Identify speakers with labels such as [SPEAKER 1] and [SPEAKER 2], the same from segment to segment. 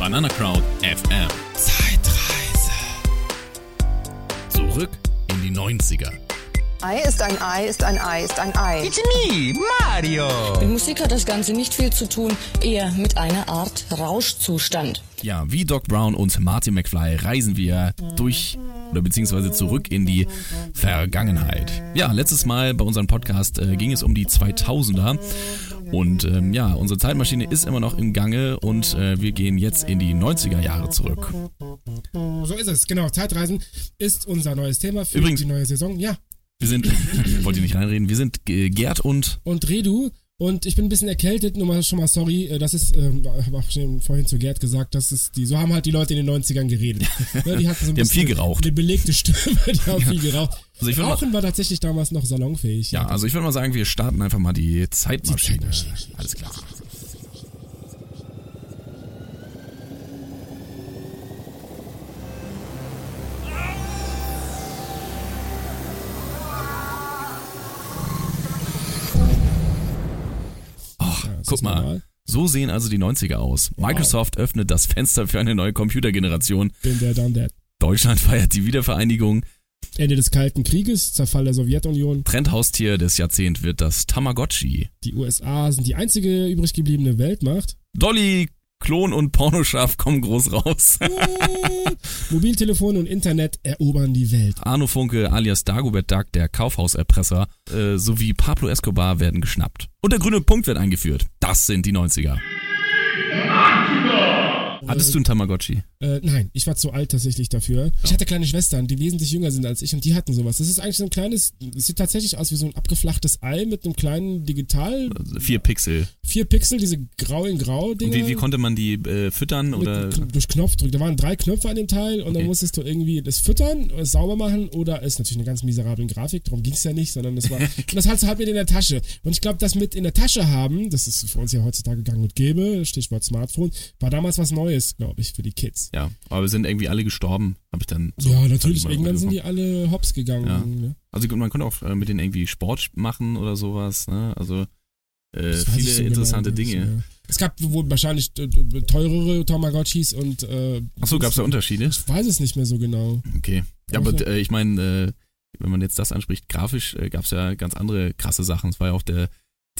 [SPEAKER 1] Anacrowd FM. Zeitreise. Zurück in die 90er.
[SPEAKER 2] Ei ist ein Ei ist ein Ei ist ein Ei.
[SPEAKER 3] It's me, Mario.
[SPEAKER 4] Mit Musik hat das Ganze nicht viel zu tun, eher mit einer Art Rauschzustand.
[SPEAKER 1] Ja, wie Doc Brown und Marty McFly reisen wir durch oder beziehungsweise zurück in die Vergangenheit. Ja, letztes Mal bei unserem Podcast äh, ging es um die 2000er und ähm, ja, unsere Zeitmaschine ist immer noch im Gange und äh, wir gehen jetzt in die 90er Jahre zurück.
[SPEAKER 5] So ist es, genau. Zeitreisen ist unser neues Thema für
[SPEAKER 1] Übrigens-
[SPEAKER 5] die neue Saison. Ja.
[SPEAKER 1] Wir sind, wollte ich nicht reinreden, wir sind äh, Gerd und
[SPEAKER 5] Und Redu, und ich bin ein bisschen erkältet, nur mal schon mal sorry, äh, das ist, ähm, habe auch schon vorhin zu Gerd gesagt, das ist die, so haben halt die Leute in den 90ern geredet. Ne, die hatten so ein
[SPEAKER 1] Die haben
[SPEAKER 5] bisschen
[SPEAKER 1] viel geraucht.
[SPEAKER 5] Eine belegte Stimme, die haben viel geraucht.
[SPEAKER 1] Also ich würd mal-
[SPEAKER 5] Rauchen war tatsächlich damals noch salonfähig.
[SPEAKER 1] ja, also ich würde mal sagen, wir starten einfach mal die Zeitmaschine. Alles klar. Och,
[SPEAKER 5] Ah. Ja, das
[SPEAKER 1] guck
[SPEAKER 5] ist
[SPEAKER 1] mal.
[SPEAKER 5] normal.
[SPEAKER 1] So sehen also die 90er aus. Microsoft öffnet das Fenster für eine neue Computergeneration.
[SPEAKER 5] Bin der done that.
[SPEAKER 1] Deutschland feiert die Wiedervereinigung.
[SPEAKER 5] Ende des Kalten Krieges, Zerfall der Sowjetunion.
[SPEAKER 1] Trendhaustier des Jahrzehnts wird das Tamagotchi.
[SPEAKER 5] Die USA sind die einzige übrig gebliebene Weltmacht.
[SPEAKER 1] Dolly, Klon und Pornoschaf kommen groß raus.
[SPEAKER 5] Mobiltelefon und Internet erobern die Welt.
[SPEAKER 1] Arno Funke alias Dagobert Duck, der Kaufhauserpresser, äh, sowie Pablo Escobar werden geschnappt. Und der grüne Punkt wird eingeführt. Das sind die 90er. Hattest du ein Tamagotchi?
[SPEAKER 5] Äh, nein, ich war zu alt tatsächlich dafür. Ich hatte kleine Schwestern, die wesentlich jünger sind als ich und die hatten sowas. Das ist eigentlich so ein kleines, es sieht tatsächlich aus wie so ein abgeflachtes Ei mit einem kleinen Digital,
[SPEAKER 1] Vier Pixel.
[SPEAKER 5] vier Pixel, diese grauen
[SPEAKER 1] Und
[SPEAKER 5] Grau-Dinger.
[SPEAKER 1] wie, wie konnte man die äh, füttern?
[SPEAKER 5] mit-
[SPEAKER 1] Oder?
[SPEAKER 5] kn- durch Knopfdruck. Da waren drei Knöpfe an dem Teil und dann
[SPEAKER 1] Okay.
[SPEAKER 5] musstest du irgendwie das füttern, es sauber machen oder ist natürlich eine ganz miserable Grafik, darum ging's ja nicht, sondern das war. und das hattest du halt mit in der Tasche. Und ich glaube, das mit in der Tasche haben, das ist für uns ja heutzutage gang und gäbe, Stichwort Smartphone, war damals was Neues, glaube ich, für die Kids.
[SPEAKER 1] Ja, aber wir sind irgendwie alle gestorben, habe ich dann. so-
[SPEAKER 5] ja,
[SPEAKER 1] hab ich
[SPEAKER 5] natürlich.
[SPEAKER 1] mal
[SPEAKER 5] Irgendwann sind
[SPEAKER 1] mitbekommen.
[SPEAKER 5] die alle hops gegangen.
[SPEAKER 1] Ja.
[SPEAKER 5] Ne?
[SPEAKER 1] Also gut, man konnte auch äh, mit denen irgendwie Sport machen oder sowas. Ne? Also äh,
[SPEAKER 5] Das weiß ich
[SPEAKER 1] viele
[SPEAKER 5] so genau
[SPEAKER 1] interessante
[SPEAKER 5] nicht,
[SPEAKER 1] Dinge.
[SPEAKER 5] ja. Es gab wohl wahrscheinlich äh, äh, teurere Tamagotchis und. Äh,
[SPEAKER 1] Ach so, gab's da Unterschiede?
[SPEAKER 5] Ich weiß es nicht mehr so genau.
[SPEAKER 1] Okay. Ja,
[SPEAKER 5] Kann
[SPEAKER 1] aber
[SPEAKER 5] ich
[SPEAKER 1] äh, ich meine, äh, wenn man jetzt das anspricht, grafisch äh, gab's ja ganz andere krasse Sachen. Es war ja auch der,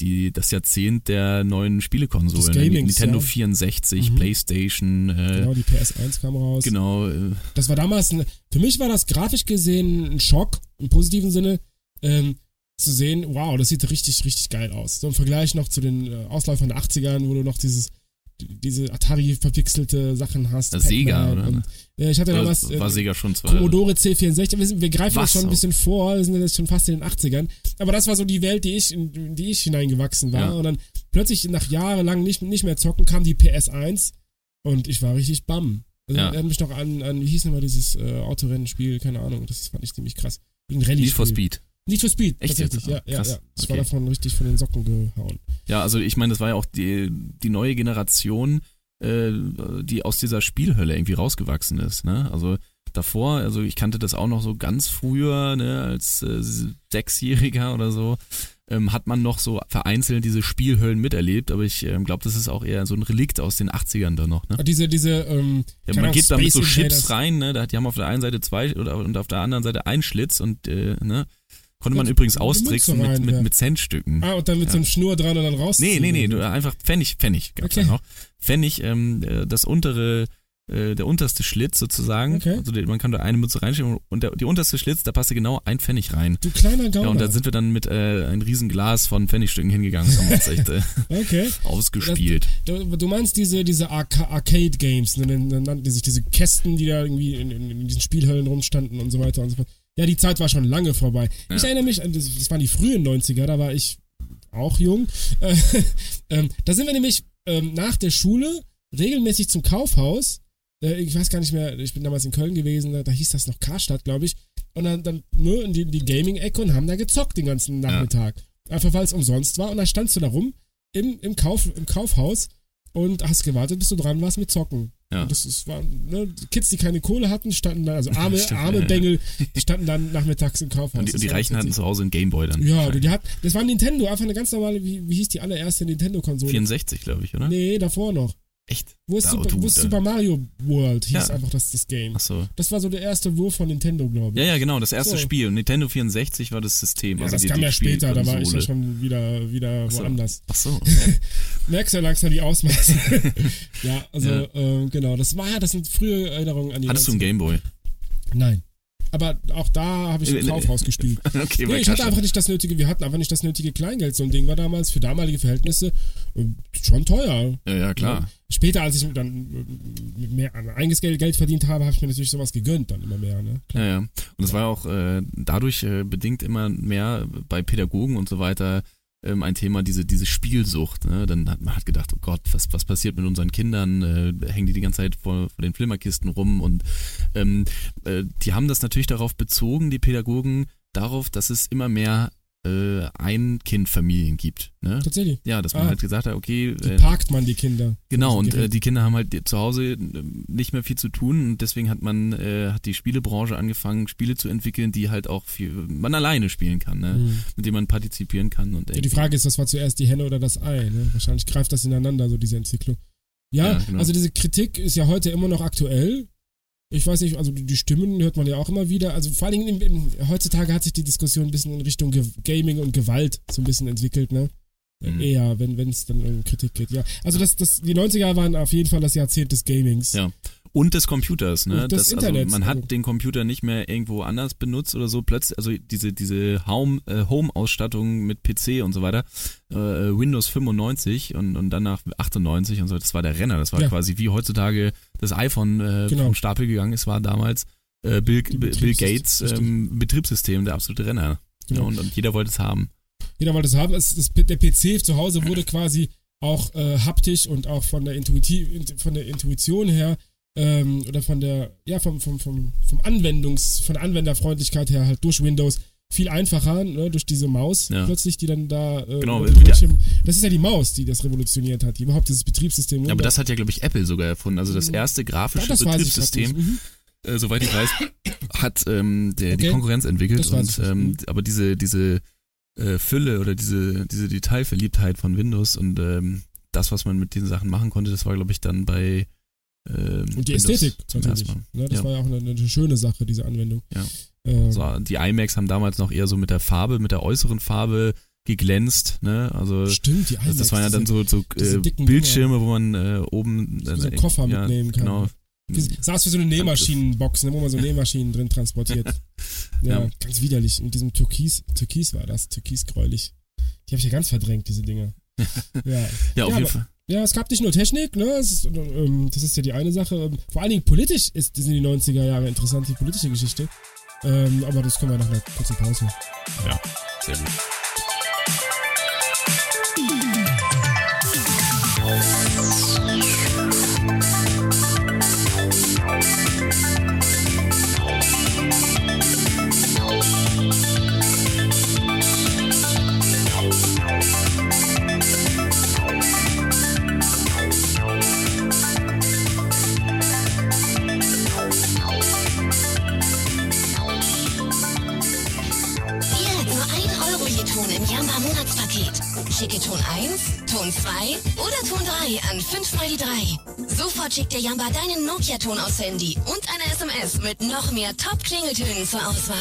[SPEAKER 1] die, das Jahrzehnt der neuen Spielekonsolen.
[SPEAKER 5] Des Gamings,
[SPEAKER 1] Nintendo
[SPEAKER 5] ja.
[SPEAKER 1] 64,
[SPEAKER 5] Mhm.
[SPEAKER 1] Playstation, äh,
[SPEAKER 5] Genau, die PS1 kam raus.
[SPEAKER 1] genau, äh,
[SPEAKER 5] Das war damals. Ein, für mich war das grafisch gesehen ein Schock, im positiven Sinne, ähm, zu sehen, wow, das sieht richtig, richtig geil aus. So im Vergleich noch zu den äh, Ausläufern der 80ern, wo du noch dieses. die- Diese Atari verpixelte Sachen hast.
[SPEAKER 1] Das Sega,
[SPEAKER 5] Pac-Man
[SPEAKER 1] oder?
[SPEAKER 5] Und, äh, ich hatte
[SPEAKER 1] war,
[SPEAKER 5] damals. äh,
[SPEAKER 1] war Sega schon zwei.
[SPEAKER 5] Commodore C64. Wir, sind- wir greifen
[SPEAKER 1] Was
[SPEAKER 5] das schon ein
[SPEAKER 1] auch.
[SPEAKER 5] bisschen vor, wir sind jetzt schon fast in den 80ern. Aber das war so die Welt, die ich, in die ich hineingewachsen war.
[SPEAKER 1] Ja.
[SPEAKER 5] Und dann plötzlich nach jahrelang nicht, nicht mehr zocken kam die PS1 und ich war richtig bamm. Also
[SPEAKER 1] Ja.
[SPEAKER 5] erinnert mich noch an, an, wie hieß denn mal dieses äh, Autorennenspiel, keine Ahnung, das fand ich ziemlich krass. Ein Rallye.
[SPEAKER 1] Need for Speed.
[SPEAKER 5] Need for Speed,
[SPEAKER 1] Echt jetzt? Ah,
[SPEAKER 5] tatsächlich, ja, ja,
[SPEAKER 1] Krass.
[SPEAKER 5] ja. Ich
[SPEAKER 1] Okay.
[SPEAKER 5] war davon richtig von den Socken gehauen.
[SPEAKER 1] Ja, also ich meine, das war ja auch die, die neue Generation, äh, die aus dieser Spielhölle irgendwie rausgewachsen ist. Ne? Also davor, also ich kannte das auch noch so ganz früher, ne, als äh, Sechsjähriger oder so, ähm, hat man noch so vereinzelt diese Spielhöllen miterlebt, aber ich ähm, glaube, das ist auch eher so ein Relikt aus den 80ern da noch. Ne?
[SPEAKER 5] Und Ah, diese, diese, ähm,
[SPEAKER 1] Ja, man
[SPEAKER 5] keine Ahnung,
[SPEAKER 1] geht da mit
[SPEAKER 5] Space
[SPEAKER 1] so Chips
[SPEAKER 5] Invaders.
[SPEAKER 1] rein, ne? da, die haben auf der einen Seite zwei oder, und auf der anderen Seite einen Schlitz und äh, ne? konnte man
[SPEAKER 5] Mit-
[SPEAKER 1] übrigens
[SPEAKER 5] mit Münze
[SPEAKER 1] austricksen mit,
[SPEAKER 5] rein,
[SPEAKER 1] mit,
[SPEAKER 5] halt, ja.
[SPEAKER 1] mit Centstücken.
[SPEAKER 5] Ah, und dann mit so einem Schnur dran und dann raus.
[SPEAKER 1] Nee, nee, nee, du- einfach Pfennig, Pfennig gab's
[SPEAKER 5] Okay.
[SPEAKER 1] ja noch. Pfennig, ähm, äh, das untere, äh, der unterste Schlitz sozusagen.
[SPEAKER 5] Okay.
[SPEAKER 1] Also die- man kann da eine Mütze reinschieben und der, die unterste Schlitz, da passte genau ein Pfennig rein.
[SPEAKER 5] Du kleiner Gauner.
[SPEAKER 1] Ja, und da sind wir dann mit äh, ein Riesenglas von Pfennigstücken hingegangen und haben uns echt äh,
[SPEAKER 5] okay.
[SPEAKER 1] ausgespielt.
[SPEAKER 5] Du, du meinst diese, diese Arca Arcade-Games, ne? Dann dann nannten die sich diese Kästen, die da irgendwie in, in, in diesen Spielhöllen rumstanden und so weiter und so fort. Ja, die Zeit war schon lange vorbei. Ich
[SPEAKER 1] Ja.
[SPEAKER 5] erinnere mich, an- das, das waren die frühen 90er, da war ich auch jung. Äh, ähm, da sind wir nämlich ähm, nach der Schule regelmäßig zum Kaufhaus. Äh, ich weiß gar nicht mehr, ich bin damals in Köln gewesen, da, da hieß das noch Karstadt, glaube ich. Und dann, dann nur in die, die Gaming-Ecke und haben da gezockt den ganzen Nachmittag. Einfach weil es umsonst war. Und dann standst du da rum im, im, Kauf, im Kaufhaus und hast gewartet, bis du dran warst mit Zocken.
[SPEAKER 1] Ja.
[SPEAKER 5] Und das ist, war, ne, die Kids, die keine Kohle hatten, standen dann, also arme,
[SPEAKER 1] Stimmt,
[SPEAKER 5] arme
[SPEAKER 1] ja, ja.
[SPEAKER 5] Bengel, die standen dann nachmittags im Kaufhaus.
[SPEAKER 1] Und die,
[SPEAKER 5] Das
[SPEAKER 1] und die
[SPEAKER 5] war
[SPEAKER 1] Reichen hatten
[SPEAKER 5] witzig.
[SPEAKER 1] zu Hause einen Gameboy dann.
[SPEAKER 5] Ja, die, die hat, das war Nintendo, einfach eine ganz normale, wie, wie hieß die allererste Nintendo-Konsole?
[SPEAKER 1] 64, glaube ich, oder?
[SPEAKER 5] Nee, davor noch.
[SPEAKER 1] Echt?
[SPEAKER 5] Wo ist,
[SPEAKER 1] ne? Da,
[SPEAKER 5] Super,
[SPEAKER 1] du,
[SPEAKER 5] wo ist
[SPEAKER 1] äh,
[SPEAKER 5] Super Mario World? Hieß
[SPEAKER 1] Ja.
[SPEAKER 5] einfach das, das Game.
[SPEAKER 1] Ach so.
[SPEAKER 5] Das war so der erste Wurf von Nintendo, glaube
[SPEAKER 1] Ja,
[SPEAKER 5] ich.
[SPEAKER 1] ja, genau, das erste
[SPEAKER 5] So.
[SPEAKER 1] Spiel. Und Nintendo 64 war das System. also
[SPEAKER 5] das
[SPEAKER 1] die,
[SPEAKER 5] kam
[SPEAKER 1] die
[SPEAKER 5] ja später, da war ich ja
[SPEAKER 1] Spielkonsole.
[SPEAKER 5] schon wieder, wieder
[SPEAKER 1] Ach so.
[SPEAKER 5] woanders.
[SPEAKER 1] Ach so.
[SPEAKER 5] Merkst ja langsam die Ausmaße. ja, also
[SPEAKER 1] Ja.
[SPEAKER 5] ähm, genau, das war, das sind frühe Erinnerungen an die
[SPEAKER 1] Hattest du einen
[SPEAKER 5] 90er.
[SPEAKER 1] Gameboy?
[SPEAKER 5] Nein. Aber auch da habe ich
[SPEAKER 1] Äh,
[SPEAKER 5] im
[SPEAKER 1] äh,
[SPEAKER 5] Kaufhaus gespielt.
[SPEAKER 1] Okay,
[SPEAKER 5] Nee,
[SPEAKER 1] weil
[SPEAKER 5] ich hatte
[SPEAKER 1] klar,
[SPEAKER 5] einfach nicht das nötige, wir hatten einfach nicht das nötige Kleingeld. So ein Ding war damals für damalige Verhältnisse äh, schon teuer.
[SPEAKER 1] Ja, ja, klar.
[SPEAKER 5] Später, als ich dann äh, mehr an eigenes Geld, Geld verdient habe, habe ich mir natürlich sowas gegönnt, dann immer mehr. Ne?
[SPEAKER 1] Ja, ja. Und es war ja auch äh, dadurch äh, bedingt immer mehr bei Pädagogen und so weiter ähm, ein Thema, diese, diese Spielsucht. Ne? Dann hat man hat gedacht, oh Gott, was, was passiert mit unseren Kindern? Äh, hängen die die ganze Zeit vor, vor den Flimmerkisten rum? Und ähm, äh, die haben das natürlich darauf bezogen, die Pädagogen, darauf, dass es immer mehr äh, Ein-Kind-Familien gibt. Ne?
[SPEAKER 5] Tatsächlich.
[SPEAKER 1] Ja, dass man
[SPEAKER 5] Ah.
[SPEAKER 1] halt gesagt hat, okay,
[SPEAKER 5] Die
[SPEAKER 1] äh,
[SPEAKER 5] parkt man, die Kinder.
[SPEAKER 1] Genau, und
[SPEAKER 5] Gerät.
[SPEAKER 1] äh, die Kinder haben halt zu Hause ähm, nicht mehr viel zu tun und deswegen hat man, äh, hat die Spielebranche angefangen, Spiele zu entwickeln, die halt auch viel, man alleine spielen kann, ne?
[SPEAKER 5] Mhm.
[SPEAKER 1] mit denen man partizipieren kann und
[SPEAKER 5] Ja, die Frage ist, was war zuerst die Henne oder das Ei? Ne? Wahrscheinlich greift das ineinander, so diese Entwicklung. Ja,
[SPEAKER 1] Ja, genau.
[SPEAKER 5] also diese Kritik ist ja heute immer noch aktuell. Ich weiß nicht, also die die Stimmen hört man ja auch immer wieder. Also vor allen Dingen, in, in, heutzutage hat sich die Diskussion ein bisschen in Richtung Ge Gaming und Gewalt so ein bisschen entwickelt, ne?
[SPEAKER 1] Mhm.
[SPEAKER 5] Eher, wenn wenn es dann um Kritik geht, ja. Also das, das, die 90er waren auf jeden Fall das Jahrzehnt des Gamings.
[SPEAKER 1] Ja. und des Computers, ne?
[SPEAKER 5] Und des
[SPEAKER 1] das, also
[SPEAKER 5] Internets,
[SPEAKER 1] man hat
[SPEAKER 5] also.
[SPEAKER 1] den Computer nicht mehr irgendwo anders benutzt oder so. Plötzlich, also diese, diese Home, äh, Home-Ausstattung mit PC und so weiter, äh, Windows 95 und, und danach 98 und so, das war der Renner. Das war
[SPEAKER 5] Ja.
[SPEAKER 1] quasi wie heutzutage das iPhone äh,
[SPEAKER 5] Genau.
[SPEAKER 1] vom Stapel gegangen ist, war damals äh, Bill,
[SPEAKER 5] Die
[SPEAKER 1] Bill
[SPEAKER 5] Betriebssys-
[SPEAKER 1] Gates
[SPEAKER 5] richtig.
[SPEAKER 1] ähm, Betriebssystem, der absolute Renner.
[SPEAKER 5] Genau.
[SPEAKER 1] Ja, und, und jeder wollte es haben.
[SPEAKER 5] Jeder wollte es haben. Es, es, der PC zu Hause wurde quasi auch äh, haptisch und auch von der, Intuiti int- von der Intuition her ähm, oder von der, ja, vom, vom, vom, vom Anwendungs-, von der Anwenderfreundlichkeit her halt durch Windows viel einfacher, ne, durch diese Maus
[SPEAKER 1] Ja.
[SPEAKER 5] plötzlich, die dann da. Äh,
[SPEAKER 1] Genau,
[SPEAKER 5] über
[SPEAKER 1] ja.
[SPEAKER 5] den Bildschirm, das ist ja die Maus, die das revolutioniert hat, die überhaupt dieses Betriebssystem.
[SPEAKER 1] Ja, aber das hat ja, glaube ich, Apple sogar erfunden. Also das erste
[SPEAKER 5] Ja,
[SPEAKER 1] grafische
[SPEAKER 5] das weiß ich grad
[SPEAKER 1] Betriebssystem
[SPEAKER 5] nicht. Mhm.
[SPEAKER 1] äh, soweit ich weiß, hat ähm, der, die
[SPEAKER 5] Okay.
[SPEAKER 1] Konkurrenz entwickelt.
[SPEAKER 5] Das weiß
[SPEAKER 1] Und,
[SPEAKER 5] ich nicht.
[SPEAKER 1] ähm,
[SPEAKER 5] Mhm.
[SPEAKER 1] aber diese, diese äh, Fülle oder diese, diese Detailverliebtheit von Windows und ähm, das, was man mit diesen Sachen machen konnte, das war, glaube ich, dann bei. Ähm,
[SPEAKER 5] Und die
[SPEAKER 1] Windows
[SPEAKER 5] Ästhetik
[SPEAKER 1] zum ersten
[SPEAKER 5] natürlich.
[SPEAKER 1] Mal.
[SPEAKER 5] Ne, das
[SPEAKER 1] Ja.
[SPEAKER 5] war ja auch eine, eine schöne Sache, diese Anwendung.
[SPEAKER 1] Ja.
[SPEAKER 5] Ähm,
[SPEAKER 1] So, die iMacs haben damals noch eher so mit der Farbe, mit der äußeren Farbe geglänzt. Ne? Also
[SPEAKER 5] Stimmt, die
[SPEAKER 1] das, das waren ja dann so, so
[SPEAKER 5] diese
[SPEAKER 1] äh,
[SPEAKER 5] dicken
[SPEAKER 1] Bildschirme, wo man äh, oben
[SPEAKER 5] So einen
[SPEAKER 1] äh,
[SPEAKER 5] Koffer
[SPEAKER 1] ja,
[SPEAKER 5] mitnehmen kann.
[SPEAKER 1] Genau.
[SPEAKER 5] Wie, saß wie so eine Nähmaschinenbox, ne, wo man so Nähmaschinen drin transportiert. Ja,
[SPEAKER 1] Ja.
[SPEAKER 5] ganz widerlich. In diesem Türkis, Türkis war das, Türkisgräulich. Die habe ich ja ganz verdrängt, diese Dinge. ja.
[SPEAKER 1] Ja, auf
[SPEAKER 5] Ja,
[SPEAKER 1] jeden
[SPEAKER 5] aber-
[SPEAKER 1] Fall.
[SPEAKER 5] ja, es gab nicht nur Technik, ne? Es ist, ähm, das ist ja die eine Sache. Ähm, Vor allen Dingen politisch ist, sind die 90er Jahre interessant, die politische Geschichte. Ähm, aber das können wir nach einer kurzen Pause.
[SPEAKER 1] Ja, sehr gut.
[SPEAKER 6] Ihr nur 1 Euro je Ton im Jamba Monatspaket. Schicke Ton 1, Ton 2 oder Ton 3 an 5 mal die 3. Sofort schickt der Jamba deinen Nokia-Ton aufs Handy und eine SMS mit noch mehr Top-Klingeltönen zur Auswahl.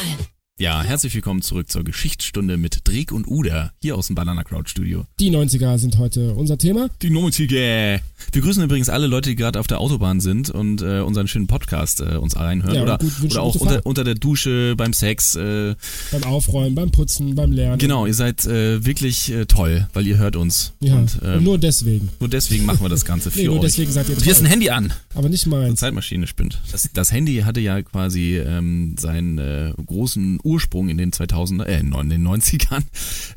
[SPEAKER 1] Ja, herzlich willkommen zurück zur Geschichtsstunde mit Dreg und Uda hier aus dem Banana Crowd Studio.
[SPEAKER 5] Die 90er sind heute unser Thema.
[SPEAKER 1] Die 90er. Wir grüßen übrigens alle Leute, die gerade auf der Autobahn sind und äh, unseren schönen Podcast äh, uns reinhören
[SPEAKER 5] Ja,
[SPEAKER 1] oder,
[SPEAKER 5] gut, wünschen
[SPEAKER 1] oder auch
[SPEAKER 5] gute Fahrt.
[SPEAKER 1] unter, unter der Dusche, beim Sex. Äh,
[SPEAKER 5] Beim Aufräumen, beim Putzen, beim Lernen.
[SPEAKER 1] genau, ihr seid äh, wirklich äh, toll, weil ihr hört uns.
[SPEAKER 5] Ja,
[SPEAKER 1] Und,
[SPEAKER 5] und,
[SPEAKER 1] ähm, nur,
[SPEAKER 5] nur deswegen.
[SPEAKER 1] deswegen machen wir das Ganze für
[SPEAKER 5] Nee, nur
[SPEAKER 1] euch.
[SPEAKER 5] deswegen seid ihr
[SPEAKER 1] Hier ist ein
[SPEAKER 5] toll.
[SPEAKER 1] Handy an.
[SPEAKER 5] Aber nicht
[SPEAKER 1] Eine
[SPEAKER 5] meins.
[SPEAKER 1] Zeitmaschine spinnt. Das, das Handy hatte ja quasi ähm, seinen äh, großen Ursprung in den 2000er, äh, in den 90ern.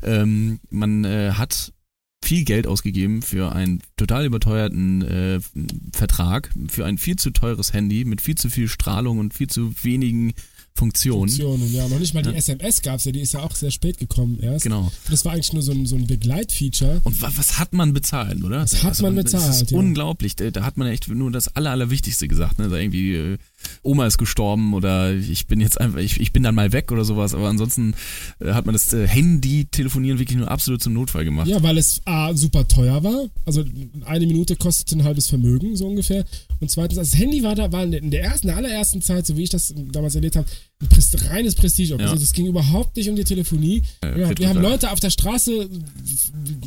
[SPEAKER 1] Ähm, man äh, hat viel Geld ausgegeben für einen total überteuerten äh, Vertrag, für ein viel zu teures Handy mit viel zu viel Strahlung und viel zu wenigen Funktion.
[SPEAKER 5] Funktionen, ja. Noch nicht mal die
[SPEAKER 1] Ja.
[SPEAKER 5] SMS gab's ja, die ist ja auch sehr spät gekommen erst.
[SPEAKER 1] Genau.
[SPEAKER 5] Das war eigentlich nur so ein, so ein Begleitfeature.
[SPEAKER 1] Und wa was hat man bezahlt, oder? Also,
[SPEAKER 5] Was hat man
[SPEAKER 1] Das
[SPEAKER 5] bezahlt,
[SPEAKER 1] ist
[SPEAKER 5] ja.
[SPEAKER 1] unglaublich. Da da hat man echt nur das Aller, Allerwichtigste gesagt. Ne? Da irgendwie, äh, Oma ist gestorben oder ich bin jetzt einfach, ich, ich bin dann mal weg oder sowas. Aber ansonsten äh, hat man das äh, Handy-Telefonieren wirklich nur absolut zum Notfall gemacht.
[SPEAKER 5] Ja, weil es A, super teuer war. Also eine Minute kostet ein halbes Vermögen, so ungefähr. Und zweitens, also das Handy war da, war in der ersten, in der allerersten Zeit, so wie ich das damals erlebt habe, ein pres- reines Prestige.
[SPEAKER 1] Ja.
[SPEAKER 5] Also es ging überhaupt nicht um die Telefonie. wir, haben- wir haben
[SPEAKER 1] total.
[SPEAKER 5] Leute auf der Straße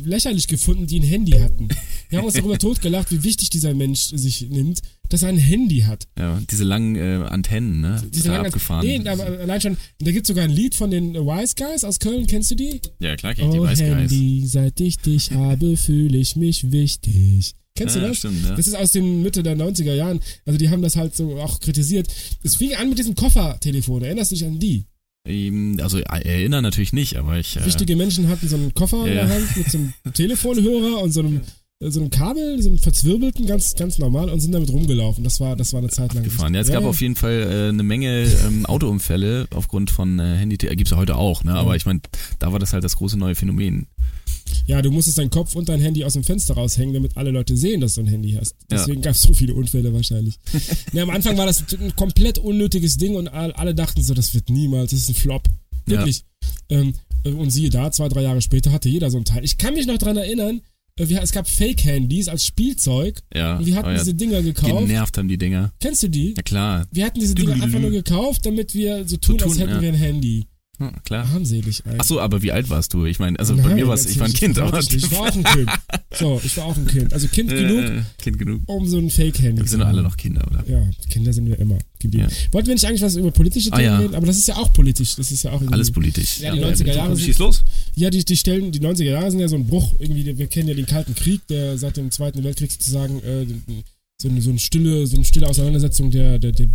[SPEAKER 5] lächerlich gefunden, die ein Handy hatten. Wir haben uns darüber totgelacht, wie wichtig dieser Mensch sich nimmt, dass er ein Handy hat.
[SPEAKER 1] Ja, diese langen äh, Antennen, ne?
[SPEAKER 5] Diese
[SPEAKER 1] Total
[SPEAKER 5] lange-
[SPEAKER 1] abgefahren.
[SPEAKER 5] Nee, aber allein schon, da gibt es sogar ein Lied von den Wise Guys aus Köln, kennst du die?
[SPEAKER 1] ja, klar, kenn ich die
[SPEAKER 5] Oh
[SPEAKER 1] Weiß Guys.
[SPEAKER 5] Handy, seit ich dich habe, fühle ich mich wichtig. Kennst
[SPEAKER 1] Ja,
[SPEAKER 5] du das?
[SPEAKER 1] stimmt, ja.
[SPEAKER 5] Das ist aus den Mitte der 90er Jahren. Also die haben das halt so auch kritisiert. Es fing an mit diesem Koffertelefon. Erinnerst du dich an die?
[SPEAKER 1] Ähm, Also äh, erinnern natürlich nicht, aber ich. Äh,
[SPEAKER 5] Wichtige Menschen hatten so einen Koffer in
[SPEAKER 1] Ja.
[SPEAKER 5] der Hand mit so einem Telefonhörer und so einem, äh, so einem Kabel, so einem verzwirbelten, ganz, ganz normal und sind damit rumgelaufen. Das war, das war eine Zeit lang.
[SPEAKER 1] gefahren. Ja, es gab
[SPEAKER 5] ja.
[SPEAKER 1] auf jeden Fall äh, eine Menge ähm, Autounfälle aufgrund von äh, Handy. Gibt es ja heute auch, ne? Aber ich meine, da war das halt das große neue Phänomen.
[SPEAKER 5] Ja, du musstest deinen Kopf und dein Handy aus dem Fenster raushängen, damit alle Leute sehen, dass du ein Handy hast.
[SPEAKER 1] Ja.
[SPEAKER 5] Deswegen gab es so viele Unfälle wahrscheinlich. ja, am Anfang war das ein komplett unnötiges Ding und all- alle dachten so, das wird niemals, das ist ein Flop. Wirklich. Ähm, und siehe da, zwei, drei Jahre später hatte jeder so ein Teil. Ich kann mich noch dran erinnern, äh, wir- es gab Fake-Handys als Spielzeug.
[SPEAKER 1] Ja.
[SPEAKER 5] Und wir hatten
[SPEAKER 1] aber ja,
[SPEAKER 5] diese Dinger gekauft.
[SPEAKER 1] Genervt haben die Dinger.
[SPEAKER 5] Kennst du die?
[SPEAKER 1] Ja klar.
[SPEAKER 5] Wir hatten diese Dinger einfach nur
[SPEAKER 1] Düdelüdelü.
[SPEAKER 5] gekauft, damit wir so tun,
[SPEAKER 1] tun,
[SPEAKER 5] als hätten
[SPEAKER 1] ja.
[SPEAKER 5] wir ein Handy.
[SPEAKER 1] Hm, klar.
[SPEAKER 5] Armselig eigentlich.
[SPEAKER 1] Ach so, aber wie alt warst du? Ich meine, also bei
[SPEAKER 5] Nein,
[SPEAKER 1] mir war es,
[SPEAKER 5] das
[SPEAKER 1] ich war ein
[SPEAKER 5] ist-
[SPEAKER 1] Kind,
[SPEAKER 5] das
[SPEAKER 1] aber
[SPEAKER 5] weiß ich nicht. Ich war auch ein Kind. So, ich war auch ein Kind. Also Kind genug,
[SPEAKER 1] Äh, kind genug.
[SPEAKER 5] um so ein Fake-Handy.
[SPEAKER 1] Wir sind
[SPEAKER 5] zu
[SPEAKER 1] doch alle
[SPEAKER 5] haben.
[SPEAKER 1] noch Kinder, oder?
[SPEAKER 5] Ja, Kinder sind wir immer geblieben. Wollten wir nicht eigentlich was über politische
[SPEAKER 1] Ah,
[SPEAKER 5] Themen
[SPEAKER 1] ja.
[SPEAKER 5] reden? Aber das ist ja auch politisch. Das ist ja auch irgendwie-
[SPEAKER 1] Alles politisch.
[SPEAKER 5] Ja, die 90er Jahre sind-
[SPEAKER 1] Schieß los.
[SPEAKER 5] Ja, die, die stellen, die 90er Jahre sind ja so ein Bruch. Irgendwie, wir kennen ja den Kalten Krieg, der seit dem Zweiten Weltkrieg sozusagen äh, so, eine, so, eine stille, so eine stille Auseinandersetzung der, der, der,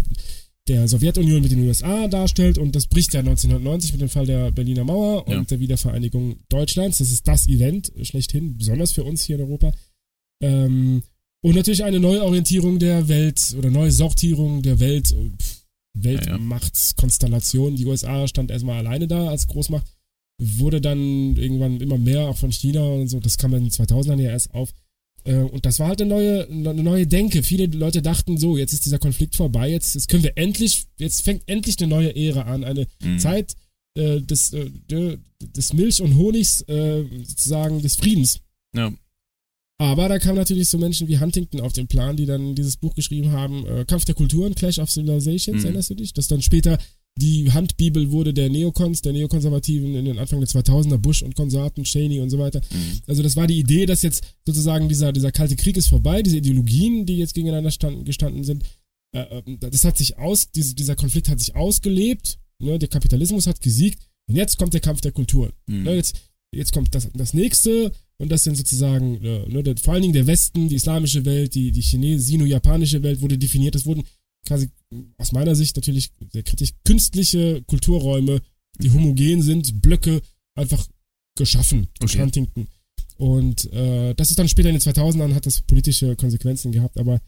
[SPEAKER 5] der Sowjetunion mit den USA darstellt. Und das bricht ja 1990 mit dem Fall der Berliner Mauer und
[SPEAKER 1] Ja.
[SPEAKER 5] der Wiedervereinigung Deutschlands. Das ist das Event schlechthin, besonders für uns hier in Europa. Ähm, und natürlich eine Neuorientierung der Welt oder Neusortierung der Welt, äh, pf, Weltmachtskonstellation. Die USA stand erstmal alleine da als Großmacht, wurde dann irgendwann immer mehr, auch von China und so. Das kam in den 2000ern ja erst auf. Äh, Und das war halt eine neue, eine neue Denke. Viele Leute dachten so, jetzt ist dieser Konflikt vorbei, jetzt, jetzt können wir endlich, jetzt fängt endlich eine neue Ära an, eine
[SPEAKER 1] Mhm.
[SPEAKER 5] Zeit äh, des, äh, de- des Milch und Honigs, äh, sozusagen des Friedens.
[SPEAKER 1] Ja.
[SPEAKER 5] Aber da kamen natürlich so Menschen wie Huntington auf den Plan, die dann dieses Buch geschrieben haben, äh, Kampf der Kulturen, Clash of Civilizations,
[SPEAKER 1] Mhm.
[SPEAKER 5] erinnerst du dich? Das dann später die Handbibel wurde der Neokons, der Neokonservativen in den Anfang der 2000er, Bush und Konsorten, Cheney und so weiter. Also das war die Idee, dass jetzt sozusagen dieser, dieser Kalte Krieg ist vorbei, diese Ideologien, die jetzt gegeneinander standen, gestanden sind, äh, äh, das hat sich aus, diese, dieser Konflikt hat sich ausgelebt, ne, der Kapitalismus hat gesiegt und jetzt kommt der Kampf der Kulturen.
[SPEAKER 1] Mhm.
[SPEAKER 5] Ne, jetzt, jetzt kommt das, das nächste und das sind sozusagen, äh, ne, der, vor allen Dingen der Westen, die islamische Welt, die, die Chines sino-japanische Welt wurde definiert, es wurden quasi aus meiner Sicht natürlich sehr kritisch künstliche Kulturräume, die homogen sind, Blöcke einfach geschaffen durch
[SPEAKER 1] Okay.
[SPEAKER 5] Huntington. Und äh, das ist dann später in den 2000ern hat das politische Konsequenzen gehabt, aber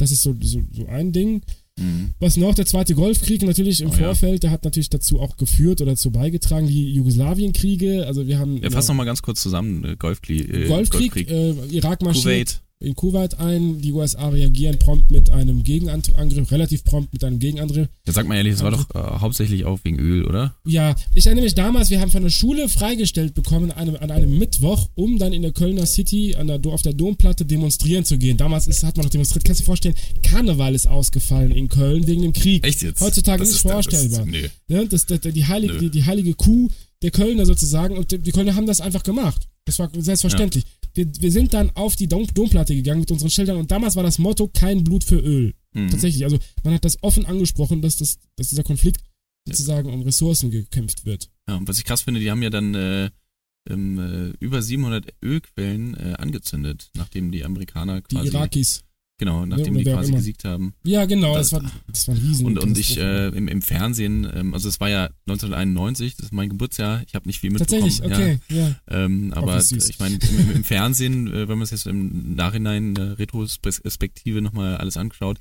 [SPEAKER 5] das ist so, so, so ein Ding.
[SPEAKER 1] Mhm.
[SPEAKER 5] Was noch? Der zweite Golfkrieg natürlich im
[SPEAKER 1] Oh ja.
[SPEAKER 5] Vorfeld, der hat natürlich dazu auch geführt oder dazu beigetragen, die Jugoslawienkriege. Also wir haben
[SPEAKER 1] Ja, fass noch mal ganz kurz zusammen. Äh, Golfkrieg. Äh,
[SPEAKER 5] Golfkrieg, Äh, Irak marschiert
[SPEAKER 1] Kuwait.
[SPEAKER 5] in Kuwait ein, die USA reagieren prompt mit einem Gegenangriff, relativ prompt mit einem Gegenangriff.
[SPEAKER 1] Ja, sag mal ehrlich, das war doch äh, hauptsächlich auch wegen Öl, oder?
[SPEAKER 5] Ja, ich erinnere mich damals, wir haben von der Schule freigestellt bekommen an einem, an einem Mittwoch, um dann in der Kölner City an der, Do- auf der Domplatte demonstrieren zu gehen. Damals ist, hat man noch demonstriert. Kannst du dir vorstellen, Karneval ist ausgefallen in Köln wegen dem Krieg.
[SPEAKER 1] Echt jetzt?
[SPEAKER 5] Heutzutage
[SPEAKER 1] Das
[SPEAKER 5] nicht
[SPEAKER 1] ist- das ist-
[SPEAKER 5] vorstellbar.
[SPEAKER 1] nee.
[SPEAKER 5] Ne, das, das, die, heilige,
[SPEAKER 1] Nö.
[SPEAKER 5] die, die heilige Kuh der Kölner sozusagen. Und die- die Kölner haben das einfach gemacht. Das war selbstverständlich. Wir, wir sind dann auf die Dom Domplatte gegangen mit unseren Schildern und damals war das Motto: kein Blut für Öl.
[SPEAKER 1] Mhm.
[SPEAKER 5] Tatsächlich. Also man hat das offen angesprochen, dass, das, dass dieser Konflikt sozusagen um Ressourcen gekämpft wird.
[SPEAKER 1] Ja, und was ich krass finde, die haben ja dann äh, ähm, äh, über 700 Ölquellen äh, angezündet, nachdem die Amerikaner
[SPEAKER 5] Die
[SPEAKER 1] quasi,
[SPEAKER 5] Irakis.
[SPEAKER 1] genau, nachdem
[SPEAKER 5] oder
[SPEAKER 1] die
[SPEAKER 5] wer auch
[SPEAKER 1] quasi
[SPEAKER 5] immer.
[SPEAKER 1] gesiegt haben.
[SPEAKER 5] Ja, genau.
[SPEAKER 1] Das-
[SPEAKER 5] Das, war, das war ein Riesen.
[SPEAKER 1] Und, und ich äh, im, im Fernsehen, ähm, also es war ja 1991, das ist mein Geburtsjahr, ich habe nicht viel mitbekommen.
[SPEAKER 5] Tatsächlich, okay.
[SPEAKER 1] Ja.
[SPEAKER 5] Ja.
[SPEAKER 1] Ähm, aber
[SPEAKER 5] wie süß.
[SPEAKER 1] ich meine, im, im- im Fernsehen, äh, wenn man es jetzt im Nachhinein äh, Retrospektive nochmal alles anschaut,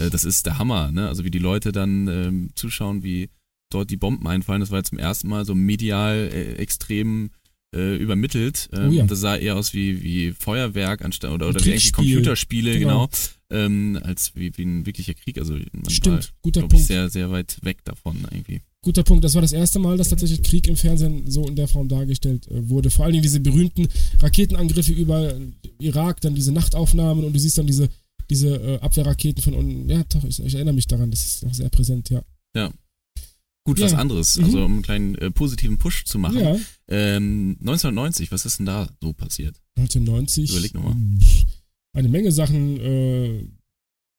[SPEAKER 1] äh, das ist der Hammer, ne? Also wie die Leute dann ähm, zuschauen, wie dort die Bomben einfallen. Das war jetzt zum ersten Mal so medial äh, extrem äh, übermittelt. Ähm,
[SPEAKER 5] Oh ja.
[SPEAKER 1] Das sah eher aus wie, wie Feuerwerk anstatt oder,
[SPEAKER 5] Ein
[SPEAKER 1] oder wie eigentlich
[SPEAKER 5] Kriegsspiel.
[SPEAKER 1] Computerspiele,
[SPEAKER 5] Genau.
[SPEAKER 1] genau, ähm, als wie, wie ein wirklicher Krieg. Also man
[SPEAKER 5] Stimmt,
[SPEAKER 1] war,
[SPEAKER 5] guter
[SPEAKER 1] glaube ich,
[SPEAKER 5] Punkt.
[SPEAKER 1] sehr, sehr weit weg davon irgendwie.
[SPEAKER 5] Guter Punkt. Das war das erste Mal, dass tatsächlich Krieg im Fernsehen so in der Form dargestellt äh, wurde. Vor allen Dingen diese berühmten Raketenangriffe über Irak, dann diese Nachtaufnahmen und du siehst dann diese, diese äh, Abwehrraketen von unten. Ja, doch, ich, ich erinnere mich daran. Das ist noch sehr präsent, ja.
[SPEAKER 1] Gut, was
[SPEAKER 5] Ja.
[SPEAKER 1] anderes,
[SPEAKER 5] Mhm.
[SPEAKER 1] also um einen kleinen äh, positiven Push zu machen.
[SPEAKER 5] Ja,
[SPEAKER 1] Ähm, 1990, was ist denn da so passiert?
[SPEAKER 5] 1990.
[SPEAKER 1] Überleg noch mal.
[SPEAKER 5] Eine Menge Sachen, äh,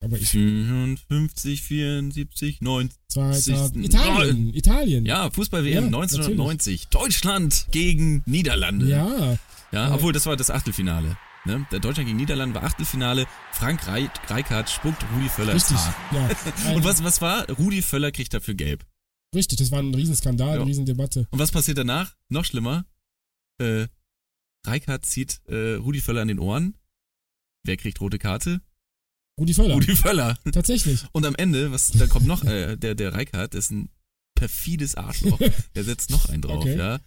[SPEAKER 5] aber ich.
[SPEAKER 1] 55, 74, 90.
[SPEAKER 5] 2000.
[SPEAKER 1] Siehsten-
[SPEAKER 5] Italien, Italien.
[SPEAKER 1] Ja, Fußball-WM
[SPEAKER 5] Ja,
[SPEAKER 1] 1990. Deutschland gegen Niederlande.
[SPEAKER 5] Ja,
[SPEAKER 1] Ja,
[SPEAKER 5] Ja.
[SPEAKER 1] obwohl das war das Achtelfinale. Ne? Der Deutschland gegen Niederlande war Achtelfinale. Frank Rei- Reichardt spuckt Rudi Völler ins
[SPEAKER 5] richtig.
[SPEAKER 1] Haar.
[SPEAKER 5] Ja.
[SPEAKER 1] Und was, was war? Rudi Völler kriegt dafür gelb.
[SPEAKER 5] Richtig, das war ein
[SPEAKER 1] Ja.
[SPEAKER 5] Riesenskandal, eine Riesendebatte.
[SPEAKER 1] Und was passiert danach? Noch schlimmer. Äh, Reichardt zieht äh, Rudi Völler an den Ohren. Wer kriegt rote Karte?
[SPEAKER 5] Rudi Völler,
[SPEAKER 1] Rudi Völler.
[SPEAKER 5] tatsächlich.
[SPEAKER 1] Und am Ende, was, da kommt noch, äh, der, der Reichardt ist ein perfides Arschloch. Der setzt noch einen drauf,
[SPEAKER 5] Okay.
[SPEAKER 1] ja.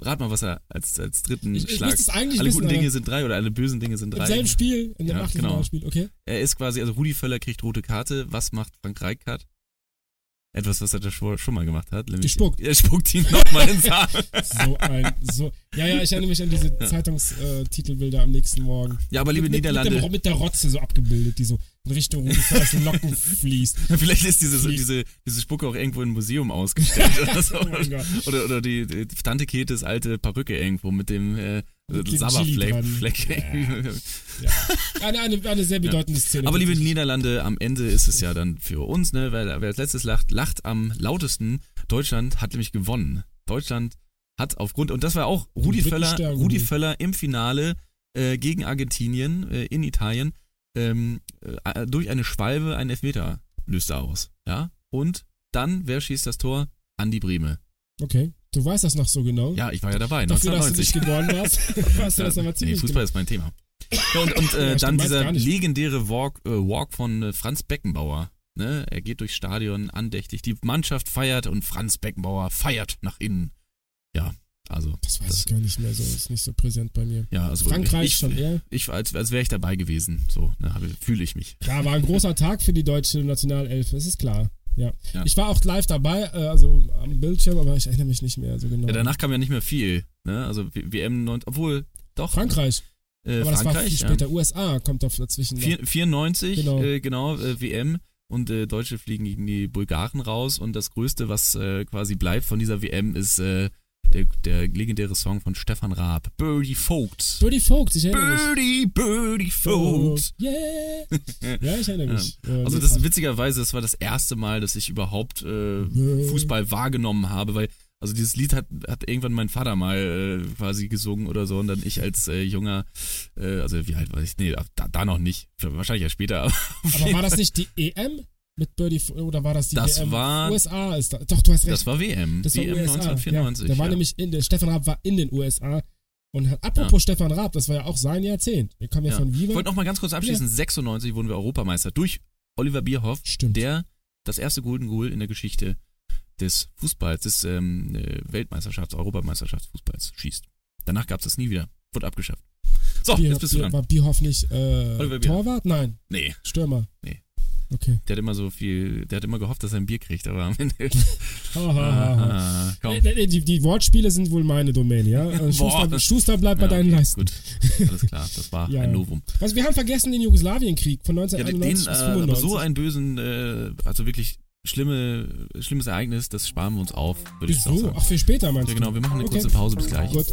[SPEAKER 1] Rat mal, was er als, als dritten
[SPEAKER 5] Ich- ich
[SPEAKER 1] Schlag.
[SPEAKER 5] müsste es eigentlich
[SPEAKER 1] alle
[SPEAKER 5] wissen,
[SPEAKER 1] guten Dinge
[SPEAKER 5] aber-
[SPEAKER 1] sind drei oder alle bösen Dinge sind
[SPEAKER 5] Im
[SPEAKER 1] drei.
[SPEAKER 5] selben Spiel, in dem
[SPEAKER 1] Ja, genau.
[SPEAKER 5] Achtelfinalspiel, okay.
[SPEAKER 1] Er ist quasi, also Rudi Völler kriegt rote Karte. Was macht Frank Reichardt? Etwas, was er da schon schon mal gemacht hat. nämlich-
[SPEAKER 5] Gespuckt.
[SPEAKER 1] Er spuckt ihn nochmal ins Haar.
[SPEAKER 5] So ein, so. Ja, ja, ich erinnere mich an diese Zeitungstitelbilder am nächsten Morgen.
[SPEAKER 1] Ja, aber liebe
[SPEAKER 5] mit, mit-
[SPEAKER 1] Niederlande,
[SPEAKER 5] Mit der, mit der Rotze so abgebildet, die so in Richtung Rudi Völlers Locken fließt.
[SPEAKER 1] vielleicht ist diese,
[SPEAKER 5] Fliegt.
[SPEAKER 1] diese, diese Spucke auch irgendwo im Museum ausgestellt. oder, so.
[SPEAKER 5] Oh mein Gott.
[SPEAKER 1] oder, oder die, die Tante Ketes alte Perücke irgendwo mit dem äh,
[SPEAKER 5] Mit dem
[SPEAKER 1] Sabberfleck.
[SPEAKER 5] Chili dran.
[SPEAKER 1] Fleck irgendwie.
[SPEAKER 5] Eine, eine, eine sehr bedeutende Szene.
[SPEAKER 1] Aber liebe Niederlande, am Ende ist es ja dann für uns, ne? Wer, wer als letztes lacht, lacht am lautesten. Deutschland hat nämlich gewonnen. Deutschland hat aufgrund, und das war auch Rudi
[SPEAKER 5] Briten
[SPEAKER 1] Völler,
[SPEAKER 5] sterben
[SPEAKER 1] Rudi
[SPEAKER 5] nicht.
[SPEAKER 1] Völler im Finale äh, gegen Argentinien äh, in Italien ähm, äh, durch eine Schwalbe einen Elfmeter löst er aus. Ja? Und dann, wer schießt das Tor? Andi Breme.
[SPEAKER 5] Okay, du weißt das noch so genau.
[SPEAKER 1] Ja, ich war ja dabei,
[SPEAKER 5] Dafür, dass du nicht
[SPEAKER 1] 1990.
[SPEAKER 5] geboren warst, warst du das aber
[SPEAKER 1] Nee,
[SPEAKER 5] ziemlich genau?
[SPEAKER 1] Fußball ist mein Thema. Ja, und und äh,
[SPEAKER 5] Ja, stimmt,
[SPEAKER 1] dann
[SPEAKER 5] weiß
[SPEAKER 1] dieser
[SPEAKER 5] gar nicht.
[SPEAKER 1] legendäre Walk, äh, Walk von äh, Franz Beckenbauer. Ne? Er geht durchs Stadion andächtig. Die Mannschaft feiert und Franz Beckenbauer feiert nach innen. Ja, also.
[SPEAKER 5] Das weiß ich gar nicht mehr so, ist nicht so präsent bei mir.
[SPEAKER 1] Ja, also
[SPEAKER 5] Frankreich
[SPEAKER 1] ich,
[SPEAKER 5] schon eher.
[SPEAKER 1] Ich, als als wäre ich dabei gewesen. So, ne, fühle ich mich.
[SPEAKER 5] Ja, war ein großer Tag für die deutsche Nationalelf, es ist klar. Ja.
[SPEAKER 1] Ja.
[SPEAKER 5] Ich war auch live dabei, äh, also am Bildschirm, aber ich erinnere mich nicht mehr so genau.
[SPEAKER 1] Ja, Äh, danach kam ja nicht mehr viel. Ne? Also W- WM 9, obwohl, doch.
[SPEAKER 5] Frankreich,
[SPEAKER 1] äh,
[SPEAKER 5] aber das war viel
[SPEAKER 1] Frankreich, ja.
[SPEAKER 5] später. USA kommt da dazwischen. noch.
[SPEAKER 1] Vier- 94,
[SPEAKER 5] Genau.
[SPEAKER 1] genau, äh, genau äh, WM. Und äh, Deutsche fliegen gegen die Bulgaren raus. Und das Größte, was äh, quasi bleibt von dieser WM, ist äh, der, der legendäre Song von Stefan Raab. Birdie Vogt.
[SPEAKER 5] Birdie Vogt, ich erinnere mich.
[SPEAKER 1] Birdie, Birdie Vogt.
[SPEAKER 5] Yeah. Ja, ich erinnere mich. Äh,
[SPEAKER 1] Also
[SPEAKER 5] nee,
[SPEAKER 1] das ist
[SPEAKER 5] Frank-
[SPEAKER 1] witzigerweise, das war das erste Mal, dass ich überhaupt äh,
[SPEAKER 5] Äh.
[SPEAKER 1] Fußball wahrgenommen habe, weil also dieses Lied hat, hat irgendwann mein Vater mal äh, quasi gesungen oder so und dann ich als äh, junger, äh, also wie alt war ich? Nee, da, da noch nicht, wahrscheinlich ja später. aber auf
[SPEAKER 5] aber
[SPEAKER 1] jeden
[SPEAKER 5] war das nicht die EM mit Birdie Vogt oder war das die E
[SPEAKER 1] Das
[SPEAKER 5] WM?
[SPEAKER 1] war-
[SPEAKER 5] USA ist da. Doch, du hast recht.
[SPEAKER 1] Das war WM,
[SPEAKER 5] Das war
[SPEAKER 1] WM
[SPEAKER 5] USA.
[SPEAKER 1] 1994.
[SPEAKER 5] Ja, der war
[SPEAKER 1] ja.
[SPEAKER 5] nämlich in der Stefan Raab war in den USA und hat apropos Stefan Raab, das war ja auch sein Jahrzehnt. Er kam ja,
[SPEAKER 1] ja.
[SPEAKER 5] von
[SPEAKER 1] Ich wollte
[SPEAKER 5] Viva.
[SPEAKER 1] noch mal ganz kurz abschließen. 96 wurden wir Europameister durch Oliver Bierhoff,
[SPEAKER 5] Stimmt.
[SPEAKER 1] der das erste Golden Goal in der Geschichte des Fußballs, des ähm, äh, Weltmeisterschafts, Europameisterschaftsfußballs schießt. Danach gab es das nie wieder. Wurde abgeschafft. So,
[SPEAKER 5] Bier-
[SPEAKER 1] jetzt bist du
[SPEAKER 5] Bier-
[SPEAKER 1] dran.
[SPEAKER 5] War Bierhoff nicht äh,
[SPEAKER 1] Oliver Bierhoff.
[SPEAKER 5] Torwart? Nein,
[SPEAKER 1] Nee,
[SPEAKER 5] Stürmer.
[SPEAKER 1] Nee.
[SPEAKER 5] Okay.
[SPEAKER 1] der hat immer so viel, der hat immer gehofft, dass er ein Bier kriegt, aber am Ende.
[SPEAKER 5] Ha, ha, ha, ha.
[SPEAKER 1] Ah, komm.
[SPEAKER 5] Äh, äh, Die, die Wortspiele sind wohl meine Domäne, ja? Äh, Schuster,
[SPEAKER 1] Boah.
[SPEAKER 5] Schuster bleibt
[SPEAKER 1] Ja,
[SPEAKER 5] bei deinen
[SPEAKER 1] okay,
[SPEAKER 5] Leisten.
[SPEAKER 1] Gut, alles klar, das war
[SPEAKER 5] Ja,
[SPEAKER 1] ein
[SPEAKER 5] ja.
[SPEAKER 1] Novum.
[SPEAKER 5] Also wir haben vergessen den Jugoslawienkrieg von
[SPEAKER 1] Ja, den,
[SPEAKER 5] 1991
[SPEAKER 1] äh,
[SPEAKER 5] bis
[SPEAKER 1] aber
[SPEAKER 5] 95.
[SPEAKER 1] so einen bösen, äh, also wirklich schlimme, schlimmes Ereignis, das sparen wir uns auf, würde ich jetzt auch
[SPEAKER 5] so,
[SPEAKER 1] sagen.
[SPEAKER 5] ach für später meinst
[SPEAKER 1] Ja,
[SPEAKER 5] du?
[SPEAKER 1] genau, wir machen eine
[SPEAKER 5] Okay. Oh
[SPEAKER 1] kurze Pause, bis gleich.
[SPEAKER 5] Gut.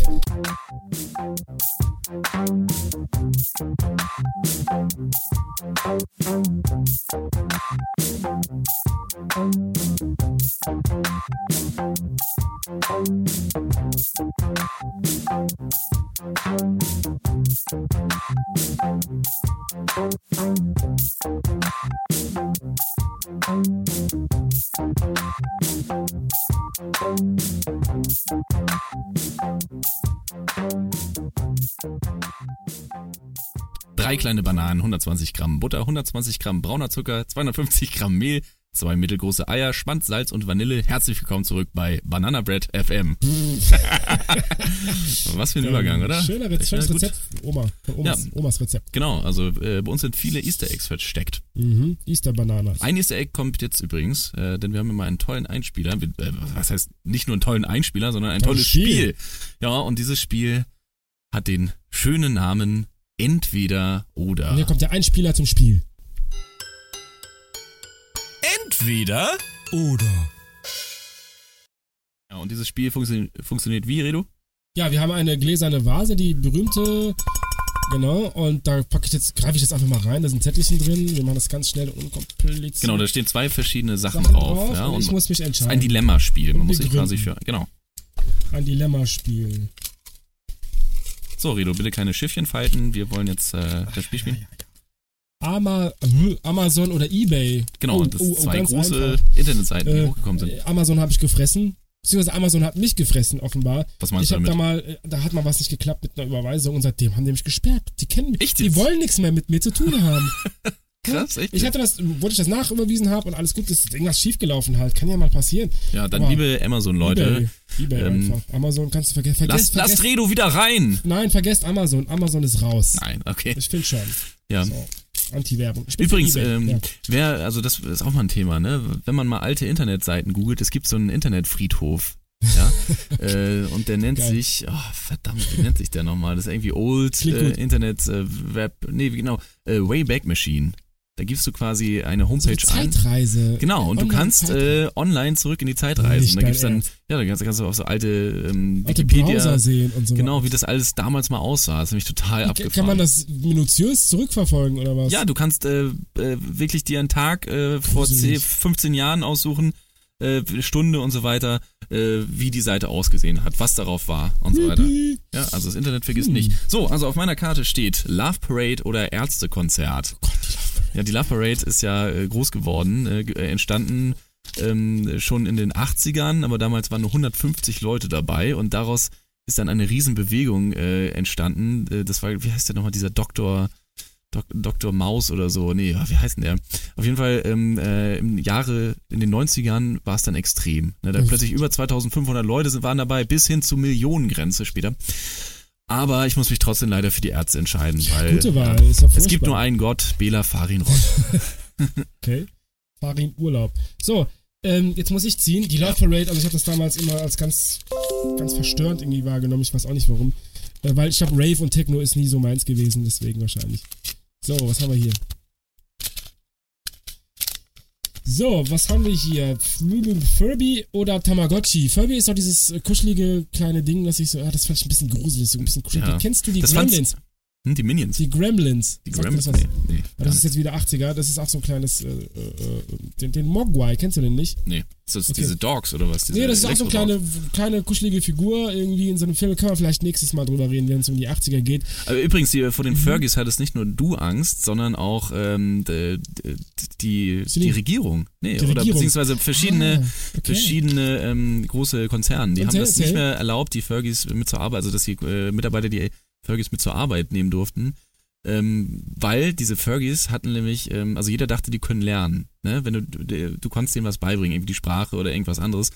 [SPEAKER 1] Drei kleine Bananen, 120 Gramm Butter, 120 Gramm brauner Zucker, 250 Gramm Mehl, Zwei mittelgroße Eier, Schwanz, Salz und Vanille. Herzlich willkommen zurück bei Banana Bread FM. Was für ein Übergang, oder?
[SPEAKER 5] Hm.
[SPEAKER 1] Echt,
[SPEAKER 5] Schöner Rezept, schönes
[SPEAKER 1] ja, gut.
[SPEAKER 5] Rezept. von Oma. Von Omas,
[SPEAKER 1] Ja.
[SPEAKER 5] Omas Rezept.
[SPEAKER 1] Genau, also äh, bei uns sind viele Easter Eggs versteckt.
[SPEAKER 5] Mhm. Easter Banana.
[SPEAKER 1] Ein Easter Egg kommt jetzt übrigens, äh, denn wir haben immer einen tollen Einspieler. Wir- Äh, was heißt nicht nur einen tollen Einspieler, sondern ein tolles
[SPEAKER 5] Tolles
[SPEAKER 1] Spiel.
[SPEAKER 5] Spiel.
[SPEAKER 1] Ja, und dieses Spiel hat den schönen Namen Entweder oder.
[SPEAKER 5] Und hier kommt der Einspieler zum Spiel.
[SPEAKER 1] Entweder
[SPEAKER 3] Oder.
[SPEAKER 1] Ja, und dieses Spiel funktio funktioniert wie, Redo?
[SPEAKER 5] Ja, wir haben eine gläserne Vase, die berühmte. Genau, und da packe ich jetzt, greife ich jetzt einfach mal rein. Da sind Zettelchen drin. Wir machen das ganz schnell und unkompliziert.
[SPEAKER 1] Genau, da stehen zwei verschiedene Sachen,
[SPEAKER 5] Sachen
[SPEAKER 1] drauf.
[SPEAKER 5] drauf
[SPEAKER 1] ja,
[SPEAKER 5] und
[SPEAKER 1] und
[SPEAKER 5] ich muss
[SPEAKER 1] es
[SPEAKER 5] mich
[SPEAKER 1] ist ein
[SPEAKER 5] entscheiden.
[SPEAKER 1] Dilemmaspiel. Man
[SPEAKER 5] Und
[SPEAKER 1] muss
[SPEAKER 5] wir
[SPEAKER 1] sich quasi für.
[SPEAKER 5] gründen.
[SPEAKER 1] Genau.
[SPEAKER 5] Ein Dilemma-Spiel.
[SPEAKER 1] So, Redo, bitte keine Schiffchen falten. Wir wollen jetzt äh, das Spiel spielen.
[SPEAKER 5] Ama äh, Amazon oder Ebay.
[SPEAKER 1] Genau,
[SPEAKER 5] Oh,
[SPEAKER 1] das
[SPEAKER 5] oh,
[SPEAKER 1] sind
[SPEAKER 5] oh,
[SPEAKER 1] zwei
[SPEAKER 5] ganz
[SPEAKER 1] große
[SPEAKER 5] einfach.
[SPEAKER 1] Internetseiten, die
[SPEAKER 5] Äh,
[SPEAKER 1] hochgekommen sind.
[SPEAKER 5] äh, Amazon habe ich gefressen. Beziehungsweise Amazon hat mich gefressen, offenbar.
[SPEAKER 1] Was meinst
[SPEAKER 5] ich
[SPEAKER 1] du
[SPEAKER 5] hab
[SPEAKER 1] damit?
[SPEAKER 5] da mal, äh, da hat mal was nicht geklappt mit einer Überweisung und seitdem haben die mich gesperrt. Die kennen mich.
[SPEAKER 1] Echt
[SPEAKER 5] die
[SPEAKER 1] jetzt?
[SPEAKER 5] wollen nichts mehr mit mir zu tun haben.
[SPEAKER 1] Krass, echt?
[SPEAKER 5] Ich hatte das, wollte ich das nachüberwiesen habe und alles gut, ist irgendwas schiefgelaufen halt. Kann ja mal passieren.
[SPEAKER 1] ja, dann
[SPEAKER 5] Aber
[SPEAKER 1] liebe Amazon-Leute,
[SPEAKER 5] Ebay, Ebay
[SPEAKER 1] ähm,
[SPEAKER 5] einfach. Amazon kannst du vergessen.
[SPEAKER 1] lasst,
[SPEAKER 5] Vergesst,
[SPEAKER 1] lasst
[SPEAKER 5] vergesst,
[SPEAKER 1] Redo wieder rein!
[SPEAKER 5] nein, vergesst Amazon. Amazon ist raus.
[SPEAKER 1] Nein, okay.
[SPEAKER 5] Ich finde schon.
[SPEAKER 1] Ja.
[SPEAKER 5] So. Anti-Werbung. Ich bin für
[SPEAKER 1] Übrigens,
[SPEAKER 5] Ebay,
[SPEAKER 1] ähm,
[SPEAKER 5] ja.
[SPEAKER 1] wer, also das ist auch mal ein Thema, ne? Wenn man mal alte Internetseiten googelt, es gibt so einen Internetfriedhof. Ja, äh, und der nennt
[SPEAKER 5] Geil.
[SPEAKER 1] sich, oh, verdammt, wie nennt sich der nochmal? Das ist irgendwie Old
[SPEAKER 5] Klingt
[SPEAKER 1] äh,
[SPEAKER 5] gut.
[SPEAKER 1] Internet äh, Web, nee, wie genau, äh, Wayback Machine. Da gibst du quasi eine
[SPEAKER 5] so eine
[SPEAKER 1] Homepage an.
[SPEAKER 5] Zeitreise.
[SPEAKER 1] Genau, und du kannst
[SPEAKER 5] Online-Zeitreise.
[SPEAKER 1] äh, online zurück in die Zeit reisen.
[SPEAKER 5] Nicht
[SPEAKER 1] da gibt's
[SPEAKER 5] dein
[SPEAKER 1] dann,
[SPEAKER 5] Ernst.
[SPEAKER 1] ja, da kannst, kannst du auf so alte ähm,
[SPEAKER 5] alte
[SPEAKER 1] Wikipedia,
[SPEAKER 5] Browser sehen und so.
[SPEAKER 1] genau, wie das alles damals mal aussah. Das ist nämlich total abgefahren.
[SPEAKER 5] Kann man das minutiös zurückverfolgen oder was?
[SPEAKER 1] Ja, du kannst äh, äh, wirklich dir einen Tag äh, vor 10,
[SPEAKER 5] Gruselig.
[SPEAKER 1] 15 Jahren aussuchen, äh, Stunde und so weiter, äh, wie die Seite ausgesehen hat, was darauf war und so weiter. Ja, also das Internet vergisst
[SPEAKER 5] Hm.
[SPEAKER 1] nicht. So, also auf meiner Karte steht Love Parade oder Ärztekonzert.
[SPEAKER 5] Oh
[SPEAKER 1] Ja, die Love Parade ist ja äh, groß geworden, äh, ge- äh, entstanden ähm, schon in den 80ern, aber damals waren nur 150 Leute dabei und daraus ist dann eine Riesenbewegung äh, entstanden. Äh, das war, wie heißt der nochmal, dieser Doktor, Dok Dr. Maus oder so. Nee, ja, wie heißt denn der? Auf jeden Fall ähm, äh, im Jahre, in den 90ern war es dann extrem. Ne, da
[SPEAKER 5] Mhm.
[SPEAKER 1] plötzlich über 2500 Leute sind, waren dabei, bis hin zur Millionengrenze später. Aber ich muss mich trotzdem leider für die Ärzte entscheiden, weil
[SPEAKER 5] Gute Wahl,
[SPEAKER 1] ja,
[SPEAKER 5] ist ja
[SPEAKER 1] es gibt
[SPEAKER 5] furchtbar.
[SPEAKER 1] nur einen Gott, Bela Farinrod.
[SPEAKER 5] Okay. Fahre in Urlaub. So, ähm, jetzt muss ich ziehen. Die Love Parade, also ich habe das damals immer als ganz, ganz verstörend irgendwie wahrgenommen. Ich weiß auch nicht warum. Äh, weil ich glaube, Rave und Techno ist nie so meins gewesen, deswegen wahrscheinlich. So, was haben wir hier? So, was haben wir hier? Furby oder Tamagotchi? Furby ist doch dieses äh, kuschelige kleine Ding, das ich so. Ah, das fand ich ein bisschen gruselig, so ein bisschen creepy.
[SPEAKER 1] Ja.
[SPEAKER 5] Kennst du die
[SPEAKER 1] Das fand's-
[SPEAKER 5] Gremlins?
[SPEAKER 1] Hm, die Minions.
[SPEAKER 5] Die Gremlins.
[SPEAKER 1] Die
[SPEAKER 5] Sagt dir
[SPEAKER 1] Grams.
[SPEAKER 5] das was?
[SPEAKER 1] Nee, nee,
[SPEAKER 5] Aber
[SPEAKER 1] gar
[SPEAKER 5] das ist
[SPEAKER 1] nicht.
[SPEAKER 5] jetzt wieder 80er, das ist auch so ein kleines, äh, äh, äh, den, den Mogwai, kennst du den nicht?
[SPEAKER 1] nee. Ist das
[SPEAKER 5] Okay.
[SPEAKER 1] diese Dogs oder was? Diese
[SPEAKER 5] Nee, das ist auch so eine
[SPEAKER 1] Elektro-Dogs?
[SPEAKER 5] kleine, kleine kuschelige Figur irgendwie in so einem Film, können wir vielleicht nächstes Mal drüber reden, wenn es um die 80er geht.
[SPEAKER 1] Aber übrigens, die,
[SPEAKER 5] Mhm.
[SPEAKER 1] vor den Fergies hattest nicht nur du Angst, sondern auch ähm, d- d- die,
[SPEAKER 5] Sie
[SPEAKER 1] die
[SPEAKER 5] nicht-
[SPEAKER 1] Regierung. Nee,
[SPEAKER 5] die
[SPEAKER 1] oder
[SPEAKER 5] Regierung.
[SPEAKER 1] beziehungsweise verschiedene,
[SPEAKER 5] Ah, okay.
[SPEAKER 1] verschiedene ähm, große Konzerne. Die
[SPEAKER 5] Erzähl,
[SPEAKER 1] haben das nicht
[SPEAKER 5] erzähl.
[SPEAKER 1] mehr erlaubt, die Fergies mit zur Arbeit, also dass die äh, Mitarbeiter die Fergies mit zur Arbeit nehmen durften. Ähm, weil diese Fergies hatten nämlich, ähm, also jeder dachte, die können lernen. Ne? Wenn du, du, du konntest denen was beibringen, irgendwie die Sprache oder irgendwas anderes.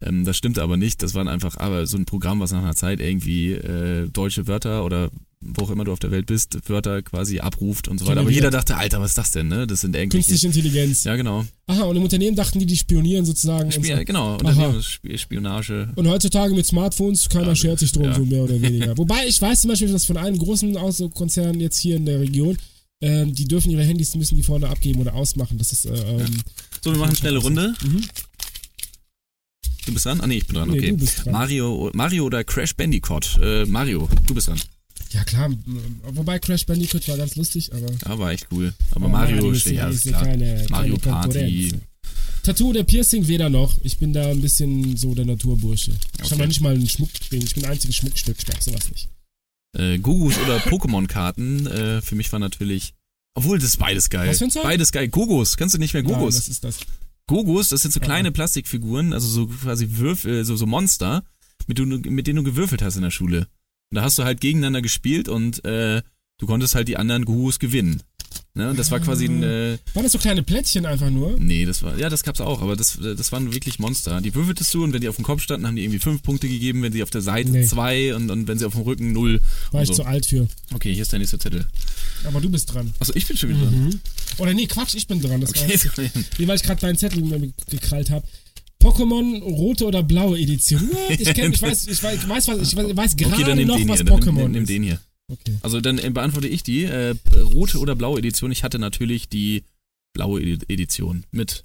[SPEAKER 1] Ähm, das stimmte aber nicht. Das waren einfach aber so ein Programm, was nach einer Zeit irgendwie äh, deutsche Wörter oder wo auch immer du auf der Welt bist, Wörter quasi abruft und so weiter. Aber jeder dachte, Alter, was ist das denn? Ne? Das sind
[SPEAKER 5] Künstliche
[SPEAKER 1] irgendwelche.
[SPEAKER 5] Intelligenz.
[SPEAKER 1] Ja, genau.
[SPEAKER 5] Aha, und im Unternehmen dachten die, die spionieren sozusagen.
[SPEAKER 1] Spiel,
[SPEAKER 5] und,
[SPEAKER 1] Genau, Unternehmensspionage.
[SPEAKER 5] so. und heutzutage mit Smartphones, keiner
[SPEAKER 1] Ja,
[SPEAKER 5] schert sich drum,
[SPEAKER 1] ja.
[SPEAKER 5] so mehr oder weniger. Wobei, ich weiß zum Beispiel, dass von einem großen Konzern jetzt hier in der Region, ähm, die dürfen ihre Handys, müssen die vorne abgeben oder ausmachen. Das ist, äh, ähm,
[SPEAKER 1] So, wir machen eine schnelle Runde. Du bist dran? Ah, nee, ich bin dran,
[SPEAKER 5] Mhm. Nee,
[SPEAKER 1] okay.
[SPEAKER 5] du bist dran.
[SPEAKER 1] Mario, Mario oder Crash Bandicoot? Äh, Mario, du bist dran.
[SPEAKER 5] ja klar, m- wobei Crash Bandicoot war ganz lustig, aber...
[SPEAKER 1] Ja, war echt cool. Aber
[SPEAKER 5] Aber
[SPEAKER 1] Mario,
[SPEAKER 5] Mario ist
[SPEAKER 1] steht
[SPEAKER 5] die-
[SPEAKER 1] ja, alles
[SPEAKER 5] ist die
[SPEAKER 1] klar.
[SPEAKER 5] kleine-
[SPEAKER 1] Mario
[SPEAKER 5] kleine
[SPEAKER 1] Party.
[SPEAKER 5] Konkurrenz. Tattoo oder Piercing weder noch. Ich bin da ein bisschen so der Naturbursche. Ich
[SPEAKER 1] Okay.
[SPEAKER 5] habe noch nicht mal einen Schmuck drin. Ich bin ein einziges Schmuckstück. Ich mag sowas nicht.
[SPEAKER 1] Äh, Gugus oder Pokémon-Karten? Äh, für mich war natürlich. Obwohl, das ist beides geil.
[SPEAKER 5] Was für ein Zeug?
[SPEAKER 1] Beides geil. Gugus, kannst du nicht mehr
[SPEAKER 5] Nein,
[SPEAKER 1] Gugus.
[SPEAKER 5] was ist das?
[SPEAKER 1] Gogos, das sind so
[SPEAKER 5] Ah.
[SPEAKER 1] kleine Plastikfiguren, also so quasi Würfel, so, so Monster, mit, du, mit denen du gewürfelt hast in der Schule. Und da hast du halt gegeneinander gespielt und äh, du konntest halt die anderen Gogos gewinnen. Ne? Und das war quasi
[SPEAKER 5] Ah.
[SPEAKER 1] ein, äh,
[SPEAKER 5] Waren das so kleine Plättchen einfach nur?
[SPEAKER 1] nee, das war, ja, das gab's auch, aber das, äh, das waren wirklich Monster. Die würfeltest du und wenn die auf dem Kopf standen, haben die irgendwie fünf Punkte gegeben, wenn sie auf der Seite
[SPEAKER 5] Nee.
[SPEAKER 1] zwei und, und wenn sie auf dem Rücken null.
[SPEAKER 5] War
[SPEAKER 1] und
[SPEAKER 5] ich
[SPEAKER 1] so.
[SPEAKER 5] zu alt für.
[SPEAKER 1] Okay, hier ist der nächste Zettel.
[SPEAKER 5] Aber du bist dran.
[SPEAKER 1] Achso, ich bin schon wieder
[SPEAKER 5] Mhm.
[SPEAKER 1] dran.
[SPEAKER 5] Oder nee, Quatsch, ich bin dran. Das war
[SPEAKER 1] Okay,
[SPEAKER 5] jetzt,
[SPEAKER 1] sorry.
[SPEAKER 5] wie weil ich gerade deinen Zettel mir gekrallt habe. Pokémon rote oder blaue Edition. What? Ich, kenn, ich weiß, ich weiß, ich weiß, was- ich weiß, ich weiß
[SPEAKER 1] okay,
[SPEAKER 5] gerade
[SPEAKER 1] dann nimm
[SPEAKER 5] noch,
[SPEAKER 1] den
[SPEAKER 5] was
[SPEAKER 1] hier. Dann nimm,
[SPEAKER 5] Pokémon
[SPEAKER 1] nimm, nimm
[SPEAKER 5] ist.
[SPEAKER 1] den hier.
[SPEAKER 5] Okay.
[SPEAKER 1] Also dann äh, beantworte ich die. Äh, rote oder blaue Edition. Ich hatte natürlich die blaue Edi- Edition mit.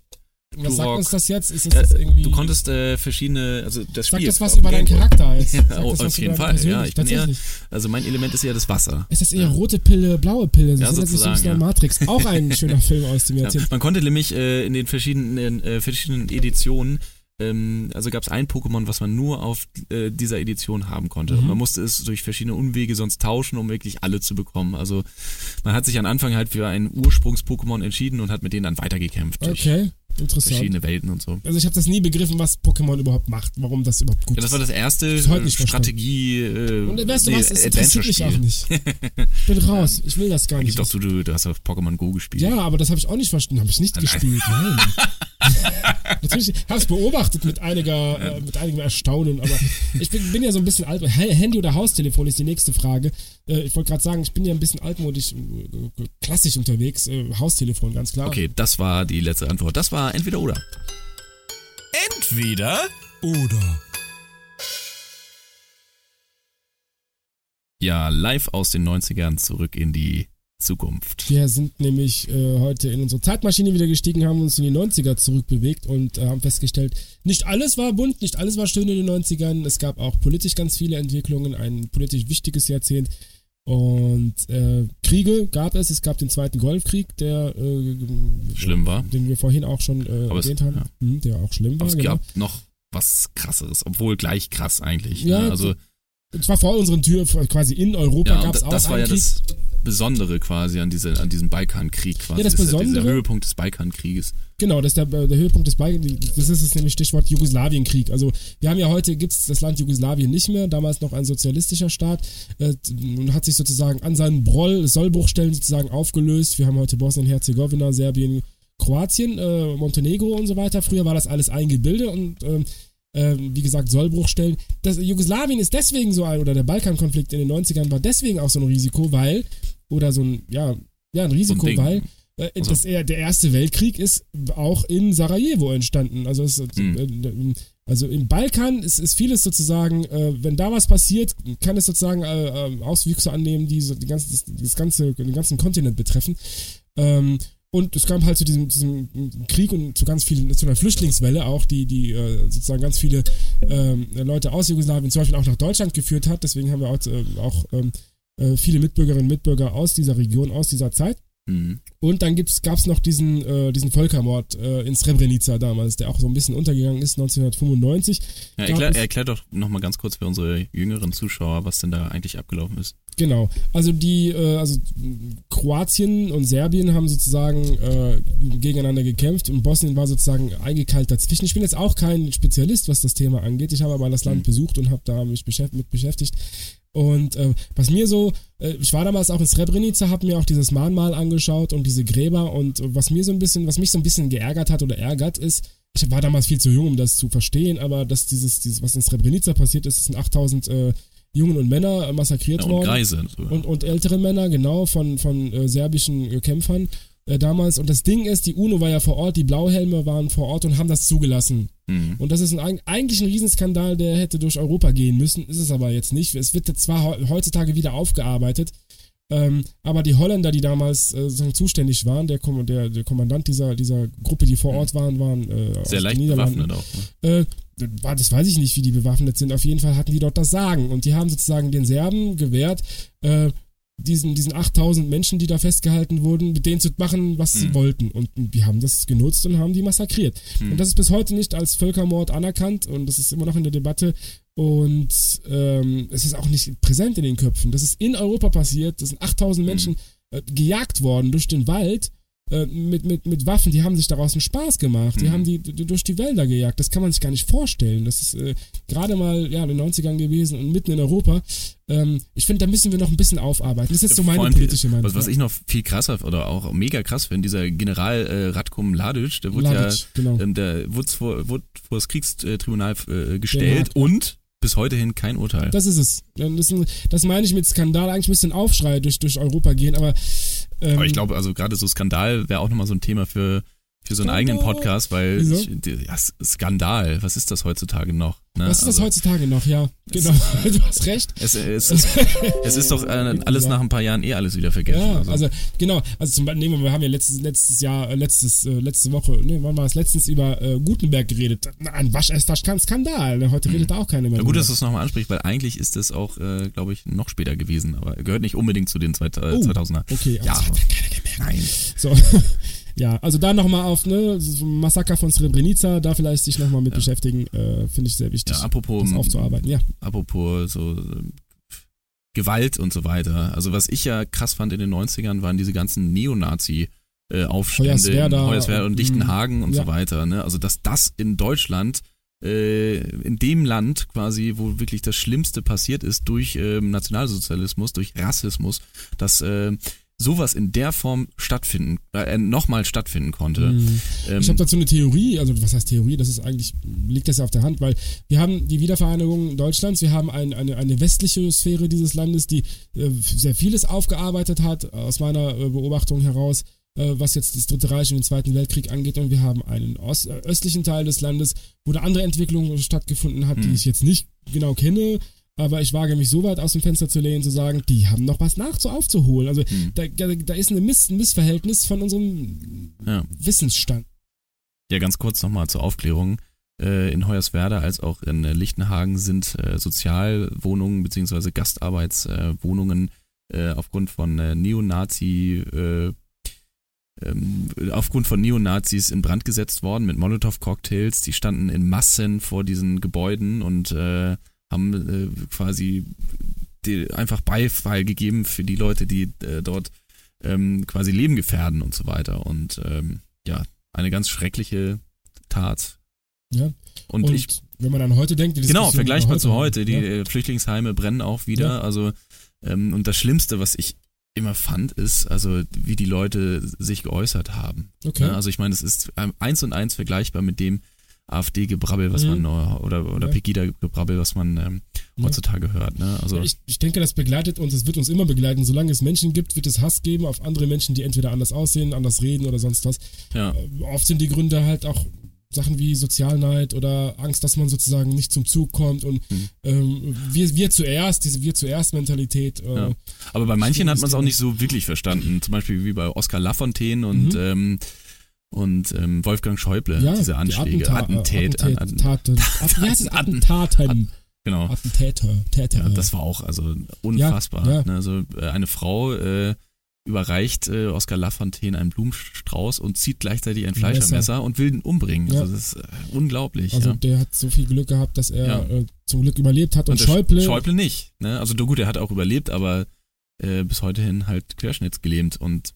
[SPEAKER 5] Und Was sagt
[SPEAKER 1] Turok.
[SPEAKER 5] uns das jetzt? Ist das
[SPEAKER 1] Ja,
[SPEAKER 5] jetzt irgendwie.
[SPEAKER 1] du konntest äh, verschiedene, also das
[SPEAKER 5] Sagt
[SPEAKER 1] Spiel.
[SPEAKER 5] das was
[SPEAKER 1] auf dem
[SPEAKER 5] über deinen
[SPEAKER 1] Gameboy.
[SPEAKER 5] Charakter jetzt? Sagt
[SPEAKER 1] Ja,
[SPEAKER 5] das was
[SPEAKER 1] auf
[SPEAKER 5] über
[SPEAKER 1] jeden
[SPEAKER 5] deinen
[SPEAKER 1] Fall, ja.
[SPEAKER 5] persönlich?
[SPEAKER 1] Ich bin eher,
[SPEAKER 5] Tatsächlich.
[SPEAKER 1] also mein Element ist eher das Wasser.
[SPEAKER 5] Ist das eher rote Pille, blaue Pille? Das
[SPEAKER 1] Ja,
[SPEAKER 5] erinnert mich so
[SPEAKER 1] sozusagen,
[SPEAKER 5] ein bisschen an
[SPEAKER 1] ja.
[SPEAKER 5] Matrix. Auch ein schöner Film aus dem
[SPEAKER 1] Ja.
[SPEAKER 5] Jahrzehnt.
[SPEAKER 1] Man konnte nämlich äh, in den verschiedenen, äh, verschiedenen Editionen, ähm, also gab es ein Pokémon, was man nur auf äh, dieser Edition haben konnte.
[SPEAKER 5] Mhm.
[SPEAKER 1] Und man musste es durch verschiedene Umwege sonst tauschen, um wirklich alle zu bekommen. Also man hat sich am Anfang halt für ein Ursprungs-Pokémon entschieden und hat mit denen dann weitergekämpft durch
[SPEAKER 5] Okay, interessant.
[SPEAKER 1] verschiedene Welten und so.
[SPEAKER 5] Also ich habe das nie begriffen, was Pokémon überhaupt macht, warum das überhaupt gut
[SPEAKER 1] Ja, das war
[SPEAKER 5] ist.
[SPEAKER 1] das erste
[SPEAKER 5] Ist heute
[SPEAKER 1] äh,
[SPEAKER 5] nicht verstanden.
[SPEAKER 1] Strategie. Äh,
[SPEAKER 5] Und weißt du was, es interessiert mich auch
[SPEAKER 1] Adventure-Spiel.
[SPEAKER 5] nicht. Ich bin raus, ich will das gar
[SPEAKER 1] Gibt
[SPEAKER 5] nicht.
[SPEAKER 1] doch zu, du, du hast auf Pokémon Go gespielt.
[SPEAKER 5] Ja, aber das habe ich auch nicht verstanden, habe ich nicht gespielt, nein. Natürlich habe ich beobachtet mit, einiger, äh, mit einigem Erstaunen, aber ich bin, bin ja so ein bisschen alt. Hä- Handy oder Haustelefon ist die nächste Frage. Äh, ich wollte gerade sagen, ich bin ja ein bisschen altmodisch, äh, klassisch unterwegs. Äh, Haustelefon, ganz klar.
[SPEAKER 1] Okay, das war die letzte Antwort. Das war entweder oder.
[SPEAKER 3] Entweder oder.
[SPEAKER 1] Ja, live aus den 90ern zurück in die Zukunft.
[SPEAKER 5] Wir sind nämlich äh, heute in unsere Zeitmaschine wieder gestiegen, haben uns in die 90er zurückbewegt und äh, haben festgestellt, nicht alles war bunt, nicht alles war schön in den 90ern. Es gab auch politisch ganz viele Entwicklungen, ein politisch wichtiges Jahrzehnt. Und äh, Kriege gab es. Es gab den Zweiten Golfkrieg, der äh,
[SPEAKER 1] Schlimm war.
[SPEAKER 5] den wir vorhin auch schon äh,
[SPEAKER 1] Aber es-
[SPEAKER 5] erwähnt haben,
[SPEAKER 1] ja.
[SPEAKER 5] mhm, der auch schlimm war.
[SPEAKER 1] Aber es
[SPEAKER 5] genau.
[SPEAKER 1] gab noch was krasseres, obwohl gleich krass eigentlich.
[SPEAKER 5] Ja,
[SPEAKER 1] ne? Also
[SPEAKER 5] Und zwar vor unseren Türen, quasi in Europa
[SPEAKER 1] ja,
[SPEAKER 5] gab
[SPEAKER 1] und
[SPEAKER 5] es
[SPEAKER 1] da-
[SPEAKER 5] auch
[SPEAKER 1] das war ja
[SPEAKER 5] einen Krieg.
[SPEAKER 1] das Besondere quasi an, diese, an diesem Balkankrieg quasi.
[SPEAKER 5] Ja, das
[SPEAKER 1] ist dieser
[SPEAKER 5] Besondere-
[SPEAKER 1] Höhepunkt des Balkankrieges.
[SPEAKER 5] Genau, das ist der, der Höhepunkt des Balkans. Das ist es nämlich Stichwort Jugoslawienkrieg. Also wir haben ja heute gibt's das Land Jugoslawien nicht mehr, damals noch ein sozialistischer Staat äh, und hat sich sozusagen an seinen Broll, Sollbruchstellen sozusagen aufgelöst. Wir haben heute Bosnien-Herzegowina, Serbien, Kroatien, äh, Montenegro und so weiter. Früher war das alles ein Gebilde und ähm, ähm, wie gesagt, Sollbruchstellen. Das, Jugoslawien ist deswegen so ein, oder der Balkankonflikt in den 90ern war deswegen auch so ein Risiko, weil, oder so ein, ja, ja, ein Risiko,
[SPEAKER 1] Ding.
[SPEAKER 5] weil äh,
[SPEAKER 1] Also-
[SPEAKER 5] das, äh, der Erste Weltkrieg ist auch in Sarajevo entstanden. Also, es, äh, also im Balkan ist, ist vieles sozusagen, äh, wenn da was passiert, kann es sozusagen äh, äh, Auswüchse annehmen, die so die ganze, das, das ganze, den ganzen Kontinent betreffen. Ähm, und es kam halt zu diesem, diesem Krieg und zu ganz vielen, zu einer Flüchtlingswelle auch, die, die äh, sozusagen ganz viele ähm, Leute aus Jugoslawien zum Beispiel auch nach Deutschland geführt hat. Deswegen haben wir auch, äh, auch ähm, äh, viele Mitbürgerinnen und Mitbürger aus dieser Region, aus dieser Zeit.
[SPEAKER 1] Mhm.
[SPEAKER 5] Und dann gibt's, gab's noch diesen, äh, diesen Völkermord äh, in Srebrenica damals, der auch so ein bisschen untergegangen ist, 1995.
[SPEAKER 1] Ja,
[SPEAKER 5] Gab
[SPEAKER 1] erklär,
[SPEAKER 5] es-
[SPEAKER 1] erklär doch nochmal ganz kurz für unsere jüngeren Zuschauer, was denn da eigentlich abgelaufen ist.
[SPEAKER 5] Genau. Also die, äh, also mh, Kroatien und Serbien haben sozusagen äh, gegeneinander gekämpft und Bosnien war sozusagen eingekeilt dazwischen. Ich bin jetzt auch kein Spezialist, was das Thema angeht. Ich habe aber das Land
[SPEAKER 1] Mhm.
[SPEAKER 5] besucht und habe da mich beschäft mit beschäftigt. Und äh, was mir so, äh, ich war damals auch in Srebrenica, habe mir auch dieses Mahnmal angeschaut und diese Gräber und äh, was mir so ein bisschen, was mich so ein bisschen geärgert hat oder ärgert ist, ich war damals viel zu jung, um das zu verstehen, aber dass dieses, dieses was in Srebrenica passiert ist, es sind 8000 äh, Jungen und Männer äh, massakriert
[SPEAKER 1] Ja, und
[SPEAKER 5] worden
[SPEAKER 1] Greise. So.
[SPEAKER 5] und, und ältere Männer, genau, von, von äh, serbischen äh, Kämpfern äh, damals. Und das Ding ist, die UNO war ja vor Ort, die Blauhelme waren vor Ort und haben das zugelassen.
[SPEAKER 1] Mhm.
[SPEAKER 5] Und das ist ein, eig- eigentlich ein Riesenskandal, der hätte durch Europa gehen müssen, ist es aber jetzt nicht. Es wird zwar heu- heutzutage wieder aufgearbeitet, ähm, aber die Holländer, die damals äh, sozusagen zuständig waren, der, Kom- der, der Kommandant dieser, dieser Gruppe, die vor Ort waren, waren äh,
[SPEAKER 1] Mhm.
[SPEAKER 5] aus
[SPEAKER 1] Sehr
[SPEAKER 5] den
[SPEAKER 1] leicht
[SPEAKER 5] Niederlanden.
[SPEAKER 1] bewaffnet auch. Ne?
[SPEAKER 5] Äh, war- das weiß ich nicht, wie die bewaffnet sind. Auf jeden Fall hatten die dort das Sagen. Und die haben sozusagen den Serben gewährt, äh, diesen, diesen 8000 Menschen, die da festgehalten wurden, mit denen zu machen, was sie wollten. Und die haben das genutzt und haben die massakriert. Und das ist bis heute nicht als Völkermord anerkannt und das ist immer noch in der Debatte. Und ähm, es ist auch nicht präsent in den Köpfen. Das ist in Europa passiert. Das sind 8000 Menschen äh, gejagt worden durch den Wald äh, mit, mit, mit Waffen, die haben sich daraus einen Spaß gemacht. Die
[SPEAKER 1] Mhm.
[SPEAKER 5] haben die d- durch die Wälder gejagt. Das kann man sich gar nicht vorstellen. Das ist äh, gerade mal ja, in den 90ern gewesen und mitten in Europa. Ähm, ich finde, da müssen wir noch ein bisschen aufarbeiten. Das ist jetzt so
[SPEAKER 1] Vor
[SPEAKER 5] meine
[SPEAKER 1] allem,
[SPEAKER 5] politische Meinung.
[SPEAKER 1] Was, was ich noch viel krasser oder auch mega krass finde, dieser General äh, Radkum Ladic, der wurde
[SPEAKER 5] Mladic, genau. Genau.
[SPEAKER 1] ja, ähm, der wurde vor, wurde vor das Kriegstribunal äh, gestellt und bis heute hin kein Urteil.
[SPEAKER 5] Das ist es. Ähm, Das, ist ein, das meine ich mit Skandal. Eigentlich müsste ein Aufschrei durch, durch Europa gehen, aber. Ähm,
[SPEAKER 1] Aber ich glaube, also gerade so Skandal wäre auch nochmal so ein Thema für, für so einen
[SPEAKER 5] Skandal.
[SPEAKER 1] eigenen Podcast, weil
[SPEAKER 5] Wieso?
[SPEAKER 1] ich, die- ja, S- Skandal, was ist das heutzutage noch? Ne?
[SPEAKER 5] was ist das
[SPEAKER 1] Also,
[SPEAKER 5] heutzutage noch? Ja, genau. Du hast recht.
[SPEAKER 1] Es, es, ist, es ist doch äh, alles nach ein paar Jahren eh alles wieder vergessen.
[SPEAKER 5] Ja, also genau, also zum Beispiel, nehmen wir, wir haben ja letztes, letztes Jahr, äh, letztes, äh, letzte Woche, ne, wann war es, letztens über äh, Gutenberg geredet. Na, Ein waschester Skandal, ne? heute redet da auch keiner mehr
[SPEAKER 1] Ja, gut,
[SPEAKER 5] drüber.
[SPEAKER 1] dass du es nochmal ansprichst, weil eigentlich ist das auch, äh, glaube ich, noch später gewesen, aber gehört nicht unbedingt zu den 2000,
[SPEAKER 5] Oh,
[SPEAKER 1] 2000er.
[SPEAKER 5] okay, also- aber
[SPEAKER 1] ja,
[SPEAKER 5] das hat
[SPEAKER 1] keiner gemerkt. Nein.
[SPEAKER 5] So. Ja, also da nochmal auf, ne, so ein Massaker von Srebrenica, da vielleicht sich nochmal mit beschäftigen, äh, finde ich sehr wichtig,
[SPEAKER 1] Ja, apropos,
[SPEAKER 5] das aufzuarbeiten, ja.
[SPEAKER 1] apropos so äh, Gewalt und so weiter. Also was ich ja krass fand in den 90ern, waren diese ganzen Neonazi- äh, Aufstände in
[SPEAKER 5] Hoyerswerda
[SPEAKER 1] Hoyerswerda und
[SPEAKER 5] und- mm,
[SPEAKER 1] Lichtenhagen und
[SPEAKER 5] ja.
[SPEAKER 1] so weiter. Ne? Also dass das in Deutschland, äh, in dem Land quasi, wo wirklich das Schlimmste passiert ist durch ähm, Nationalsozialismus, durch Rassismus, dass äh, sowas in der Form stattfinden, äh, nochmal stattfinden konnte.
[SPEAKER 5] Mhm.
[SPEAKER 1] Ähm,
[SPEAKER 5] Ich habe dazu eine Theorie, also was heißt Theorie, das ist eigentlich, liegt das ja auf der Hand, weil wir haben die Wiedervereinigung Deutschlands, wir haben ein, eine, eine westliche Sphäre dieses Landes, die äh, sehr vieles aufgearbeitet hat, aus meiner äh, Beobachtung heraus, äh, was jetzt das Dritte Reich und den Zweiten Weltkrieg angeht und wir haben einen Ost, äh, östlichen Teil des Landes, wo eine andere Entwicklung stattgefunden hat,
[SPEAKER 1] Hm.
[SPEAKER 5] die ich jetzt nicht genau kenne, aber ich wage mich so weit aus dem Fenster zu lehnen, zu sagen, die haben noch was nachzu aufzuholen. Also
[SPEAKER 1] Hm.
[SPEAKER 5] da, da, da ist eine Miss, ein Missverhältnis von unserem
[SPEAKER 1] ja.
[SPEAKER 5] Wissensstand.
[SPEAKER 1] Ja, ganz kurz nochmal zur Aufklärung. Äh, In Hoyerswerda als auch in äh, Lichtenhagen sind äh, Sozialwohnungen bzw. Gastarbeitswohnungen äh, aufgrund von äh, Neonazi, äh, ähm, aufgrund von Neonazis in Brand gesetzt worden mit Molotow-Cocktails. Die standen in Massen vor diesen Gebäuden und äh, haben äh, quasi die, einfach Beifall gegeben für die Leute, die äh, dort ähm, quasi Leben gefährden und so weiter. Und ähm, ja, eine ganz schreckliche Tat.
[SPEAKER 5] Ja.
[SPEAKER 1] Und, ich
[SPEAKER 5] wenn man dann heute denkt, die
[SPEAKER 1] genau
[SPEAKER 5] Diskussion
[SPEAKER 1] vergleichbar
[SPEAKER 5] über
[SPEAKER 1] zu heute. Die
[SPEAKER 5] ja.
[SPEAKER 1] äh, Flüchtlingsheime brennen auch wieder.
[SPEAKER 5] Ja.
[SPEAKER 1] Also ähm, und das Schlimmste, was ich immer fand, ist also wie die Leute sich geäußert haben.
[SPEAKER 5] Okay.
[SPEAKER 1] Ne? Also ich meine, es ist ähm, eins und eins vergleichbar mit dem AfD-Gebrabbel, was
[SPEAKER 5] Mhm.
[SPEAKER 1] man äh, oder oder
[SPEAKER 5] Ja.
[SPEAKER 1] Pegida-Gebrabbel, was man ähm,
[SPEAKER 5] Ja.
[SPEAKER 1] heutzutage hört. Ne? Also
[SPEAKER 5] Ich, ich denke, das begleitet uns, es wird uns immer begleiten. Solange es Menschen gibt, wird es Hass geben auf andere Menschen, die entweder anders aussehen, anders reden oder sonst was.
[SPEAKER 1] ja.
[SPEAKER 5] Äh, Oft sind die Gründe halt auch Sachen wie Sozialneid oder Angst, dass man sozusagen nicht zum Zug kommt und
[SPEAKER 1] Mhm.
[SPEAKER 5] ähm, wir, wir zuerst, diese Wir zuerst Mentalität. Äh,
[SPEAKER 1] Ja. Aber bei manchen hat man es auch
[SPEAKER 5] Thema.
[SPEAKER 1] nicht so wirklich verstanden. Zum Beispiel wie bei Oskar Lafontaine und, ähm, und ähm, Wolfgang Schäuble,
[SPEAKER 5] Mhm. Ja,
[SPEAKER 1] diese Anschläge.
[SPEAKER 5] die Attentat,
[SPEAKER 1] Attentäte,
[SPEAKER 5] Attentat,
[SPEAKER 1] Atten-
[SPEAKER 5] Taten, Att- wie heißt es?
[SPEAKER 1] Atten-
[SPEAKER 5] Attentaten.
[SPEAKER 1] genau.
[SPEAKER 5] Attentäter. Täter.
[SPEAKER 1] Ja, das war auch also unfassbar.
[SPEAKER 5] Mhm. Ja, ja.
[SPEAKER 1] Ne? Also äh, eine Frau äh, überreicht äh, Oskar Lafontaine einen Blumenstrauß und zieht gleichzeitig ein Fleischermesser und will ihn umbringen.
[SPEAKER 5] Ja.
[SPEAKER 1] Also das ist äh, unglaublich.
[SPEAKER 5] also
[SPEAKER 1] ja.
[SPEAKER 5] der hat so viel Glück gehabt, dass er
[SPEAKER 1] Ja.
[SPEAKER 5] äh, zum Glück überlebt hat. Und,
[SPEAKER 1] der Sch-
[SPEAKER 5] Schäuble,
[SPEAKER 1] Schäuble nicht. Ne? Also du- gut, er hat auch überlebt, aber äh, bis heute hin halt querschnittsgelähmt und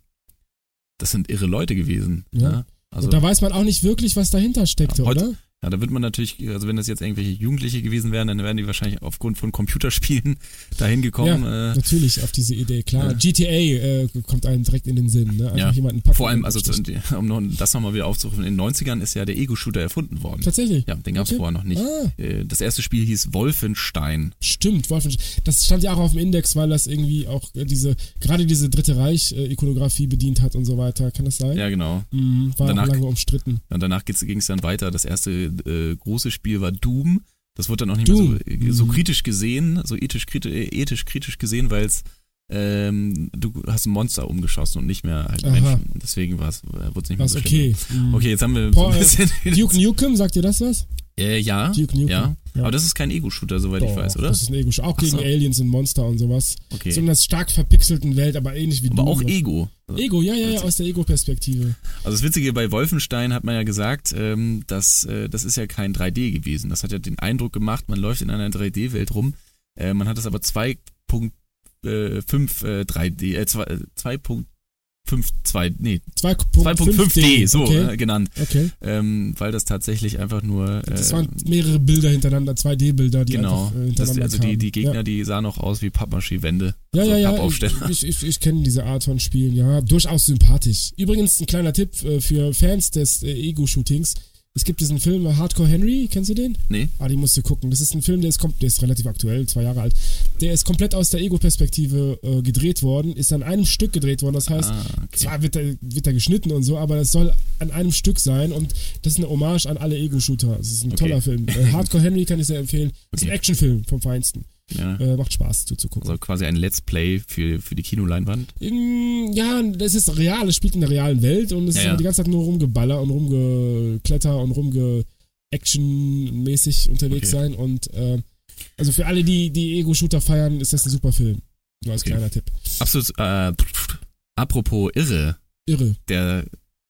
[SPEAKER 1] das sind irre Leute gewesen.
[SPEAKER 5] Ja.
[SPEAKER 1] Ne? Also
[SPEAKER 5] und da weiß man auch nicht wirklich, was dahinter steckte,
[SPEAKER 1] Ja, heute-
[SPEAKER 5] oder?
[SPEAKER 1] ja, da wird man natürlich, also wenn das jetzt irgendwelche Jugendliche gewesen wären, dann wären die wahrscheinlich aufgrund von Computerspielen dahin gekommen.
[SPEAKER 5] ja,
[SPEAKER 1] äh,
[SPEAKER 5] natürlich, auf diese Idee, klar.
[SPEAKER 1] Ja.
[SPEAKER 5] GTA äh, kommt einem direkt in den Sinn, ne? Einfach
[SPEAKER 1] Ja.
[SPEAKER 5] jemanden packen.
[SPEAKER 1] vor allem,
[SPEAKER 5] und
[SPEAKER 1] also
[SPEAKER 5] abstechen.
[SPEAKER 1] zu- um noch- das nochmal wieder aufzurufen, in den 90ern ist ja der Ego-Shooter erfunden worden.
[SPEAKER 5] Tatsächlich.
[SPEAKER 1] Ja, den gab es
[SPEAKER 5] Okay.
[SPEAKER 1] vorher noch nicht.
[SPEAKER 5] Ah.
[SPEAKER 1] Äh, Das erste Spiel hieß Wolfenstein.
[SPEAKER 5] Stimmt, Wolfenstein. Das stand ja auch auf dem Index, weil das irgendwie auch äh, diese, gerade diese Dritte Reich-Ikonografie bedient hat und so weiter. Kann das sein?
[SPEAKER 1] Ja, genau.
[SPEAKER 5] Mhm, war
[SPEAKER 1] Danach-
[SPEAKER 5] auch lange umstritten.
[SPEAKER 1] Und danach ging es dann weiter. Das erste äh, große Spiel war Doom. Das wurde dann auch nicht
[SPEAKER 5] Doom.
[SPEAKER 1] mehr so, so
[SPEAKER 5] Mhm.
[SPEAKER 1] kritisch gesehen, so ethisch, kriti äh, ethisch kritisch gesehen, weil es ähm, du hast ein Monster umgeschossen und nicht mehr halt
[SPEAKER 5] Aha.
[SPEAKER 1] Menschen. Und deswegen war es nicht mehr
[SPEAKER 5] War's
[SPEAKER 1] so schlimm.
[SPEAKER 5] okay. Mhm.
[SPEAKER 1] Okay, jetzt haben wir so
[SPEAKER 5] Paul,
[SPEAKER 1] ein
[SPEAKER 5] äh,
[SPEAKER 1] bisschen.
[SPEAKER 5] Duke Nukem, sagt ihr das was?
[SPEAKER 1] äh, ja,
[SPEAKER 5] Duke Nukem.
[SPEAKER 1] ja,
[SPEAKER 5] Ja.
[SPEAKER 1] Aber das ist kein Ego-Shooter, soweit ich
[SPEAKER 5] Doch,
[SPEAKER 1] weiß, oder?
[SPEAKER 5] Das ist ein Ego. Auch
[SPEAKER 1] Ach so.
[SPEAKER 5] gegen Aliens und Monster und sowas.
[SPEAKER 1] Okay.
[SPEAKER 5] So in einer stark verpixelten Welt, aber ähnlich wie
[SPEAKER 1] Aber
[SPEAKER 5] Doom.
[SPEAKER 1] auch Ego.
[SPEAKER 5] Ego, ja, ja, ja, aus der Ego-Perspektive.
[SPEAKER 1] Also das Witzige bei Wolfenstein hat man ja gesagt, ähm, dass äh, das ist ja kein 3D gewesen. Das hat ja den Eindruck gemacht, man läuft in einer 3D-Welt rum. Äh, man hat das aber 2.5 äh, 3D, äh, zwei- äh, 2.5 5, 2, nee,
[SPEAKER 5] 2.5D,
[SPEAKER 1] 2.5D, so
[SPEAKER 5] okay.
[SPEAKER 1] äh, genannt.
[SPEAKER 5] okay.
[SPEAKER 1] ähm, weil das tatsächlich einfach nur. Äh,
[SPEAKER 5] Das waren mehrere Bilder hintereinander, 2D-Bilder, die
[SPEAKER 1] genau.
[SPEAKER 5] einfach äh,
[SPEAKER 1] das,
[SPEAKER 5] hintereinander
[SPEAKER 1] also die,
[SPEAKER 5] kamen.
[SPEAKER 1] die Gegner, die sahen auch aus wie Pappmaché-Wände.
[SPEAKER 5] Ja,
[SPEAKER 1] also
[SPEAKER 5] ja, ja.
[SPEAKER 1] Pappaufsteller.
[SPEAKER 5] Ich, ich, ich kenne diese Art von Spielen, ja. Durchaus sympathisch. Übrigens ein kleiner Tipp äh, für Fans des äh, Ego-Shootings. Es gibt diesen Film äh, Hardcore Henry, kennst du den?
[SPEAKER 1] Nee.
[SPEAKER 5] Ah, den musst du gucken. Das ist ein Film, der ist, kom- der ist relativ aktuell, zwei Jahre alt. Der ist komplett aus der Ego-Perspektive äh, gedreht worden, ist an einem Stück gedreht worden. Das heißt,
[SPEAKER 1] Ah, okay.
[SPEAKER 5] zwar wird da, wird da geschnitten und so, aber das soll an einem Stück sein und das ist eine Hommage an alle Ego-Shooter. Das ist ein
[SPEAKER 1] Okay.
[SPEAKER 5] toller Film. Äh, Hardcore Henry kann ich sehr empfehlen. Ist ein
[SPEAKER 1] Okay.
[SPEAKER 5] Actionfilm vom Feinsten.
[SPEAKER 1] Ja.
[SPEAKER 5] Äh, macht Spaß zuzugucken.
[SPEAKER 1] Also quasi ein Let's Play für, für die Kinoleinwand.
[SPEAKER 5] Mm, Ja, das ist real, es spielt in der realen Welt und es
[SPEAKER 1] Ja,
[SPEAKER 5] ist halt
[SPEAKER 1] ja.
[SPEAKER 5] die ganze Zeit nur rumgeballer und rumgekletter und rumge actionmäßig unterwegs
[SPEAKER 1] Okay.
[SPEAKER 5] sein. Und äh, also für alle, die, die Ego-Shooter feiern, ist das ein super Film. Nur als
[SPEAKER 1] Okay.
[SPEAKER 5] kleiner Tipp.
[SPEAKER 1] Absolut. Äh, pff, apropos irre,
[SPEAKER 5] Irre.
[SPEAKER 1] der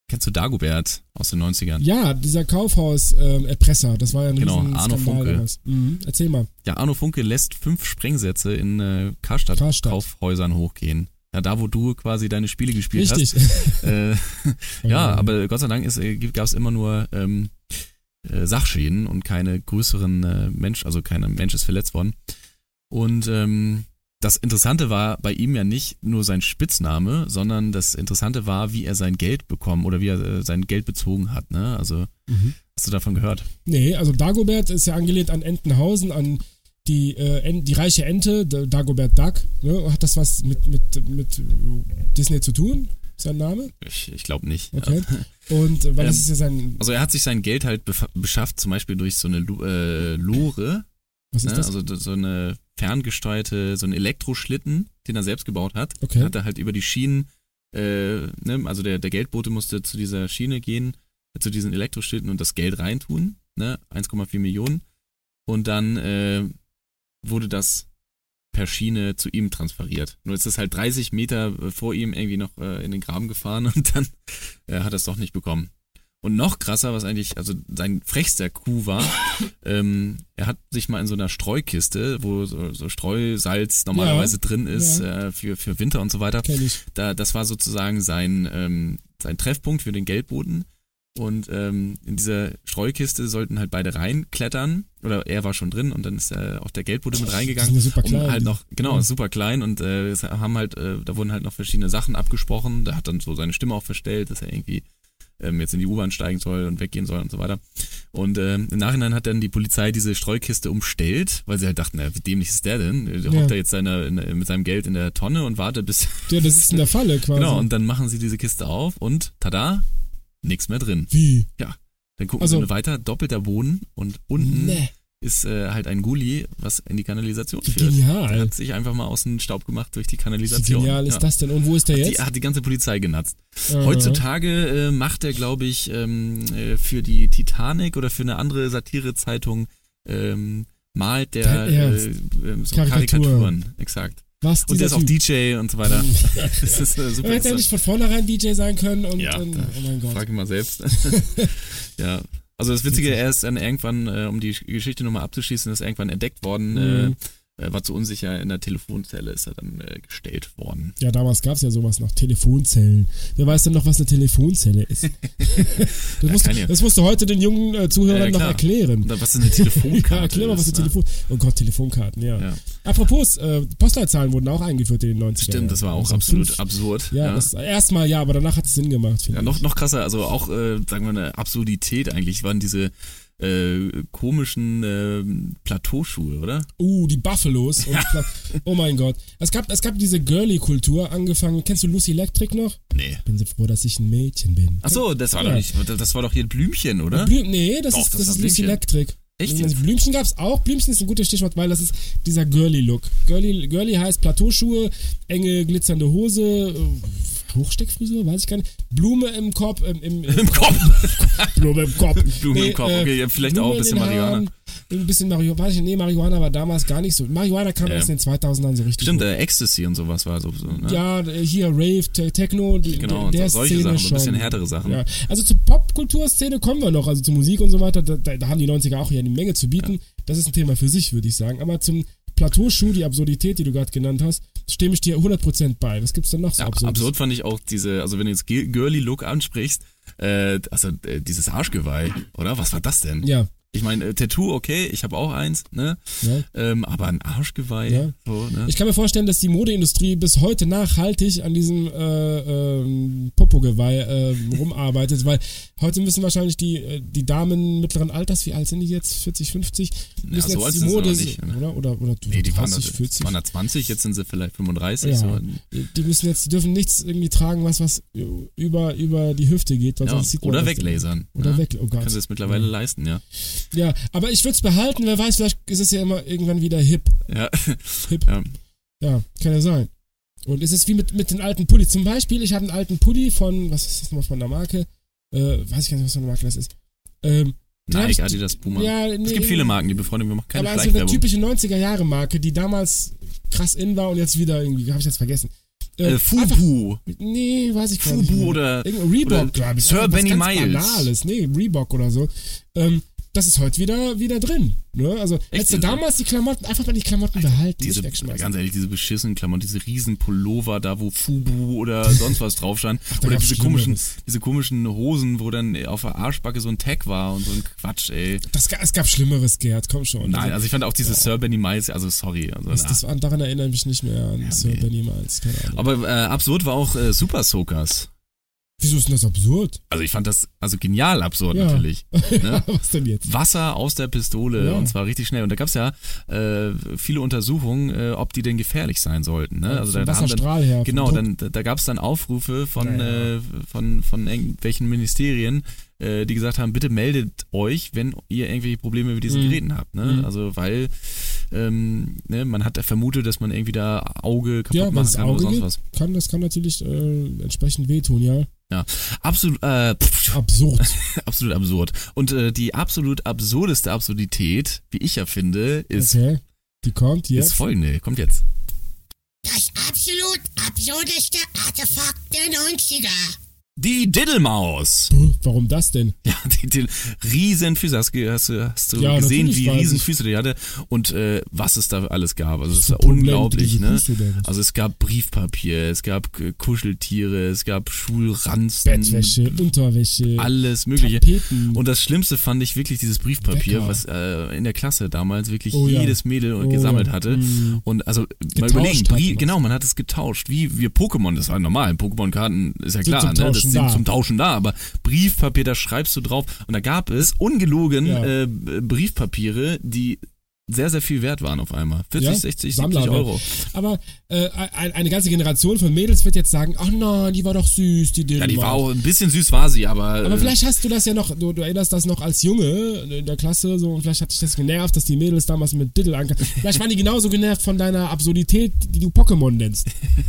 [SPEAKER 1] kennst du Dagobert aus den 90ern?
[SPEAKER 5] Ja, dieser Kaufhaus-Erpresser, das war ja ein
[SPEAKER 1] Genau,
[SPEAKER 5] riesen
[SPEAKER 1] Arno
[SPEAKER 5] Skandal
[SPEAKER 1] Funke.
[SPEAKER 5] damals. Mhm. Erzähl mal.
[SPEAKER 1] Ja, Arno Funke lässt fünf Sprengsätze in äh, Karstadt,
[SPEAKER 5] Karstadt.
[SPEAKER 1] Kaufhäusern hochgehen. Ja, da wo du quasi deine Spiele gespielt
[SPEAKER 5] Richtig.
[SPEAKER 1] hast. Äh, ja,
[SPEAKER 5] Ähm.
[SPEAKER 1] aber Gott sei Dank gab es immer nur ähm, äh, Sachschäden und keine größeren äh, Mensch, also kein Mensch ist verletzt worden. Und ähm, das Interessante war bei ihm ja nicht nur sein Spitzname, sondern das Interessante war, wie er sein Geld bekommen oder wie er äh, sein Geld bezogen hat. Ne? Also
[SPEAKER 5] Mhm.
[SPEAKER 1] hast du davon gehört?
[SPEAKER 5] Nee, also Dagobert ist ja angelehnt an Entenhausen, an die, äh, En- die reiche Ente, D- Dagobert Duck. Ne? Hat das was mit, mit, mit Disney zu tun? Sein Name?
[SPEAKER 1] Ich, ich glaube nicht.
[SPEAKER 5] Okay. Und äh, weil das
[SPEAKER 1] Ähm,
[SPEAKER 5] ist ja sein.
[SPEAKER 1] Also er hat sich sein Geld halt bef- beschafft, zum Beispiel durch so eine Lu äh, Lore,
[SPEAKER 5] Was
[SPEAKER 1] ne?
[SPEAKER 5] ist das?
[SPEAKER 1] also d- so eine ferngesteuerte, so einen Elektroschlitten, den er selbst gebaut hat.
[SPEAKER 5] Okay.
[SPEAKER 1] Hat er halt über die Schienen, äh, ne? also der, der Geldbote musste zu dieser Schiene gehen, äh, zu diesen Elektroschlitten und das Geld reintun, ne? 1,4 Millionen. Und dann äh, wurde das per Schiene zu ihm transferiert. Nur ist es halt 30 Meter äh, vor ihm irgendwie noch äh, in den Graben gefahren und dann äh, hat er es doch nicht bekommen. Und noch krasser, was eigentlich, also sein frechster Coup war, ähm, er hat sich mal in so einer Streukiste, wo so, so Streusalz normalerweise drin ist äh, für, für Winter und so weiter,
[SPEAKER 5] Kenn ich.
[SPEAKER 1] da, das war sozusagen sein, ähm, sein Treffpunkt für den Geldboten. Und ähm, in dieser Streukiste sollten halt beide reinklettern. Oder er war schon drin und dann ist äh, auch der Geldbote mit reingegangen.
[SPEAKER 5] Die sind ja super klein.
[SPEAKER 1] Um halt noch, genau,
[SPEAKER 5] Ja.
[SPEAKER 1] super klein. Und äh, es haben halt, äh, da wurden halt noch verschiedene Sachen abgesprochen. Da hat dann so seine Stimme auch verstellt, dass er irgendwie ähm, jetzt in die U-Bahn steigen soll und weggehen soll und so weiter. Und ähm, im Nachhinein hat dann die Polizei diese Streukiste umstellt, weil sie halt dachten, na, wie dämlich ist der denn? Der
[SPEAKER 5] Ja.
[SPEAKER 1] hockt da jetzt seine, in, mit seinem Geld in der Tonne und wartet, bis
[SPEAKER 5] Ja, das ist in der Falle quasi.
[SPEAKER 1] Genau, und dann machen sie diese Kiste auf und tada, nichts mehr drin.
[SPEAKER 5] Wie?
[SPEAKER 1] Dann gucken
[SPEAKER 5] Also-
[SPEAKER 1] sie weiter, doppelter Boden und unten
[SPEAKER 5] Nee.
[SPEAKER 1] ist äh, halt ein Gully, was in die Kanalisation führt. Der
[SPEAKER 5] Genial.
[SPEAKER 1] hat sich einfach mal aus dem Staub gemacht durch die
[SPEAKER 5] Wie
[SPEAKER 1] Kanalisation.
[SPEAKER 5] genial ist
[SPEAKER 1] ja.
[SPEAKER 5] das denn? Und wo ist der
[SPEAKER 1] Die
[SPEAKER 5] jetzt?
[SPEAKER 1] hat die ganze Polizei genatzt.
[SPEAKER 5] Äh,
[SPEAKER 1] Heutzutage äh, macht er, glaube ich, ähm, äh, für die Titanic oder für eine andere Satire-Zeitung ähm, malt der
[SPEAKER 5] Dein
[SPEAKER 1] äh,
[SPEAKER 5] Ernst?
[SPEAKER 1] äh, so
[SPEAKER 5] Karikaturen.
[SPEAKER 1] Karikaturen. Exakt.
[SPEAKER 5] Äh, Was?
[SPEAKER 1] Und
[SPEAKER 5] dieser
[SPEAKER 1] der ist auch
[SPEAKER 5] Typ?
[SPEAKER 1] DJ und so weiter. das ist äh, super.
[SPEAKER 5] Aber Hätte er
[SPEAKER 1] interessant.
[SPEAKER 5] nicht von vornherein DJ sein können und,
[SPEAKER 1] Ja,
[SPEAKER 5] und
[SPEAKER 1] da-
[SPEAKER 5] oh mein Gott.
[SPEAKER 1] Frag ihn mal selbst. ja. Also das Witzige, er ist dann irgendwann, äh, um die Geschichte nochmal abzuschließen, ist irgendwann entdeckt worden,
[SPEAKER 5] Mhm.
[SPEAKER 1] äh, er war zu unsicher, in der Telefonzelle ist er dann äh, gestellt worden.
[SPEAKER 5] Ja, damals gab's ja sowas noch. Telefonzellen. Wer weiß denn noch, was eine Telefonzelle ist? das, musst,
[SPEAKER 1] keine.
[SPEAKER 5] du- das musst du heute den jungen äh, Zuhörern
[SPEAKER 1] Ja,
[SPEAKER 5] noch
[SPEAKER 1] klar.
[SPEAKER 5] erklären.
[SPEAKER 1] Oder was ist eine Telefonkarte? äh,
[SPEAKER 5] Ja, erklär mal, was
[SPEAKER 1] ist,
[SPEAKER 5] eine Telefon... Oh Gott, Telefonkarten, ja.
[SPEAKER 1] Ja.
[SPEAKER 5] Apropos, äh, Postleitzahlen wurden auch eingeführt in den 90ern.
[SPEAKER 1] Stimmt, das war auch
[SPEAKER 5] Also
[SPEAKER 1] absolut
[SPEAKER 5] fünf-
[SPEAKER 1] absurd.
[SPEAKER 5] Ja, das erstmal ja, aber danach hat es Sinn gemacht. finde
[SPEAKER 1] Ja, noch, noch krasser, also auch, äh, sagen wir, eine Absurdität eigentlich, waren diese äh, komischen äh, Plateauschuhe, oder?
[SPEAKER 5] Uh, die Buffalos. Und Pla- oh mein Gott. Es gab, es gab diese Girly-Kultur angefangen. Kennst du Lucy Electric noch?
[SPEAKER 1] Nee.
[SPEAKER 5] Bin so froh, dass ich ein Mädchen bin.
[SPEAKER 1] Ach so, das war doch
[SPEAKER 5] Ja.
[SPEAKER 1] nicht, das war doch hier Blümchen, oder?
[SPEAKER 5] Blüm, nee, das
[SPEAKER 1] Doch,
[SPEAKER 5] ist,
[SPEAKER 1] das
[SPEAKER 5] das
[SPEAKER 1] war
[SPEAKER 5] ist Lucy
[SPEAKER 1] Blümchen.
[SPEAKER 5] Electric.
[SPEAKER 1] Echt
[SPEAKER 5] Also
[SPEAKER 1] jetzt?
[SPEAKER 5] Blümchen gab's auch. Blümchen ist ein gutes Stichwort, weil das ist dieser Girly-Look. Girly, Girly heißt Plateauschuhe, enge glitzernde Hose, äh, Hochsteckfrisur, weiß ich gar nicht. Blume im Kopf, im, im,
[SPEAKER 1] Im Kopf.
[SPEAKER 5] Blume im Kopf.
[SPEAKER 1] Blume im Kopf, okay, ja, vielleicht auch ein
[SPEAKER 5] in
[SPEAKER 1] bisschen
[SPEAKER 5] den
[SPEAKER 1] Marihuana.
[SPEAKER 5] Haaren, Ein bisschen Marihuana. weiß ich- Nee, Marihuana war damals gar nicht so. Marihuana kam
[SPEAKER 1] Ja.
[SPEAKER 5] erst in den 2000ern so richtig.
[SPEAKER 1] Stimmt,
[SPEAKER 5] hoch.
[SPEAKER 1] äh, Ecstasy und sowas war so, so ne?
[SPEAKER 5] Ja, hier Rave, Te- Techno, die,
[SPEAKER 1] Genau,
[SPEAKER 5] der, der
[SPEAKER 1] so- solche
[SPEAKER 5] Szene
[SPEAKER 1] Sachen, so ein bisschen
[SPEAKER 5] schon.
[SPEAKER 1] härtere Sachen.
[SPEAKER 5] Ja. Also zur Popkulturszene kommen wir noch, also zur Musik und so weiter, da, da, da haben die 90er auch hier eine Menge zu bieten. Das ist ein Thema für sich, würde ich sagen. Aber zum Plateauschuh, die Absurdität, die du gerade genannt hast, stimme ich dir 100% bei. Was gibt's denn noch so
[SPEAKER 1] Ja,
[SPEAKER 5] Absurdes?
[SPEAKER 1] absurd fand ich auch diese, also wenn du jetzt Gi- Girly Look ansprichst, äh, also äh, dieses Arschgeweih, oder? Was war das denn?
[SPEAKER 5] Ja,
[SPEAKER 1] Ich meine, äh, Tattoo, okay, ich habe auch eins, ne?
[SPEAKER 5] ja.
[SPEAKER 1] Ähm, aber ein Arschgeweih,
[SPEAKER 5] Ja.
[SPEAKER 1] so, ne?
[SPEAKER 5] Ich kann mir vorstellen, dass die Modeindustrie bis heute nachhaltig an diesem äh, ähm, Popogeweih äh, rumarbeitet, weil heute müssen wahrscheinlich die, äh, die Damen mittleren Alters, wie alt sind die jetzt? 40, 50? Müssen
[SPEAKER 1] so alt
[SPEAKER 5] jetzt die
[SPEAKER 1] sind sie
[SPEAKER 5] Mode,
[SPEAKER 1] noch nicht, ne?
[SPEAKER 5] oder? Oder, oder
[SPEAKER 1] nee, die waren,
[SPEAKER 5] 30, 40?
[SPEAKER 1] da, waren da 20, jetzt sind sie vielleicht 35,
[SPEAKER 5] Ja. Also
[SPEAKER 1] so.
[SPEAKER 5] Die müssen jetzt, die dürfen nichts irgendwie tragen, was, was über, über die Hüfte geht, weil
[SPEAKER 1] Ja,
[SPEAKER 5] sonst sieht man
[SPEAKER 1] oder
[SPEAKER 5] das
[SPEAKER 1] weglasern.
[SPEAKER 5] Oder
[SPEAKER 1] ne?
[SPEAKER 5] weg, oh Gott.
[SPEAKER 1] Kannst du es mittlerweile leisten, ja.
[SPEAKER 5] Ja, aber ich würde es behalten, wer weiß, vielleicht ist es ja immer irgendwann wieder hip.
[SPEAKER 1] Ja.
[SPEAKER 5] Hip.
[SPEAKER 1] Ja.
[SPEAKER 5] Ja, kann ja sein. Und es ist wie mit, mit den alten Pulli. Zum Beispiel, ich habe einen alten Pulli von, was ist das nochmal von der Marke? Äh, weiß ich gar nicht, was für eine Marke das ist. Ähm, den hab
[SPEAKER 1] Nike,
[SPEAKER 5] ich-
[SPEAKER 1] Adidas, Puma.
[SPEAKER 5] Ja, nee,
[SPEAKER 1] es gibt viele Marken, die befreundet, wir machen keine
[SPEAKER 5] aber also eine
[SPEAKER 1] Schleichwerbung.
[SPEAKER 5] typische 90er-Jahre-Marke, die damals krass in war und jetzt wieder irgendwie, habe ich jetzt vergessen. Äh,
[SPEAKER 1] äh, Fubu,
[SPEAKER 5] nee, weiß ich gar nicht.
[SPEAKER 1] Fubu
[SPEAKER 5] mehr.
[SPEAKER 1] oder
[SPEAKER 5] Irgendein Reebok,
[SPEAKER 1] oder
[SPEAKER 5] glaube ich.
[SPEAKER 1] Sir
[SPEAKER 5] Einfach was
[SPEAKER 1] Benny
[SPEAKER 5] ganz
[SPEAKER 1] Miles.
[SPEAKER 5] Banales, nee, Reebok oder so. Ähm, das ist heute wieder, wieder drin. Ne? Also, hättest du
[SPEAKER 1] diese-
[SPEAKER 5] damals die Klamotten, einfach mal die Klamotten behalten,
[SPEAKER 1] diese,
[SPEAKER 5] nicht wegschmeißen.
[SPEAKER 1] ganz ehrlich, diese beschissenen Klamotten, diese riesen Pullover da, wo Fubu oder sonst was drauf stand.
[SPEAKER 5] da
[SPEAKER 1] oder
[SPEAKER 5] gab's
[SPEAKER 1] diese komischen,
[SPEAKER 5] Schlimmeres.
[SPEAKER 1] diese komischen Hosen, wo dann auf der Arschbacke so ein Tag war und so ein Quatsch, ey.
[SPEAKER 5] Das, ga- es gab Schlimmeres, Gerd, komm schon.
[SPEAKER 1] Nein, also ich fand auch diese Sir Benny Miles, also sorry. Also,
[SPEAKER 5] das,
[SPEAKER 1] na.
[SPEAKER 5] das, an- daran erinnere ich mich nicht mehr an Sir
[SPEAKER 1] nee.
[SPEAKER 5] Benny Miles, keine Ahnung.
[SPEAKER 1] aber äh, absurd war auch äh, Super Soakers.
[SPEAKER 5] Wieso ist denn das absurd?
[SPEAKER 1] Also ich fand das also genial absurd
[SPEAKER 5] Ja.
[SPEAKER 1] natürlich. Ne?
[SPEAKER 5] Was denn jetzt?
[SPEAKER 1] Wasser aus der Pistole
[SPEAKER 5] Ja.
[SPEAKER 1] und zwar richtig schnell. Und da gab's ja äh, viele Untersuchungen, äh, ob die denn gefährlich sein sollten. Ne? Also da,
[SPEAKER 5] Vom
[SPEAKER 1] da haben dann,
[SPEAKER 5] Wasserstrahl her. vom
[SPEAKER 1] genau,
[SPEAKER 5] Druck.
[SPEAKER 1] dann, da da gab's dann Aufrufe von,
[SPEAKER 5] Naja.
[SPEAKER 1] äh, von, von irgendwelchen Ministerien, äh, die gesagt haben, bitte meldet euch, wenn ihr irgendwelche Probleme mit diesen
[SPEAKER 5] Mhm.
[SPEAKER 1] Geräten habt. Ne?
[SPEAKER 5] Mhm.
[SPEAKER 1] Also weil ähm, ne, man hat vermutet, dass man irgendwie da Auge kaputt
[SPEAKER 5] Ja, wenn
[SPEAKER 1] machen
[SPEAKER 5] es
[SPEAKER 1] kann oder
[SPEAKER 5] Auge
[SPEAKER 1] sonst
[SPEAKER 5] geht,
[SPEAKER 1] was.
[SPEAKER 5] kann, das kann natürlich äh, entsprechend wehtun, ja.
[SPEAKER 1] Ja, absolut, äh, pff,
[SPEAKER 5] Absurd.
[SPEAKER 1] absolut absurd. Und äh, die absolut absurdeste Absurdität, wie ich ja finde, ist
[SPEAKER 5] okay. Die kommt
[SPEAKER 1] Ist
[SPEAKER 5] jetzt.
[SPEAKER 1] folgende, kommt jetzt.
[SPEAKER 7] Das absolut absurdeste Artefakt der 90er.
[SPEAKER 1] Die Diddlemaus.
[SPEAKER 5] Puh, Warum das denn?
[SPEAKER 1] Ja, die, die Riesenfüße. Hast, du- hast, du- hast du
[SPEAKER 5] Ja,
[SPEAKER 1] gesehen,
[SPEAKER 5] natürlich
[SPEAKER 1] wie
[SPEAKER 5] weiß ich.
[SPEAKER 1] Riesenfüße die hatte und äh, was es da alles gab. Also es ist ja
[SPEAKER 5] Problem mit
[SPEAKER 1] unglaublich,
[SPEAKER 5] diesen
[SPEAKER 1] ne?
[SPEAKER 5] Füßen oder was?
[SPEAKER 1] Also es gab Briefpapier, es gab äh, Kuscheltiere, es gab Schulranzen,
[SPEAKER 5] Bettwäsche, Unterwäsche,
[SPEAKER 1] alles mögliche.
[SPEAKER 5] Tapeten.
[SPEAKER 1] Und das Schlimmste fand ich wirklich dieses Briefpapier,
[SPEAKER 5] Wecker.
[SPEAKER 1] was äh, in der Klasse damals wirklich
[SPEAKER 5] Oh ja.
[SPEAKER 1] jedes Mädel
[SPEAKER 5] Oh
[SPEAKER 1] gesammelt
[SPEAKER 5] ja.
[SPEAKER 1] hatte.
[SPEAKER 5] Mhm.
[SPEAKER 1] Und also mal
[SPEAKER 5] Getauscht
[SPEAKER 1] überlegen,
[SPEAKER 5] hat
[SPEAKER 1] Brie
[SPEAKER 5] man's.
[SPEAKER 1] genau, man hat es getauscht. Wie wir Pokémon, das war normal. Pokémon-Karten ist ja
[SPEAKER 5] Sind
[SPEAKER 1] klar,
[SPEAKER 5] zum
[SPEAKER 1] ne? das
[SPEAKER 5] Tauschen
[SPEAKER 1] sind
[SPEAKER 5] da.
[SPEAKER 1] zum Tauschen da. Aber Briefpapier, da schreibst du drauf. Und da gab es ungelogen
[SPEAKER 5] Ja.
[SPEAKER 1] äh, Briefpapiere, die sehr, sehr viel wert waren auf einmal. 40,
[SPEAKER 5] Ja,
[SPEAKER 1] 60, 70
[SPEAKER 5] Sammler,
[SPEAKER 1] Euro.
[SPEAKER 5] Aber äh, ein- eine ganze Generation von Mädels wird jetzt sagen, ach nein, die war doch süß, die Dilma.
[SPEAKER 1] Ja, die war auch ein bisschen süß, war sie, aber.
[SPEAKER 5] Aber
[SPEAKER 1] äh,
[SPEAKER 5] vielleicht hast du das ja noch, du, du erinnerst das noch als Junge in der Klasse, so und vielleicht hat dich das genervt, dass die Mädels damals mit Diddle ankamen. Vielleicht waren die genauso genervt von deiner Absurdität, die du Pokémon nennst.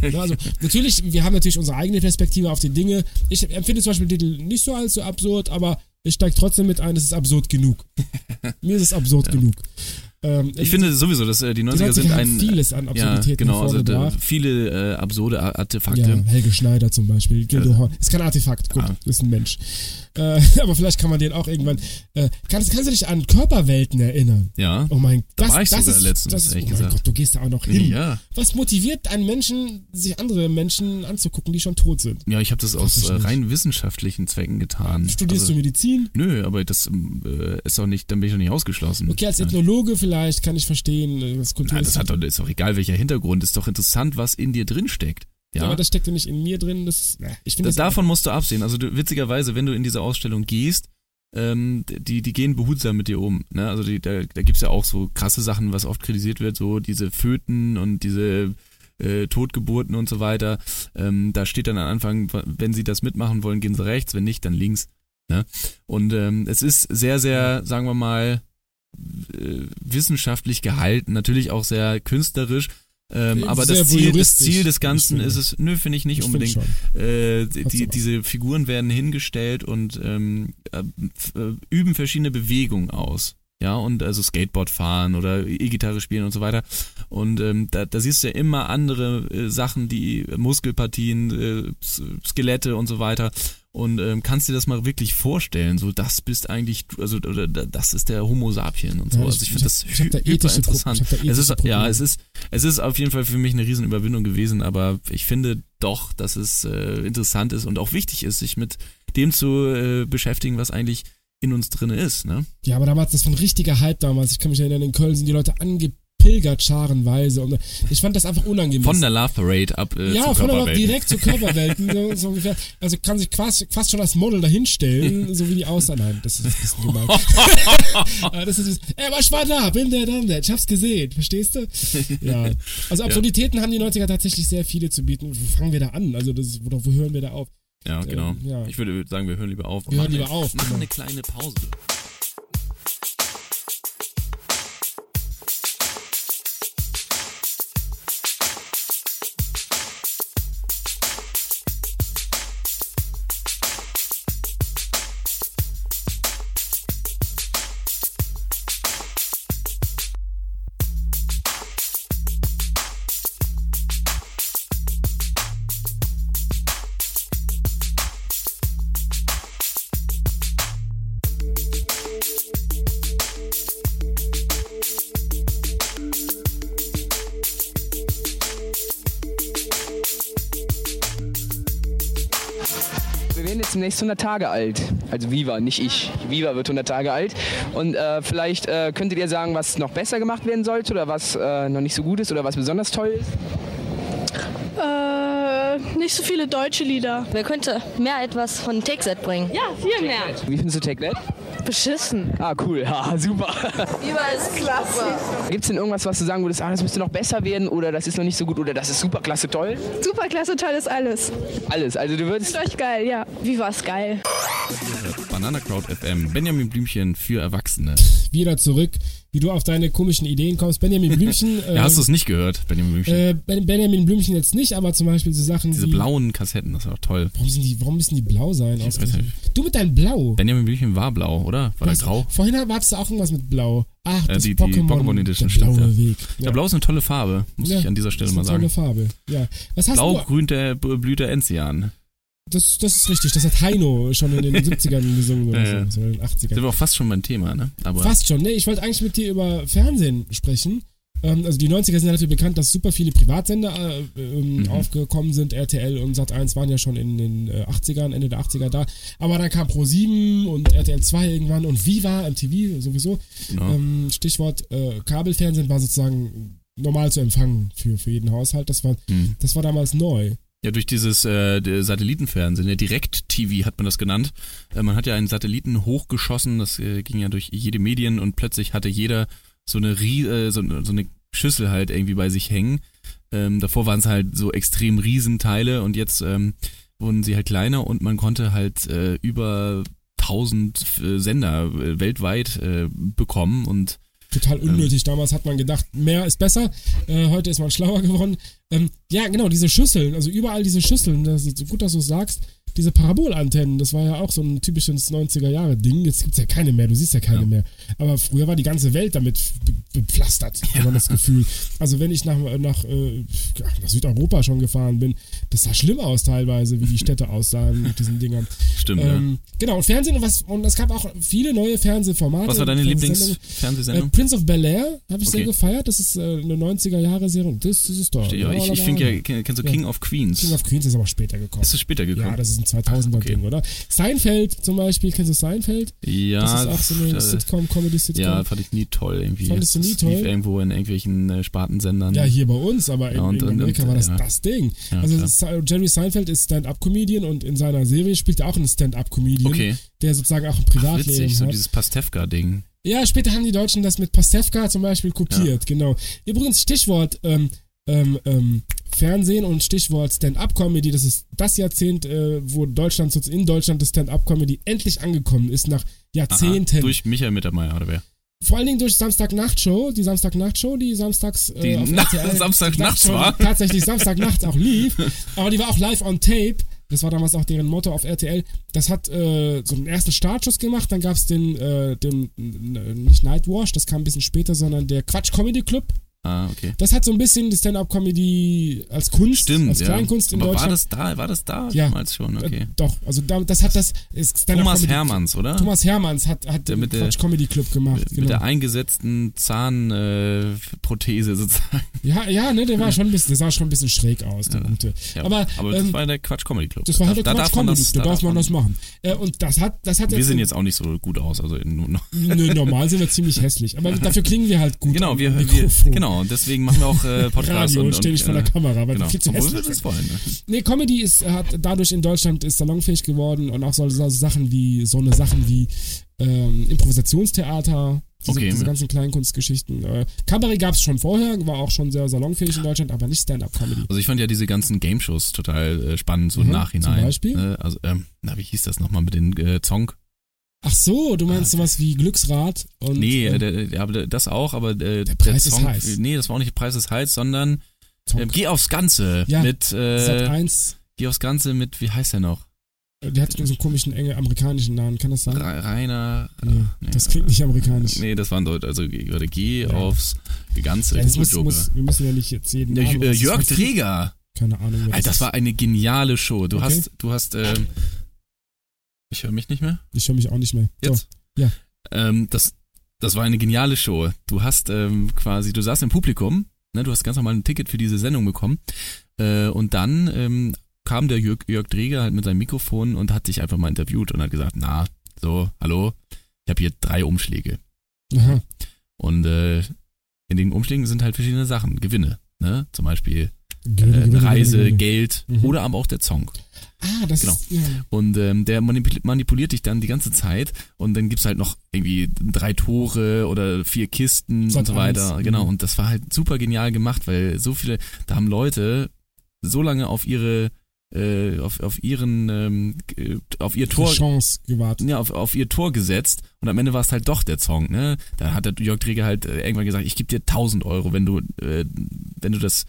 [SPEAKER 5] Ja, also natürlich, wir haben natürlich unsere eigene Perspektive auf die Dinge. Ich empfinde zum Beispiel Diddle nicht so allzu absurd, aber ich steige trotzdem mit ein, es ist absurd genug. Mir ist es absurd genug. Ähm,
[SPEAKER 1] Ich finde sowieso, dass äh, die 90er sind
[SPEAKER 5] 90er haben
[SPEAKER 1] ein.
[SPEAKER 5] vieles an Absurditäten
[SPEAKER 1] ja, genau, also da,
[SPEAKER 5] hervorgebracht.
[SPEAKER 1] viele äh, absurde Ar- Artefakte. Äh,
[SPEAKER 5] ja, Helge Schneider zum Beispiel, Gildo Horn. Ist kein Artefakt, gut,
[SPEAKER 1] Ah.
[SPEAKER 5] ist ein Mensch. Äh, aber vielleicht kann man den auch irgendwann. Äh, kannst, kannst du dich an Körperwelten erinnern?
[SPEAKER 1] Ja.
[SPEAKER 5] Oh mein
[SPEAKER 1] Da
[SPEAKER 5] Gott,
[SPEAKER 1] war ich
[SPEAKER 5] das
[SPEAKER 1] sogar
[SPEAKER 5] ist,
[SPEAKER 1] letztens,
[SPEAKER 5] das ist,
[SPEAKER 1] ehrlich
[SPEAKER 5] oh mein
[SPEAKER 1] gesagt.
[SPEAKER 5] Gott, Hm. du gehst da auch noch hin.
[SPEAKER 1] Ja.
[SPEAKER 5] Was motiviert einen Menschen, sich andere Menschen anzugucken, die schon tot sind?
[SPEAKER 1] Ja, ich habe das
[SPEAKER 5] Weiß
[SPEAKER 1] aus
[SPEAKER 5] ich
[SPEAKER 1] äh,
[SPEAKER 5] nicht.
[SPEAKER 1] rein wissenschaftlichen Zwecken getan. Also,
[SPEAKER 5] Studierst du Medizin?
[SPEAKER 1] Nö, aber das äh, ist doch nicht, dann bin ich doch nicht ausgeschlossen.
[SPEAKER 5] Okay, als
[SPEAKER 1] Mhm. ja.
[SPEAKER 5] Ethnologe vielleicht kann ich verstehen, äh, was Kultur
[SPEAKER 1] Nein,
[SPEAKER 5] ist.
[SPEAKER 1] das hat doch, ist doch egal, welcher Hintergrund. Ist doch interessant, was in dir drin steckt.
[SPEAKER 5] ja.
[SPEAKER 1] Ja.
[SPEAKER 5] Aber das steckt ja nicht in mir drin. Das, äh, ich finde
[SPEAKER 1] Das
[SPEAKER 5] das
[SPEAKER 1] Davon musst du absehen. Also du, witzigerweise, wenn du in diese Ausstellung gehst, ähm, die, die gehen behutsam mit dir um. Ne? Also die, da, da gibt's ja auch so krasse Sachen, was oft kritisiert wird, so diese Föten und diese äh, Totgeburten und so weiter. Ähm, da steht dann am Anfang, wenn sie das mitmachen wollen, gehen sie rechts, wenn nicht, dann links. Ne? Und ähm, es ist sehr, sehr, sagen wir mal, äh, wissenschaftlich gehalten, natürlich auch sehr künstlerisch. Ähm, aber
[SPEAKER 5] Äh, Sehr
[SPEAKER 1] das Ziel, das
[SPEAKER 5] voyeuristisch,
[SPEAKER 1] Ziel des
[SPEAKER 5] ich
[SPEAKER 1] Ganzen
[SPEAKER 5] finde.
[SPEAKER 1] ist es, nö, finde ich nicht
[SPEAKER 5] Ich finde
[SPEAKER 1] unbedingt. Äh, die,
[SPEAKER 5] Trotzdem
[SPEAKER 1] die,
[SPEAKER 5] auch.
[SPEAKER 1] diese Figuren werden hingestellt und ähm, äh, f- äh, üben verschiedene Bewegungen aus. Ja, und also Skateboard fahren oder E-Gitarre spielen und so weiter. Und ähm, da, da siehst du ja immer andere äh, Sachen, die Muskelpartien, äh, S- Skelette äh, und so weiter. und ähm, kannst dir das mal wirklich vorstellen. So, das bist eigentlich, du- also oder, da- das ist der Homo sapien und so.
[SPEAKER 5] Ja, ich-
[SPEAKER 1] also ich
[SPEAKER 5] ich
[SPEAKER 1] finde das
[SPEAKER 5] hab- ich hab da ethische Pro-
[SPEAKER 1] interessant.
[SPEAKER 5] ich hab da
[SPEAKER 1] es
[SPEAKER 5] ethische
[SPEAKER 1] ist, ja,
[SPEAKER 5] Probleme.
[SPEAKER 1] es ist, es ist auf jeden Fall für mich eine Riesenüberwindung gewesen, aber ich finde doch, dass es äh, interessant ist und auch wichtig ist, sich mit dem zu äh, beschäftigen, was eigentlich in uns drin ist. Ne?
[SPEAKER 5] Ja, aber damals, das war ein richtiger Hype damals. Ich kann mich erinnern, in Köln sind die Leute angepilgert, scharenweise. Und ich fand das einfach unangemessen.
[SPEAKER 1] Von der Love Parade ab äh,
[SPEAKER 5] ja,
[SPEAKER 1] zur
[SPEAKER 5] von der
[SPEAKER 1] Körperwelt.
[SPEAKER 5] Lok direkt zu Körperwelten. so, so ungefähr. Also kann sich quasi, fast schon als Model dahinstellen, so wie die aussehen. Nein, das ist ein bisschen gemein. Aber das ist, ey, aber ich war da, bin der, dann der. Ich hab's gesehen, verstehst du? Ja. Also Absurditäten haben die 90er tatsächlich sehr viele zu bieten. Wo fangen wir da an? Also das, wo, wo hören wir da auf?
[SPEAKER 1] Ja, genau.
[SPEAKER 5] Ähm, ja.
[SPEAKER 1] Ich würde sagen, wir hören lieber auf.
[SPEAKER 5] Wir hören
[SPEAKER 1] Machen
[SPEAKER 5] lieber
[SPEAKER 1] eine-
[SPEAKER 5] auf,
[SPEAKER 1] Machen
[SPEAKER 5] genau.
[SPEAKER 1] eine kleine Pause.
[SPEAKER 8] Wir werden jetzt demnächst 100 Tage alt. Also Viva, nicht ich. Viva wird 100 Tage alt. Und äh, vielleicht äh, könntet ihr sagen, was noch besser gemacht werden sollte oder was äh, noch nicht so gut ist oder was besonders toll ist.
[SPEAKER 9] Äh, nicht so viele deutsche Lieder.
[SPEAKER 4] Genau, Wer könnte mehr etwas von Take-Set bringen?
[SPEAKER 9] Ja, viel mehr.
[SPEAKER 8] Wie findest du TechNet?
[SPEAKER 9] Beschissen.
[SPEAKER 8] Ah, cool. Ja, super. Gibt es denn irgendwas, was du sagen würdest, ah, das müsste noch besser werden oder das ist noch nicht so gut oder das ist super klasse toll?
[SPEAKER 9] Superklasse, toll ist alles.
[SPEAKER 8] Alles. Also du würdest
[SPEAKER 9] Ist euch geil, ja. Wie war's geil?
[SPEAKER 1] Banana Crowd FM, Benjamin Blümchen für Erwachsene.
[SPEAKER 5] Wieder zurück, wie du auf deine komischen Ideen kommst. Benjamin Blümchen.
[SPEAKER 1] Ja, hast du
[SPEAKER 5] ähm,
[SPEAKER 1] es nicht gehört, Benjamin Blümchen?
[SPEAKER 5] äh, Ben- Benjamin Blümchen jetzt nicht, aber zum Beispiel so Sachen
[SPEAKER 1] Diese
[SPEAKER 5] wie.
[SPEAKER 1] blauen Kassetten, das war doch toll.
[SPEAKER 5] Warum, sind die, warum müssen die blau sein?
[SPEAKER 1] weiß
[SPEAKER 5] Ausgerechnet. Du mit deinem Blau.
[SPEAKER 1] Benjamin Blümchen war blau, oder? War der
[SPEAKER 5] Was?
[SPEAKER 1] grau?
[SPEAKER 5] Vorhin hattest du auch irgendwas mit Blau. Ach,
[SPEAKER 1] Äh,
[SPEAKER 5] das
[SPEAKER 1] die- die
[SPEAKER 5] Pokémon,
[SPEAKER 1] Pokémon Edition,
[SPEAKER 5] der
[SPEAKER 1] stimmt,
[SPEAKER 5] blaue
[SPEAKER 1] ja.
[SPEAKER 5] Weg.
[SPEAKER 1] Ja, blau ist eine tolle Farbe, muss
[SPEAKER 5] Ja,
[SPEAKER 1] ich an dieser Stelle
[SPEAKER 5] das
[SPEAKER 1] mal
[SPEAKER 5] ist eine
[SPEAKER 1] sagen.
[SPEAKER 5] Tolle Farbe. Ja. Was hast
[SPEAKER 1] Blau,
[SPEAKER 5] du?
[SPEAKER 1] grün, der blüht der Enzian.
[SPEAKER 5] Das, das ist richtig. Das hat Heino schon in den 70ern gesungen oder
[SPEAKER 1] Ja, ja.
[SPEAKER 5] so. Oder in den 80ern.
[SPEAKER 1] Sind wir auch fast schon beim Thema, ne? Aber
[SPEAKER 5] Fast schon, ne? Ich wollte eigentlich mit dir über Fernsehen sprechen. Ähm, also die 90er sind dafür bekannt, dass super viele Privatsender äh, ähm,
[SPEAKER 1] Mhm.
[SPEAKER 5] aufgekommen sind. RTL und Sat1 waren ja schon in den äh, 80ern, Ende der 80er da. Aber dann kam Pro7 und RTL 2 irgendwann und Viva, MTV sowieso.
[SPEAKER 1] Genau.
[SPEAKER 5] Ähm, Stichwort äh, Kabelfernsehen war sozusagen normal zu empfangen für, für jeden Haushalt. Das war,
[SPEAKER 1] Mhm.
[SPEAKER 5] das war damals neu.
[SPEAKER 1] ja, durch dieses äh, der Satellitenfernsehen, der Direkt-TV hat man das genannt. Äh, man hat ja einen Satelliten hochgeschossen, das äh, ging ja durch jede Medien und plötzlich hatte jeder so eine, Rie äh, so, so eine Schüssel halt irgendwie bei sich hängen. Ähm, davor waren es halt so extrem Riesenteile und jetzt ähm, wurden sie halt kleiner und man konnte halt äh, über 1000 äh, Sender äh, weltweit äh, bekommen und
[SPEAKER 5] total
[SPEAKER 1] Ähm.
[SPEAKER 5] unnötig. Damals hat man gedacht, mehr ist besser. Äh, heute ist man schlauer geworden. Ähm, ja, genau, diese Schüsseln, also überall diese Schüsseln, das ist gut, dass du es sagst. Diese Parabolantennen, das war ja auch so ein typisches 90er-Jahre-Ding. Jetzt gibt's ja keine mehr, du siehst ja keine
[SPEAKER 1] Ja.
[SPEAKER 5] mehr. Aber früher war die ganze Welt damit be- bepflastert, hat man das Gefühl. Also wenn ich nach, nach, äh, nach Südeuropa schon gefahren bin, das sah schlimm aus teilweise, wie die Städte aussahen mit diesen Dingern.
[SPEAKER 1] stimmt. ja.
[SPEAKER 5] Ähm, genau, und Fernsehen und was, und es gab auch viele neue Fernsehformate.
[SPEAKER 1] Was war deine
[SPEAKER 5] Fernsehsendungen. Äh,
[SPEAKER 1] Lieblingsfernsehsendung?
[SPEAKER 5] Prince of Bel Air habe ich
[SPEAKER 1] Okay.
[SPEAKER 5] sehr gefeiert. Das ist äh, eine 90er-Jahre-Serie. Das, das ist doch.
[SPEAKER 1] Ja, ich ich finde ja, kennst du
[SPEAKER 5] Ja.
[SPEAKER 1] King of Queens?
[SPEAKER 5] King of Queens ist aber später gekommen.
[SPEAKER 1] Ist es später gekommen?
[SPEAKER 5] Ja, das ist ein 2000er-Ding,
[SPEAKER 1] Okay.
[SPEAKER 5] oder? Seinfeld zum Beispiel. Kennst du Seinfeld?
[SPEAKER 1] Ja,
[SPEAKER 5] das ist auch so eine
[SPEAKER 1] äh,
[SPEAKER 5] Sitcom, Comedy-Sitcom.
[SPEAKER 1] ja, fand ich nie toll irgendwie.
[SPEAKER 5] Fandest du
[SPEAKER 1] Das
[SPEAKER 5] nie toll?
[SPEAKER 1] Lief irgendwo in irgendwelchen äh, Spartensendern.
[SPEAKER 5] Ja, hier bei uns, aber in,
[SPEAKER 1] Ja, und-
[SPEAKER 5] in
[SPEAKER 1] und-
[SPEAKER 5] Amerika
[SPEAKER 1] und,
[SPEAKER 5] war das
[SPEAKER 1] ja.
[SPEAKER 5] das Ding.
[SPEAKER 1] Ja,
[SPEAKER 5] also
[SPEAKER 1] klar.
[SPEAKER 5] Se- Jerry Seinfeld ist Stand-Up-Comedian und in seiner Serie spielt er auch einen Stand-Up-Comedian,
[SPEAKER 1] Okay.
[SPEAKER 5] der sozusagen auch ein
[SPEAKER 1] Ach,
[SPEAKER 5] Privatleben
[SPEAKER 1] witzig, so
[SPEAKER 5] hat.
[SPEAKER 1] dieses Pastewka-Ding.
[SPEAKER 5] Ja, später haben die Deutschen das mit Pastewka zum Beispiel kopiert, genau. Übrigens, Stichwort ähm, ähm, ähm, Fernsehen und Stichwort Stand-Up-Comedy, das ist das Jahrzehnt, äh, wo Deutschland, sozusagen in Deutschland das Stand-Up-Comedy endlich angekommen ist, nach
[SPEAKER 1] Aha,
[SPEAKER 5] Jahrzehnten.
[SPEAKER 1] durch Michael Mittermeier oder wer?
[SPEAKER 5] Vor allen Dingen durch Samstagnacht-Show, die Samstagnacht-Show, die samstags äh,
[SPEAKER 1] Die
[SPEAKER 5] auf
[SPEAKER 1] Nacht-
[SPEAKER 5] RTL
[SPEAKER 1] Samstagnachts
[SPEAKER 5] Samstagshow, die
[SPEAKER 1] war.
[SPEAKER 5] Tatsächlich Samstagnacht auch lief, aber die war auch live on tape. Das war damals auch deren Motto auf RTL. Das hat äh, so einen ersten Startschuss gemacht. Dann gab's den, äh, den n- n- nicht Nightwash, das kam ein bisschen später, sondern der Quatsch Comedy Club.
[SPEAKER 1] Ah, okay.
[SPEAKER 5] Das hat so ein bisschen die Stand-up-Comedy als Kunst,
[SPEAKER 1] Stimmt,
[SPEAKER 5] als
[SPEAKER 1] ja.
[SPEAKER 5] Kleinkunst in
[SPEAKER 1] Aber war
[SPEAKER 5] Deutschland.
[SPEAKER 1] das da, war das da
[SPEAKER 5] Ja.
[SPEAKER 1] damals schon? Okay.
[SPEAKER 5] Äh, doch, also da, das hat das. Ist Stand-up
[SPEAKER 1] Thomas
[SPEAKER 5] Comedy-
[SPEAKER 1] Hermanns, oder?
[SPEAKER 5] Thomas genau. Hermanns hat, hat
[SPEAKER 1] Der
[SPEAKER 5] den
[SPEAKER 1] mit der-
[SPEAKER 5] Quatsch Comedy Club gemacht.
[SPEAKER 1] mit der eingesetzten Zahnprothese äh, Prothese sozusagen.
[SPEAKER 5] ja, ja, ne, der war schon ein bisschen, der sah schon ein bisschen schräg aus, der
[SPEAKER 1] Ja.
[SPEAKER 5] gute.
[SPEAKER 1] Ja,
[SPEAKER 5] aber
[SPEAKER 1] das
[SPEAKER 5] ähm,
[SPEAKER 1] war der Quatsch Comedy Club.
[SPEAKER 5] das war halt der
[SPEAKER 1] Da- da
[SPEAKER 5] Quatsch
[SPEAKER 1] darf man
[SPEAKER 5] Comedy
[SPEAKER 1] das-
[SPEAKER 5] Club, da darf man das
[SPEAKER 1] man-
[SPEAKER 5] machen. Äh, und das hat, das hat
[SPEAKER 1] Wir sind jetzt auch nicht so gut aus, also in,
[SPEAKER 5] Nö, normal sind wir ziemlich hässlich, aber dafür klingen wir halt gut.
[SPEAKER 1] genau,
[SPEAKER 5] am
[SPEAKER 1] wir, wir
[SPEAKER 5] Mikrofon.
[SPEAKER 1] genau, und deswegen machen wir auch äh, Podcasts
[SPEAKER 5] Radio
[SPEAKER 1] und, und
[SPEAKER 5] steh nicht vor der
[SPEAKER 1] äh,
[SPEAKER 5] Kamera, weil
[SPEAKER 1] genau.
[SPEAKER 5] wir viel zu
[SPEAKER 1] Obwohl
[SPEAKER 5] hässlich
[SPEAKER 1] wir das
[SPEAKER 5] sind.
[SPEAKER 1] wollen. Ne?
[SPEAKER 5] Nee, Comedy ist, äh, hat dadurch in Deutschland ist salonfähig geworden und auch so, so Sachen wie, so eine Sachen wie ähm, Improvisationstheater, diese,
[SPEAKER 1] Okay,
[SPEAKER 5] diese
[SPEAKER 1] ja.
[SPEAKER 5] ganzen Kleinkunstgeschichten. Äh, Kabarett gab es schon vorher, war auch schon sehr salonfähig in Deutschland, aber nicht Stand-Up-Comedy.
[SPEAKER 1] Also ich fand ja diese ganzen Game Shows total äh, spannend so
[SPEAKER 5] Mhm,
[SPEAKER 1] im Nachhinein.
[SPEAKER 5] zum Beispiel?
[SPEAKER 1] Ne? Also ähm, na, wie hieß das nochmal mit den äh, Zong?
[SPEAKER 5] Ach so, du meinst sowas wie Glücksrad und
[SPEAKER 1] Nee,
[SPEAKER 5] äh,
[SPEAKER 1] äh, der, der, aber das auch, aber äh,
[SPEAKER 5] Der Preis ist
[SPEAKER 1] Zong,
[SPEAKER 5] heiß.
[SPEAKER 1] Nee, das war auch nicht Preis ist heiß, sondern
[SPEAKER 5] Tom
[SPEAKER 1] äh, geh aufs Ganze
[SPEAKER 5] Ja,
[SPEAKER 1] mit
[SPEAKER 5] Sat
[SPEAKER 1] äh,
[SPEAKER 5] 1,
[SPEAKER 1] geh aufs Ganze mit wie heißt der noch?
[SPEAKER 5] äh, der hat so einen komischen engen amerikanischen Namen, kann das sein?
[SPEAKER 1] Ra- Rainer äh,
[SPEAKER 5] Hm? Nee, das klingt nicht amerikanisch.
[SPEAKER 1] Nee, das waren Deutsch, also geh, warte, geh
[SPEAKER 5] Ja.
[SPEAKER 1] aufs Ganze.
[SPEAKER 5] Ja,
[SPEAKER 1] Ja,
[SPEAKER 5] das muss, muss, wir müssen ja nicht jetzt jeden Namen- das ist
[SPEAKER 1] äh, Jörg
[SPEAKER 5] halt-
[SPEAKER 1] Träger.
[SPEAKER 5] Keine Ahnung. wer
[SPEAKER 1] Alter, das
[SPEAKER 5] ist.
[SPEAKER 1] war eine geniale Show. Du
[SPEAKER 5] Okay.
[SPEAKER 1] hast, du hast, ähm, ich höre mich nicht mehr.
[SPEAKER 5] Ich höre mich auch nicht mehr. So.
[SPEAKER 1] Jetzt?
[SPEAKER 5] ja.
[SPEAKER 1] Ähm, das, das war eine geniale Show. Du hast ähm, quasi, du saßt im Publikum, ne, du hast ganz normal ein Ticket für diese Sendung bekommen. Äh, und dann ähm, kam der Jörg, Jörg Dreger halt mit seinem Mikrofon und hat dich einfach mal interviewt und hat gesagt, na, so, hallo, ich habe hier drei Umschläge.
[SPEAKER 5] Aha.
[SPEAKER 1] Und äh, in den Umschlägen sind halt verschiedene Sachen, Gewinne. Ne? Zum Beispiel
[SPEAKER 5] Gewinne,
[SPEAKER 1] äh,
[SPEAKER 5] Gewinne,
[SPEAKER 1] Reise,
[SPEAKER 5] Gewinne, Gewinne.
[SPEAKER 1] Geld
[SPEAKER 5] Mhm.
[SPEAKER 1] oder aber auch der Song.
[SPEAKER 5] Ah, das
[SPEAKER 1] Genau.
[SPEAKER 5] ist. Ja.
[SPEAKER 1] Und ähm, der manipul- manipuliert dich dann die ganze Zeit und dann gibt's halt noch irgendwie drei Tore oder vier Kisten
[SPEAKER 5] Sat.
[SPEAKER 1] und so weiter.
[SPEAKER 5] eins,
[SPEAKER 1] Genau.
[SPEAKER 5] mhm.
[SPEAKER 1] Und das war halt super genial gemacht, weil so viele, da haben Leute so lange auf ihre äh, auf, auf ihren ähm, äh, auf ihr
[SPEAKER 5] Tor
[SPEAKER 1] Tor
[SPEAKER 5] Chance gewartet.
[SPEAKER 1] ja, ne, auf, auf ihr Tor gesetzt und am Ende war es halt doch der Song, ne? Da hat der Jörg Träger halt äh, irgendwann gesagt, ich gebe dir 1000 Euro, wenn du, äh, wenn du das,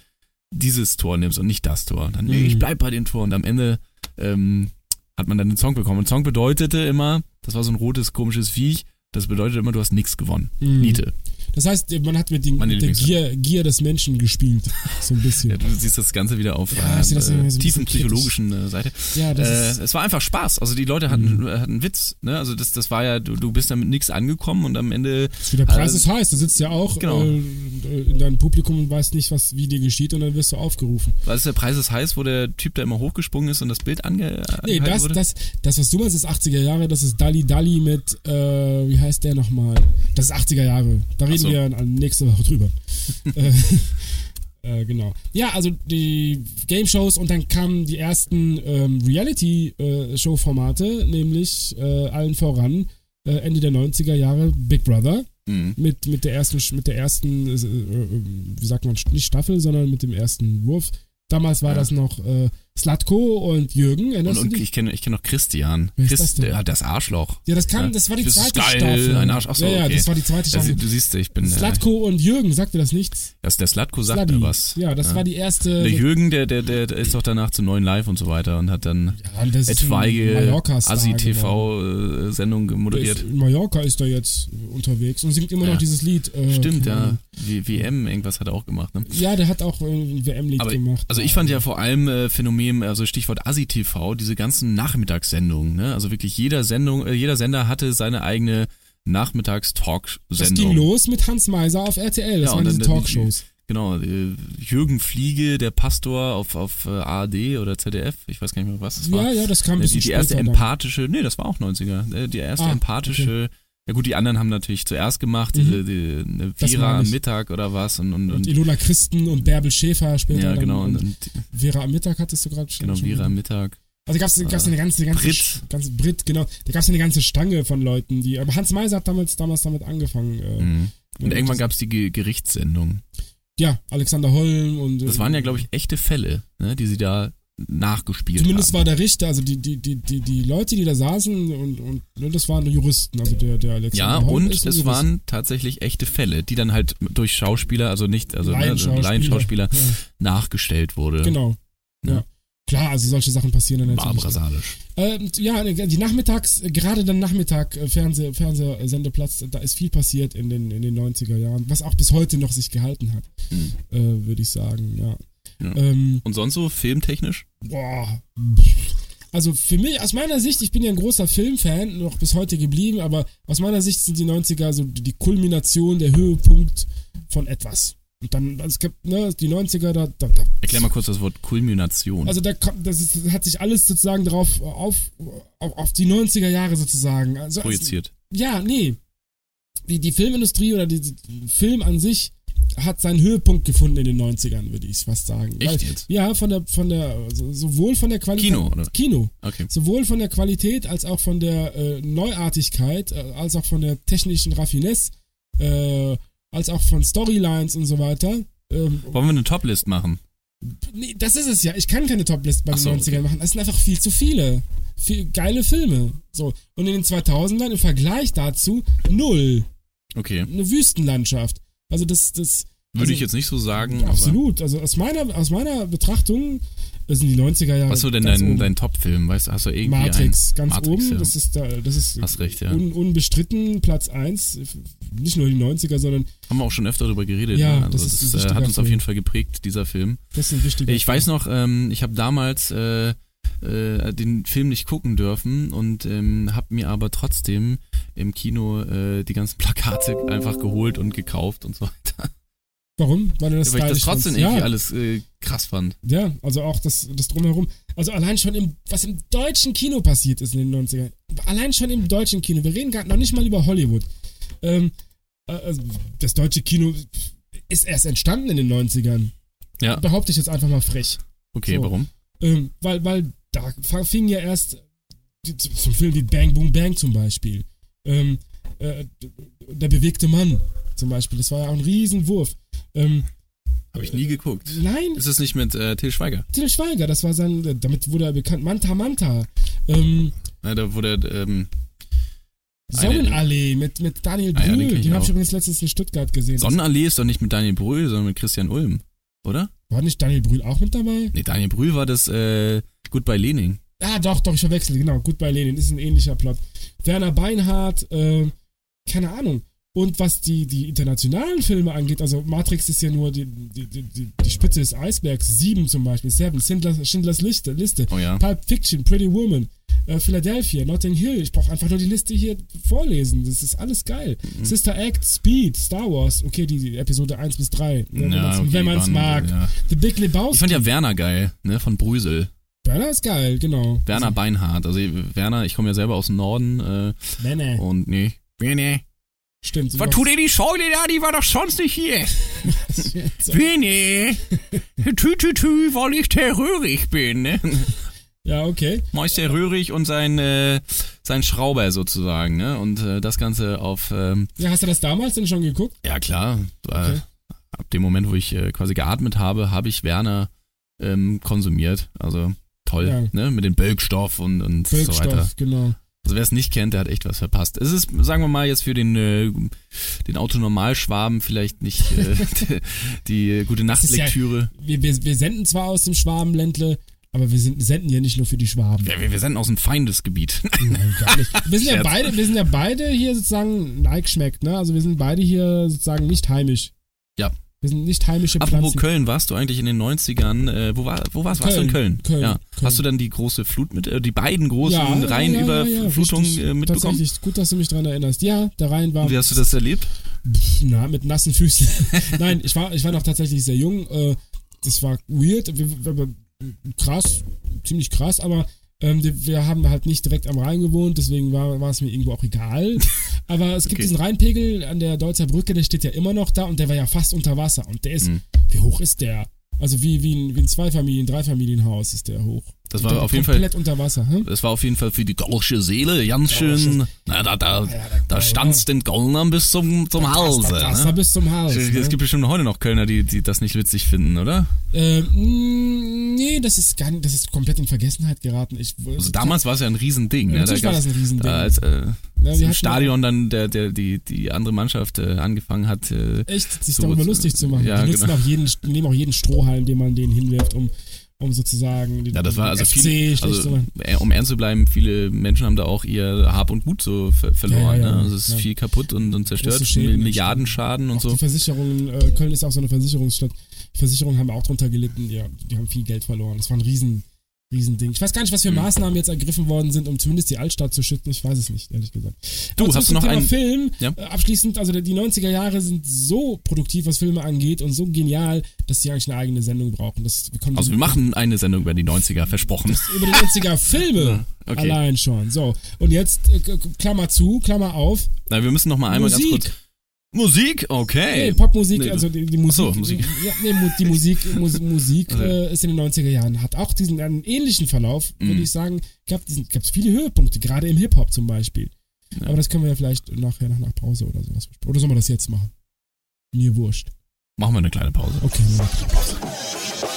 [SPEAKER 1] dieses Tor nimmst und nicht das Tor. Und dann, nee,
[SPEAKER 5] Mhm.
[SPEAKER 1] ich bleib bei dem Tor und am Ende ähm, hat man dann den Song bekommen. Und Song bedeutete immer, das war so ein rotes, komisches Viech, das bedeutete immer, du hast nichts gewonnen.
[SPEAKER 5] Mhm.
[SPEAKER 1] Niete.
[SPEAKER 5] Das heißt, man hat mit, den,
[SPEAKER 1] Meine
[SPEAKER 5] mit der
[SPEAKER 1] Lieblingsfilme.
[SPEAKER 5] Gier, Gier des Menschen gespielt. So ein
[SPEAKER 1] Ja,
[SPEAKER 5] bisschen.
[SPEAKER 1] du siehst das Ganze wieder auf
[SPEAKER 5] Ja, ich sehe das
[SPEAKER 1] äh,
[SPEAKER 5] irgendwie so ein
[SPEAKER 1] tiefen
[SPEAKER 5] bisschen
[SPEAKER 1] psychologischen äh, Seite.
[SPEAKER 5] Ja, das
[SPEAKER 1] äh,
[SPEAKER 5] ist. Mhm.
[SPEAKER 1] es war einfach Spaß. Also die Leute hatten, hatten Witz. Ne? Also das, das war ja, du, du bist damit nichts angekommen und am Ende
[SPEAKER 5] Ist wieder Preis
[SPEAKER 1] äh,
[SPEAKER 5] ist heiß, da sitzt ja auch
[SPEAKER 1] genau.
[SPEAKER 5] äh, in deinem Publikum und weißt nicht, was wie dir geschieht und dann wirst du aufgerufen.
[SPEAKER 1] Weißt du, der Preis ist heiß, wo der Typ da immer hochgesprungen ist und das Bild ange
[SPEAKER 5] Nee,
[SPEAKER 1] angehalten
[SPEAKER 5] das,
[SPEAKER 1] wurde?
[SPEAKER 5] das, das, was du meinst, ist 80er Jahre, das ist Dali Dali mit, äh, wie heißt der nochmal? Das ist 80er Jahre. Da reden
[SPEAKER 1] so.
[SPEAKER 5] wir an- nächste Woche drüber. äh, äh, genau. Ja, also die Game Shows und dann kamen die ersten ähm, Reality-Show-Formate, nämlich äh, allen voran äh, Ende der 90er Jahre Big Brother
[SPEAKER 1] Mhm.
[SPEAKER 5] mit, mit der ersten, mit der ersten, äh, äh, wie sagt man, nicht Staffel, sondern mit dem ersten Wurf. Damals war
[SPEAKER 1] Ja.
[SPEAKER 5] das noch äh, Slatko und Jürgen.
[SPEAKER 1] Und,
[SPEAKER 5] erinnerst du
[SPEAKER 1] und
[SPEAKER 5] dich?
[SPEAKER 1] ich kenne ich kenn noch Christian.
[SPEAKER 5] Wer ist
[SPEAKER 1] Christ,
[SPEAKER 5] das denn?
[SPEAKER 1] der hat das Arschloch.
[SPEAKER 5] Ja, das kam,
[SPEAKER 1] Ja.
[SPEAKER 5] das war die
[SPEAKER 1] Das ist
[SPEAKER 5] zweite
[SPEAKER 1] geil,
[SPEAKER 5] Staffel.
[SPEAKER 1] ein Arsch- ach so,
[SPEAKER 5] ja, ja,
[SPEAKER 1] okay.
[SPEAKER 5] das war die zweite
[SPEAKER 1] Also,
[SPEAKER 5] Staffel.
[SPEAKER 1] du siehst, ich bin. Äh,
[SPEAKER 5] Slatko und Jürgen, sagte das nichts?
[SPEAKER 1] das, der Slatko sagt
[SPEAKER 5] Sladi.
[SPEAKER 1] mir was.
[SPEAKER 5] Ja, das war die äh, erste.
[SPEAKER 1] Der Jürgen, der, der, der, der ist doch danach zu neuen Live und so weiter und hat dann
[SPEAKER 5] ja, das ist ein
[SPEAKER 1] etwaige
[SPEAKER 5] Mallorca-Star geworden.
[SPEAKER 1] Assi-TV-Sendungen
[SPEAKER 5] Der ist-
[SPEAKER 1] moderiert.
[SPEAKER 5] In Mallorca ist er jetzt äh, unterwegs und singt immer
[SPEAKER 1] Ja.
[SPEAKER 5] noch dieses Lied. Äh,
[SPEAKER 1] Stimmt,
[SPEAKER 5] keine
[SPEAKER 1] ja.
[SPEAKER 5] Ahnung.
[SPEAKER 1] W WM, irgendwas hat er auch gemacht, ne?
[SPEAKER 5] Ja, der hat auch äh, ein WM-Lied
[SPEAKER 1] Aber,
[SPEAKER 5] gemacht.
[SPEAKER 1] Also ich fand ja vor allem äh, Phänomen, also Stichwort ASI-TV, diese ganzen Nachmittagssendungen. Ne? Also wirklich jeder Sendung, äh, jeder Sender hatte seine eigene
[SPEAKER 5] Das
[SPEAKER 1] Nachmittagstalksendung.
[SPEAKER 5] ging los mit Hans Meiser auf RTL. Das
[SPEAKER 1] Ja, und
[SPEAKER 5] waren diese
[SPEAKER 1] dann-
[SPEAKER 5] Talkshows.
[SPEAKER 1] Genau, äh, Jürgen Fliege, der Pastor auf, auf äh, ARD oder ZDF, ich weiß gar nicht mehr, was das war.
[SPEAKER 5] Ja, ja, das kam ein
[SPEAKER 1] Ne,
[SPEAKER 5] bisschen
[SPEAKER 1] die, die erste
[SPEAKER 5] später. dann.
[SPEAKER 1] empathische, nee, das war auch 90er. äh, Die erste
[SPEAKER 5] Ah,
[SPEAKER 1] empathische, ja gut, die anderen haben natürlich zuerst gemacht,
[SPEAKER 5] Mhm.
[SPEAKER 1] diese die, eine
[SPEAKER 5] Das
[SPEAKER 1] Vierer
[SPEAKER 5] meine
[SPEAKER 1] am
[SPEAKER 5] ich.
[SPEAKER 1] Mittag oder was und, und,
[SPEAKER 5] Und
[SPEAKER 1] und,
[SPEAKER 5] Ilona Christen und Bärbel Schäfer später.
[SPEAKER 1] ja,
[SPEAKER 5] dann
[SPEAKER 1] genau, und,
[SPEAKER 5] Und,
[SPEAKER 1] und,
[SPEAKER 5] Vera am Mittag hattest du gerade schon.
[SPEAKER 1] genau,
[SPEAKER 5] schon
[SPEAKER 1] Vierer am Mittag.
[SPEAKER 5] Also gab's gab's eine ganze, ganze,
[SPEAKER 1] Äh, Brit.
[SPEAKER 5] ganze Brit, genau. Da gab's eine ganze Stange von Leuten, die. Aber Hans Meiser hat damals, damals damit angefangen. Äh,
[SPEAKER 1] Mhm. Und
[SPEAKER 5] ja,
[SPEAKER 1] irgendwann
[SPEAKER 5] das-
[SPEAKER 1] gab es die Ge Gerichtssendung.
[SPEAKER 5] Ja, Alexander Holm und.
[SPEAKER 1] Das
[SPEAKER 5] äh,
[SPEAKER 1] waren ja, glaube ich, echte Fälle, ne, die sie da nachgespielt
[SPEAKER 5] Zumindest
[SPEAKER 1] haben.
[SPEAKER 5] war der Richter, also die, die, die, die, die Leute, die da saßen und, und ne, das waren Juristen, also der, der Alexander
[SPEAKER 1] ja,
[SPEAKER 5] Holm.
[SPEAKER 1] und
[SPEAKER 5] ist
[SPEAKER 1] es
[SPEAKER 5] ein Jurist.
[SPEAKER 1] waren tatsächlich echte Fälle, die dann halt durch Schauspieler, also nicht, also ne, also
[SPEAKER 5] Laienschauspieler.
[SPEAKER 1] Laienschauspieler
[SPEAKER 5] Ja.
[SPEAKER 1] nachgestellt wurde.
[SPEAKER 5] Genau. Ja.
[SPEAKER 1] äh, Ja.
[SPEAKER 5] Klar, also solche Sachen passieren dann natürlich.
[SPEAKER 1] Barbara Salisch.
[SPEAKER 5] Ähm, ja, die Nachmittags, äh, gerade dann Nachmittag, äh, Fernseh, Fernsehsendeplatz, da ist viel passiert in den, in den 90er Jahren, was auch bis heute noch sich gehalten hat, äh, würde ich sagen, ja.
[SPEAKER 1] Mhm. Ja.
[SPEAKER 5] Ähm,
[SPEAKER 1] Und sonst so filmtechnisch?
[SPEAKER 5] boah. Also für mich, aus meiner Sicht, ich bin ja ein großer Filmfan, noch bis heute geblieben, aber aus meiner Sicht sind die 90er so die die Kulmination, der Höhepunkt von etwas. Und dann, es gibt, ne, die 90er, da, da, da
[SPEAKER 1] Erklär mal kurz das Wort Kulmination.
[SPEAKER 5] also da kommt, das, ist, das hat sich alles sozusagen drauf äh, auf, auf, auf die 90er Jahre sozusagen. Also,
[SPEAKER 1] Projiziert.
[SPEAKER 5] Also, ja, nee. Die, die Filmindustrie oder die, die Film an sich hat seinen Höhepunkt gefunden in den 90ern, würde ich fast sagen.
[SPEAKER 1] Echt jetzt?
[SPEAKER 5] Ja, von der, von der, so- sowohl von der Qualität.
[SPEAKER 1] Kino, oder?
[SPEAKER 5] Kino.
[SPEAKER 1] Okay.
[SPEAKER 5] Sowohl von der Qualität als auch von der äh, Neuartigkeit, äh, als auch von der technischen Raffinesse, äh, als auch von Storylines und so weiter. Ähm,
[SPEAKER 1] Wollen wir eine Toplist machen?
[SPEAKER 5] Nee, das ist es ja. Ich kann keine Toplist bei den
[SPEAKER 1] Ach so,
[SPEAKER 5] 90ern machen. Das sind einfach viel zu viele. Viel, geile Filme. So. Und in den 2000ern im Vergleich dazu null.
[SPEAKER 1] Okay.
[SPEAKER 5] Eine Wüstenlandschaft. Also das, das.
[SPEAKER 1] Würde
[SPEAKER 5] also,
[SPEAKER 1] ich jetzt nicht so sagen.
[SPEAKER 5] Absolut. Also aus meiner, aus meiner Betrachtung das sind die 90er Jahre.
[SPEAKER 1] Aber was so denn
[SPEAKER 5] ganz
[SPEAKER 1] dein,
[SPEAKER 5] oben.
[SPEAKER 1] dein Top-Film? Weißt du, hast du irgendwie
[SPEAKER 5] Matrix,
[SPEAKER 1] einen?
[SPEAKER 5] ganz
[SPEAKER 1] Matrix,
[SPEAKER 5] oben,
[SPEAKER 1] ja.
[SPEAKER 5] das ist da, das ist
[SPEAKER 1] Hast recht, ja.
[SPEAKER 5] un, unbestritten Platz 1, nicht nur die 90er, sondern
[SPEAKER 1] Haben wir auch schon öfter darüber geredet.
[SPEAKER 5] Ja,
[SPEAKER 1] ne? also
[SPEAKER 5] das ist ein
[SPEAKER 1] das äh,
[SPEAKER 5] wichtiger
[SPEAKER 1] hat uns auf
[SPEAKER 5] Film.
[SPEAKER 1] jeden Fall geprägt, dieser Film.
[SPEAKER 5] das sind wichtige.
[SPEAKER 1] Ich weiß noch, ähm, ich habe damals äh, äh, den Film nicht gucken dürfen und ähm, habe mir aber trotzdem im Kino äh, die ganzen Plakate einfach geholt und gekauft und so weiter.
[SPEAKER 5] Warum? Weil, du das
[SPEAKER 1] Weil ich das
[SPEAKER 5] stylisch
[SPEAKER 1] trotzdem
[SPEAKER 5] fandst.
[SPEAKER 1] irgendwie
[SPEAKER 5] ja.
[SPEAKER 1] alles äh, krass fand.
[SPEAKER 5] Ja, also auch das, das Drumherum. Also allein schon im, was im deutschen Kino passiert ist in den 90ern. Allein schon im deutschen Kino. Wir reden gerade noch nicht mal über Hollywood. Ähm, äh, also das deutsche Kino ist erst entstanden in den 90ern.
[SPEAKER 1] Ja,
[SPEAKER 5] Behaupte ich jetzt einfach mal frech.
[SPEAKER 1] okay,
[SPEAKER 5] So.
[SPEAKER 1] warum?
[SPEAKER 5] Ähm, weil, weil da fa- fing ja erst die- z- so ein Film wie Bang Boom Bang zum Beispiel. Ähm, äh, d- der bewegte Mann zum Beispiel. Das war ja auch ein Riesenwurf. Ähm,
[SPEAKER 1] Habe ich nie geguckt.
[SPEAKER 5] nein,
[SPEAKER 1] Ist es nicht mit äh, Till Schweiger?
[SPEAKER 5] Till Schweiger, das war sein, damit wurde er bekannt, Manta Manta. Ähm,
[SPEAKER 1] Na, da wurde ähm, Eine-
[SPEAKER 5] Sonnenallee mit, mit Daniel
[SPEAKER 1] Ah ja, den
[SPEAKER 5] Brühl,
[SPEAKER 1] kenn ich
[SPEAKER 5] den habe ich
[SPEAKER 1] auch.
[SPEAKER 5] übrigens letztens in Stuttgart gesehen.
[SPEAKER 1] Sonnenallee ist doch nicht mit Daniel Brühl, sondern mit Christian Ulm, oder?
[SPEAKER 5] war nicht Daniel Brühl auch mit dabei?
[SPEAKER 1] Nee, Daniel Brühl war das äh, gut bei Lening.
[SPEAKER 5] Ah, doch, doch, ich verwechsel, genau, gut bei Lenin, ist ein ähnlicher Plot. Werner Beinhardt, äh, keine Ahnung. Und was die, die internationalen Filme angeht, also Matrix ist ja nur die, die, die, die die Spitze des Eisbergs, Sieben zum Beispiel, Seven, Schindlers, Schindlers Liste, Liste
[SPEAKER 1] Oh ja.
[SPEAKER 5] Pulp Fiction, Pretty Woman, äh, Philadelphia, Notting Hill. Ich brauche einfach nur die Liste hier vorlesen. Das ist alles geil.
[SPEAKER 1] Mhm.
[SPEAKER 5] Sister Act, Speed, Star Wars. Okay, die, die Episode 1 bis 3. Ne, wenn
[SPEAKER 1] Ja,
[SPEAKER 5] man's-
[SPEAKER 1] okay,
[SPEAKER 5] wenn man es
[SPEAKER 1] waren-
[SPEAKER 5] mag.
[SPEAKER 1] ja.
[SPEAKER 5] The Big
[SPEAKER 1] Ich
[SPEAKER 5] Lebowski.
[SPEAKER 1] fand ja Werner geil, ne, von Brüsel.
[SPEAKER 5] Werner ist geil, genau.
[SPEAKER 1] Werner Beinhardt. Also Werner, ich komme ja selber aus dem Norden äh,
[SPEAKER 5] Nee, nee.
[SPEAKER 1] und nee. Nee, nee.
[SPEAKER 5] Stimmt.
[SPEAKER 1] Was tut ihr die Scheune da? Die war doch sonst nicht hier. Nee, nee. Tü, tü, tü, weil ich der Röhrig bin. Ne?
[SPEAKER 5] Ja, okay.
[SPEAKER 1] Meister Röhrig und sein, äh, sein Schrauber sozusagen. Ne? Und äh, das Ganze auf, ähm,
[SPEAKER 5] Ja, hast du das damals denn schon geguckt?
[SPEAKER 1] ja klar, äh,
[SPEAKER 5] Okay.
[SPEAKER 1] ab dem Moment, wo ich äh, quasi geatmet habe, habe ich Werner ähm, konsumiert. Also toll,
[SPEAKER 5] Ja.
[SPEAKER 1] ne? mit dem Bölkstoff und, und so weiter.
[SPEAKER 5] Bölkstoff, genau.
[SPEAKER 1] Also wer es nicht kennt, der hat echt was verpasst. Es ist, sagen wir mal, jetzt für den, äh, den Autonormalschwaben vielleicht nicht äh, die, die gute
[SPEAKER 5] ist ja-
[SPEAKER 1] Nachtlektüre.
[SPEAKER 5] Wir, wir, wir senden zwar aus dem Schwabenländle, aber wir sind, senden ja nicht nur für die Schwaben.
[SPEAKER 1] Ja, wir, wir sind aus dem Feindesgebiet.
[SPEAKER 5] Nein, gar nicht. Wir sind, ja
[SPEAKER 1] Scherz.
[SPEAKER 5] beide, wir sind ja beide hier sozusagen Nike schmeckt, ne? Also wir sind beide hier sozusagen nicht heimisch.
[SPEAKER 1] Ja.
[SPEAKER 5] Wir sind nicht heimische
[SPEAKER 1] Apropos
[SPEAKER 5] Pflanzen.
[SPEAKER 1] Köln, warst du eigentlich in den 90ern, äh, wo, war, wo warst, warst du in
[SPEAKER 5] Köln,
[SPEAKER 1] Köln?
[SPEAKER 5] Köln,
[SPEAKER 1] ja.
[SPEAKER 5] Köln.
[SPEAKER 1] Hast du dann die große Flut mit, äh, die beiden großen Rheinüberflutungen
[SPEAKER 5] richtig.
[SPEAKER 1] äh, mitbekommen?
[SPEAKER 5] Tatsächlich, gut, dass du mich dran erinnerst. Ja, der Rhein war
[SPEAKER 1] Wie hast du das erlebt?
[SPEAKER 5] na, mit nassen Füßen. Nein, ich war, ich war noch tatsächlich sehr jung. Äh, das war weird, wir- wir- wir- krass, ziemlich krass, aber ähm, wir- wir haben halt nicht direkt am Rhein gewohnt, deswegen war, war es mir irgendwo auch egal. Aber es gibt
[SPEAKER 1] Okay.
[SPEAKER 5] diesen Rheinpegel an der Deutzer Brücke, der steht ja immer noch da und der war ja fast unter Wasser. Und der ist,
[SPEAKER 1] Mhm.
[SPEAKER 5] wie hoch ist der? Also wie, wie, ein, wie ein Zweifamilien-, Dreifamilienhaus ist der hoch.
[SPEAKER 1] Das
[SPEAKER 5] Und
[SPEAKER 1] war
[SPEAKER 5] der
[SPEAKER 1] auf jeden Fall-
[SPEAKER 5] komplett unter Wasser. Hm?
[SPEAKER 1] Es war auf jeden Fall für die gaulische Seele ganz schön. Na, da da, da stand's den Kölnern bis zum, zum Halse.
[SPEAKER 5] Das Wasser
[SPEAKER 1] Ne?
[SPEAKER 5] bis zum Hals. ne?
[SPEAKER 1] Es gibt bestimmt heute noch Kölner, die, die das nicht witzig finden, oder?
[SPEAKER 5] Ähm, mh, nee, das ist gar nicht, das ist komplett in Vergessenheit geraten. Ich,
[SPEAKER 1] Also damals war es ja ein Riesending.
[SPEAKER 5] Ja,
[SPEAKER 1] ne?
[SPEAKER 5] natürlich war
[SPEAKER 1] gab's-
[SPEAKER 5] das ein Riesending.
[SPEAKER 1] Da, als äh,
[SPEAKER 5] wir
[SPEAKER 1] im
[SPEAKER 5] hatten-
[SPEAKER 1] Stadion dann der, der, die, die andere Mannschaft äh, angefangen hat. Äh,
[SPEAKER 5] echt, sich
[SPEAKER 1] so-
[SPEAKER 5] darüber lustig zu machen.
[SPEAKER 1] Ja,
[SPEAKER 5] die nutzen
[SPEAKER 1] genau.
[SPEAKER 5] auch jeden, nehmen auch jeden Strohhalm, den man denen hinwirft, um, um sozusagen den
[SPEAKER 1] Ja, das war also
[SPEAKER 5] Äh, FC
[SPEAKER 1] viele,
[SPEAKER 5] schlecht zu
[SPEAKER 1] also,
[SPEAKER 5] machen.
[SPEAKER 1] äh, um ernst zu bleiben, viele Menschen haben da auch ihr Hab und Gut so ver verloren.
[SPEAKER 5] Ja, ja,
[SPEAKER 1] ne? Also es ist
[SPEAKER 5] ja.
[SPEAKER 1] viel kaputt und, und zerstört,
[SPEAKER 5] Große Schäden
[SPEAKER 1] Mil- Milliardenschaden und
[SPEAKER 5] Die
[SPEAKER 1] so.
[SPEAKER 5] Versicherungen, äh, Köln ist auch so eine Versicherungsstadt. Die Versicherungen haben auch drunter gelitten, die, die haben viel Geld verloren. Das war ein riesen, riesen Ding. Ich weiß gar nicht,
[SPEAKER 1] Hm.
[SPEAKER 5] was für Maßnahmen jetzt ergriffen worden sind, um zumindest die Altstadt zu schützen. Ich weiß es nicht, ehrlich gesagt.
[SPEAKER 1] Du,
[SPEAKER 5] Aber
[SPEAKER 1] hast
[SPEAKER 5] zurück
[SPEAKER 1] du noch
[SPEAKER 5] zum Thema
[SPEAKER 1] einen-
[SPEAKER 5] Film?
[SPEAKER 1] Ja.
[SPEAKER 5] Äh, abschließend, also die 90er Jahre sind so produktiv, was Filme angeht und so genial, dass die eigentlich eine eigene Sendung brauchen. Das, wir kommen
[SPEAKER 1] Also wir machen eine Sendung über die 90er, versprochen.
[SPEAKER 5] über die 90er Filme
[SPEAKER 1] Ja, okay.
[SPEAKER 5] allein schon. So, und jetzt äh, Klammer zu, Klammer auf.
[SPEAKER 1] Na, wir müssen noch mal einmal
[SPEAKER 5] Musik.
[SPEAKER 1] ganz kurz. Musik, okay.
[SPEAKER 5] Nee, Popmusik,
[SPEAKER 1] Nee,
[SPEAKER 5] also die, die Musik.
[SPEAKER 1] Ach so, Musik.
[SPEAKER 5] Ja, nee, Mu- die Musik, Mus Musik
[SPEAKER 1] Also-
[SPEAKER 5] äh, ist in den 90er Jahren, hat auch diesen einen ähnlichen Verlauf, würde
[SPEAKER 1] Mhm.
[SPEAKER 5] ich sagen. Gab es viele Höhepunkte, gerade im Hip-Hop zum Beispiel.
[SPEAKER 1] Ja.
[SPEAKER 5] Aber das können wir ja vielleicht nachher nach, nach Pause oder sowas besprechen. Oder sollen wir das jetzt machen? Mir wurscht.
[SPEAKER 1] Machen wir eine kleine Pause.
[SPEAKER 5] Okay, wir machen.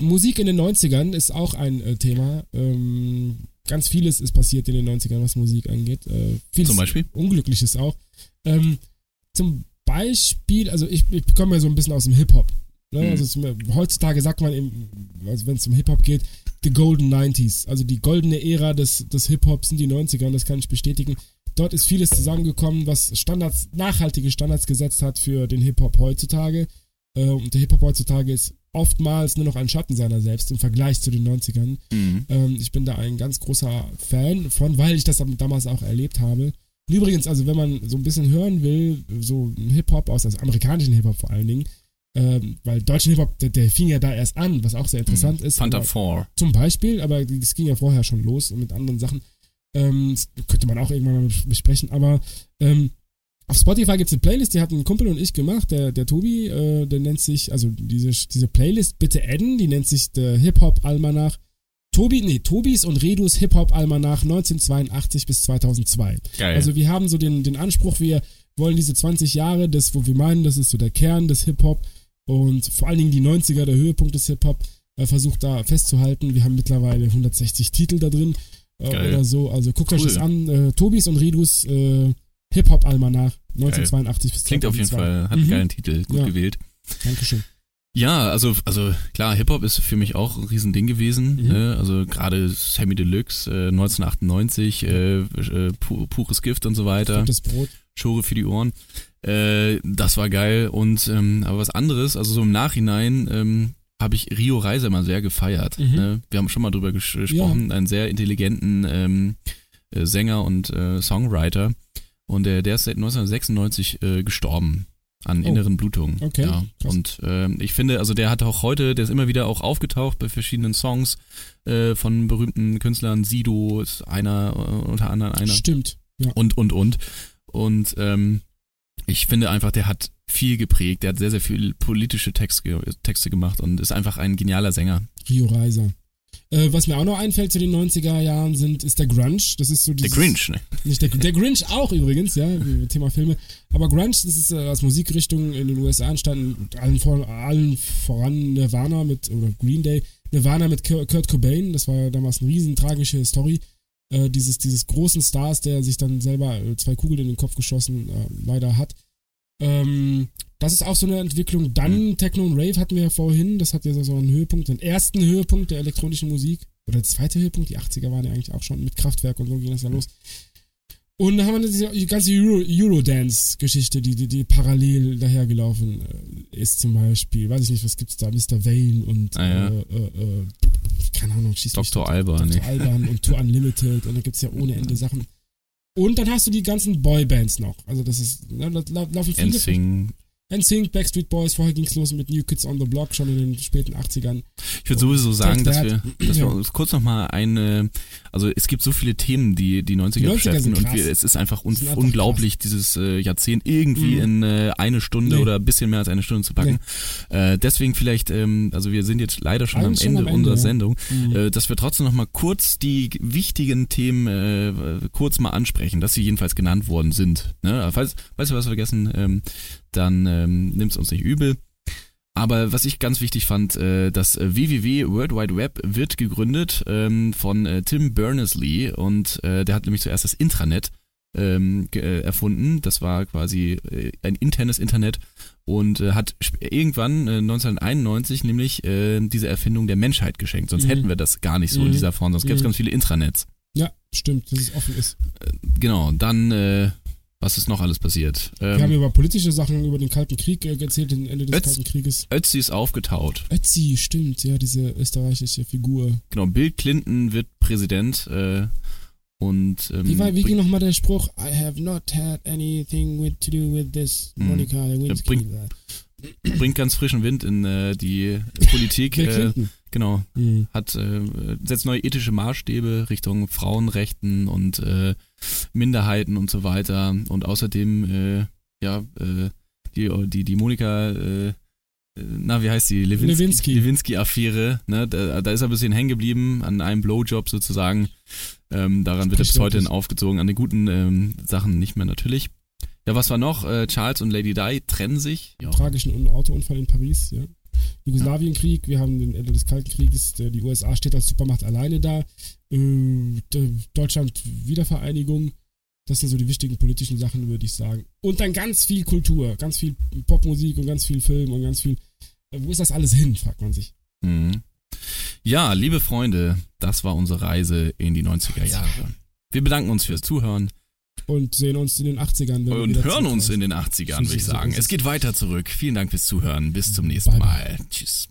[SPEAKER 5] Musik in den 90ern ist auch ein äh, Thema. Ähm, ganz vieles ist passiert in den 90ern, was Musik angeht. Äh, vieles
[SPEAKER 1] Zum Beispiel?
[SPEAKER 5] Unglückliches auch. Ähm, zum Beispiel, also ich, ich komme ja so ein bisschen aus dem Hip-Hop. Ne?
[SPEAKER 1] Mhm.
[SPEAKER 5] Also zum- heutzutage sagt man, eben, also wenn es um Hip-Hop geht, The Golden 90s, also die goldene Ära des, des Hip-Hops sind die 90er und das kann ich bestätigen. Dort ist vieles zusammengekommen, was Standards, nachhaltige Standards gesetzt hat für den Hip-Hop heutzutage. Äh, und der Hip-Hop heutzutage ist oftmals nur noch ein Schatten seiner selbst im Vergleich zu den 90ern.
[SPEAKER 1] Mhm.
[SPEAKER 5] Ähm, ich bin da ein ganz großer Fan von, weil ich das am- damals auch erlebt habe. Und übrigens, also wenn man so ein bisschen hören will, so Hip-Hop aus, also amerikanischen Hip-Hop vor allen Dingen, ähm, weil deutschen Hip-Hop, der, der fing ja da erst an, was auch sehr interessant ist.
[SPEAKER 1] Mhm. Fanta
[SPEAKER 5] aber-
[SPEAKER 1] 4.
[SPEAKER 5] zum Beispiel, aber es ging ja vorher schon los und mit anderen Sachen. Ähm, das könnte man auch irgendwann mal bes- besprechen, aber ähm, auf Spotify gibt es eine Playlist, die hat ein Kumpel und ich gemacht, der, der Tobi, äh, der nennt sich, also diese, diese Playlist bitte adden, die nennt sich der Hip-Hop-Almanach. Tobi, nee, Tobis und Redus Hip-Hop-Almanach 1982 bis 2002.
[SPEAKER 1] Geil.
[SPEAKER 5] Also wir haben so den, den Anspruch, wir wollen diese 20 Jahre, das, wo wir meinen, das ist so der Kern des Hip-Hop und vor allen Dingen die 90er, der Höhepunkt des Hip-Hop, äh, versucht da festzuhalten. Wir haben mittlerweile 160 Titel da drin äh,
[SPEAKER 1] Geil.
[SPEAKER 5] oder so. Also guckt euch
[SPEAKER 1] Cool.
[SPEAKER 5] das an. Äh, Tobis und Redus äh, Hip-Hop-Almanach 1982 bis
[SPEAKER 1] Klingt auf jeden
[SPEAKER 5] 2002.
[SPEAKER 1] Fall, hat einen
[SPEAKER 5] Mhm.
[SPEAKER 1] geilen Titel, gut
[SPEAKER 5] Ja.
[SPEAKER 1] gewählt.
[SPEAKER 5] Dankeschön.
[SPEAKER 1] Ja, also, also klar, Hip-Hop ist für mich auch ein Riesending gewesen.
[SPEAKER 5] Mhm.
[SPEAKER 1] Ne? Also gerade Sammy Deluxe, äh, 1998, äh, äh, pu pures Gift und so weiter.
[SPEAKER 5] Das Brot.
[SPEAKER 1] Schore für die Ohren. Äh, das war geil. Und ähm, aber was anderes, also so im Nachhinein ähm, habe ich Rio Reiser mal sehr gefeiert.
[SPEAKER 5] Mhm.
[SPEAKER 1] Ne? Wir haben schon mal drüber ges gesprochen, einen sehr intelligenten ähm, äh, Sänger und äh, Songwriter. Und äh, der ist seit 1996 äh, gestorben an
[SPEAKER 5] Oh.
[SPEAKER 1] inneren Blutungen.
[SPEAKER 5] Okay,
[SPEAKER 1] Ja.
[SPEAKER 5] krass.
[SPEAKER 1] Und ähm, ich finde, also der hat auch heute, der ist immer wieder auch aufgetaucht bei verschiedenen Songs äh, von berühmten Künstlern. Sido ist einer, äh, unter anderem einer
[SPEAKER 5] Stimmt. Ja.
[SPEAKER 1] und, und, und. Und ähm, ich finde einfach, der hat viel geprägt. Der hat sehr, sehr viel politische Texte, Texte gemacht und ist einfach ein genialer Sänger.
[SPEAKER 5] Rio Reiser. Äh, was mir auch noch einfällt zu den 90er Jahren sind, ist der Grunge. Das ist so
[SPEAKER 1] Der
[SPEAKER 5] dieses,
[SPEAKER 1] Grinch, ne?
[SPEAKER 5] Nicht der, der Grinch auch übrigens, ja, Thema Filme. Aber Grunge, das ist äh, als Musikrichtung in den USA entstanden, allen, vor, allen voran Nirvana mit, oder Green Day, Nirvana mit Kurt Kurt Cobain, das war ja damals eine riesen tragische Story, äh, dieses, dieses großen Stars, der sich dann selber äh, zwei Kugeln in den Kopf geschossen äh, leider hat. Ähm, das ist auch so eine Entwicklung.
[SPEAKER 1] Mhm.
[SPEAKER 5] Dann Techno und Rave hatten wir ja vorhin, das hat ja so- so einen Höhepunkt, den ersten Höhepunkt der elektronischen Musik. Oder der zweite Höhepunkt, die 80er waren ja eigentlich auch schon mit Kraftwerk und so ging das ja los. Und dann haben wir diese die ganze Euro, Eurodance-Geschichte, die, die, die parallel dahergelaufen äh, ist, zum Beispiel. Weiß ich nicht, was gibt's da? Mr. Vane und
[SPEAKER 1] Ah, ja.
[SPEAKER 5] äh, äh, äh, keine Ahnung, schießt mich
[SPEAKER 1] Dr. Alba,
[SPEAKER 5] Dr.
[SPEAKER 1] ne?
[SPEAKER 5] Alban und Tour Unlimited und da gibt's ja ohne Ende Sachen. Und dann hast du die ganzen Boybands noch. Also das ist, ne, da lau- laufen viele
[SPEAKER 1] Ensing,
[SPEAKER 5] NSYNC, Backstreet Boys, vorher ging's los mit New Kids on the Block, schon in den späten 80ern.
[SPEAKER 1] Ich würde sowieso sagen, dass wir,
[SPEAKER 5] Wert.
[SPEAKER 1] dass wir
[SPEAKER 5] Ja.
[SPEAKER 1] uns kurz nochmal eine, also es gibt so viele Themen, die die 90er,
[SPEAKER 5] Die 90er
[SPEAKER 1] beschäftigen
[SPEAKER 5] sind
[SPEAKER 1] und
[SPEAKER 5] krass.
[SPEAKER 1] wir, es ist einfach, un
[SPEAKER 5] Sind einfach Mhm.
[SPEAKER 1] unglaublich, dieses äh, Jahrzehnt irgendwie in äh, eine Stunde
[SPEAKER 5] Nee.
[SPEAKER 1] oder ein bisschen mehr als eine Stunde zu packen. Äh, deswegen vielleicht, ähm, also wir sind jetzt leider schon am
[SPEAKER 5] Eigentlich schon
[SPEAKER 1] Ende,
[SPEAKER 5] am Ende,
[SPEAKER 1] unserer
[SPEAKER 5] ja.
[SPEAKER 1] Sendung,
[SPEAKER 5] Mhm.
[SPEAKER 1] äh, dass wir trotzdem nochmal kurz die wichtigen Themen äh, kurz mal ansprechen, dass sie jedenfalls genannt worden sind. Ne? Falls, falls wir was vergessen, ähm, dann ähm, nimmt's uns nicht übel. Aber was ich ganz wichtig fand, äh, das äh, WWW World Wide Web wird gegründet ähm, von äh, Tim Berners-Lee und äh, der hat nämlich zuerst das Intranet ähm, ge- äh, erfunden. Das war quasi äh, ein internes Internet und äh, hat sp- irgendwann äh, 1991 nämlich äh, diese Erfindung der Menschheit geschenkt. Sonst
[SPEAKER 5] Mhm.
[SPEAKER 1] hätten wir das gar nicht so in
[SPEAKER 5] Mhm.
[SPEAKER 1] dieser Form. Sonst gäbe es
[SPEAKER 5] Mhm.
[SPEAKER 1] ganz viele Intranets.
[SPEAKER 5] Ja, stimmt, dass es offen ist.
[SPEAKER 1] Genau, dann, äh, was ist noch alles passiert?
[SPEAKER 5] Wir haben
[SPEAKER 1] Ähm,
[SPEAKER 5] über politische Sachen, über den Kalten Krieg äh, erzählt, den Ende des
[SPEAKER 1] Ötz-
[SPEAKER 5] Kalten Krieges.
[SPEAKER 1] Ötzi ist aufgetaut.
[SPEAKER 5] Ötzi, stimmt, ja, diese österreichische Figur.
[SPEAKER 1] Genau, Bill Clinton wird Präsident äh, und ähm,
[SPEAKER 5] Wie, war, wie ging
[SPEAKER 1] bring-
[SPEAKER 5] nochmal der Spruch? I have not had anything with, to do with this
[SPEAKER 1] Mhm.
[SPEAKER 5] Monica Lewinsky.
[SPEAKER 1] bringt- bringt ganz frischen Wind in äh, die Politik.
[SPEAKER 5] Bill
[SPEAKER 1] äh,
[SPEAKER 5] Clinton.
[SPEAKER 1] genau,
[SPEAKER 5] Mhm.
[SPEAKER 1] hat äh, setzt neue ethische Maßstäbe Richtung Frauenrechten und äh, Minderheiten und so weiter. Und außerdem, äh, ja, äh, die, die, die Monika, äh, na, wie heißt die?
[SPEAKER 5] Lewinsky.
[SPEAKER 1] Lewinsky-Affäre, ne? Da, da ist er ein bisschen hängen geblieben, an einem Blowjob sozusagen. Ähm, daran wird er bis
[SPEAKER 5] Sprichwörtlich.
[SPEAKER 1] heute hin aufgezogen, an den guten ähm, Sachen nicht mehr natürlich. Ja, was war noch? Äh, Charles und Lady Di trennen sich. Ja.
[SPEAKER 5] tragischen Un- Autounfall in Paris, ja. Jugoslawienkrieg, wir haben den Ende des Kalten Krieges, der- die USA steht als Supermacht alleine da, äh, D- Deutschland Wiedervereinigung, das sind so die wichtigen politischen Sachen, würde ich sagen. Und dann ganz viel Kultur, ganz viel Popmusik und ganz viel Film und ganz viel. äh, Wo ist das alles hin, fragt man sich.
[SPEAKER 1] Mhm. Ja, liebe Freunde, das war unsere Reise in die 90er Jahre. Wir bedanken uns fürs Zuhören
[SPEAKER 5] Und sehen uns in den 80ern. Wenn wir
[SPEAKER 1] und
[SPEAKER 5] wieder
[SPEAKER 1] hören
[SPEAKER 5] zurückkommen.
[SPEAKER 1] uns in den 80ern, würde ich sagen. Es geht weiter zurück. Vielen Dank fürs Zuhören. Bis zum nächsten
[SPEAKER 5] Bye, bye.
[SPEAKER 1] Mal. Tschüss.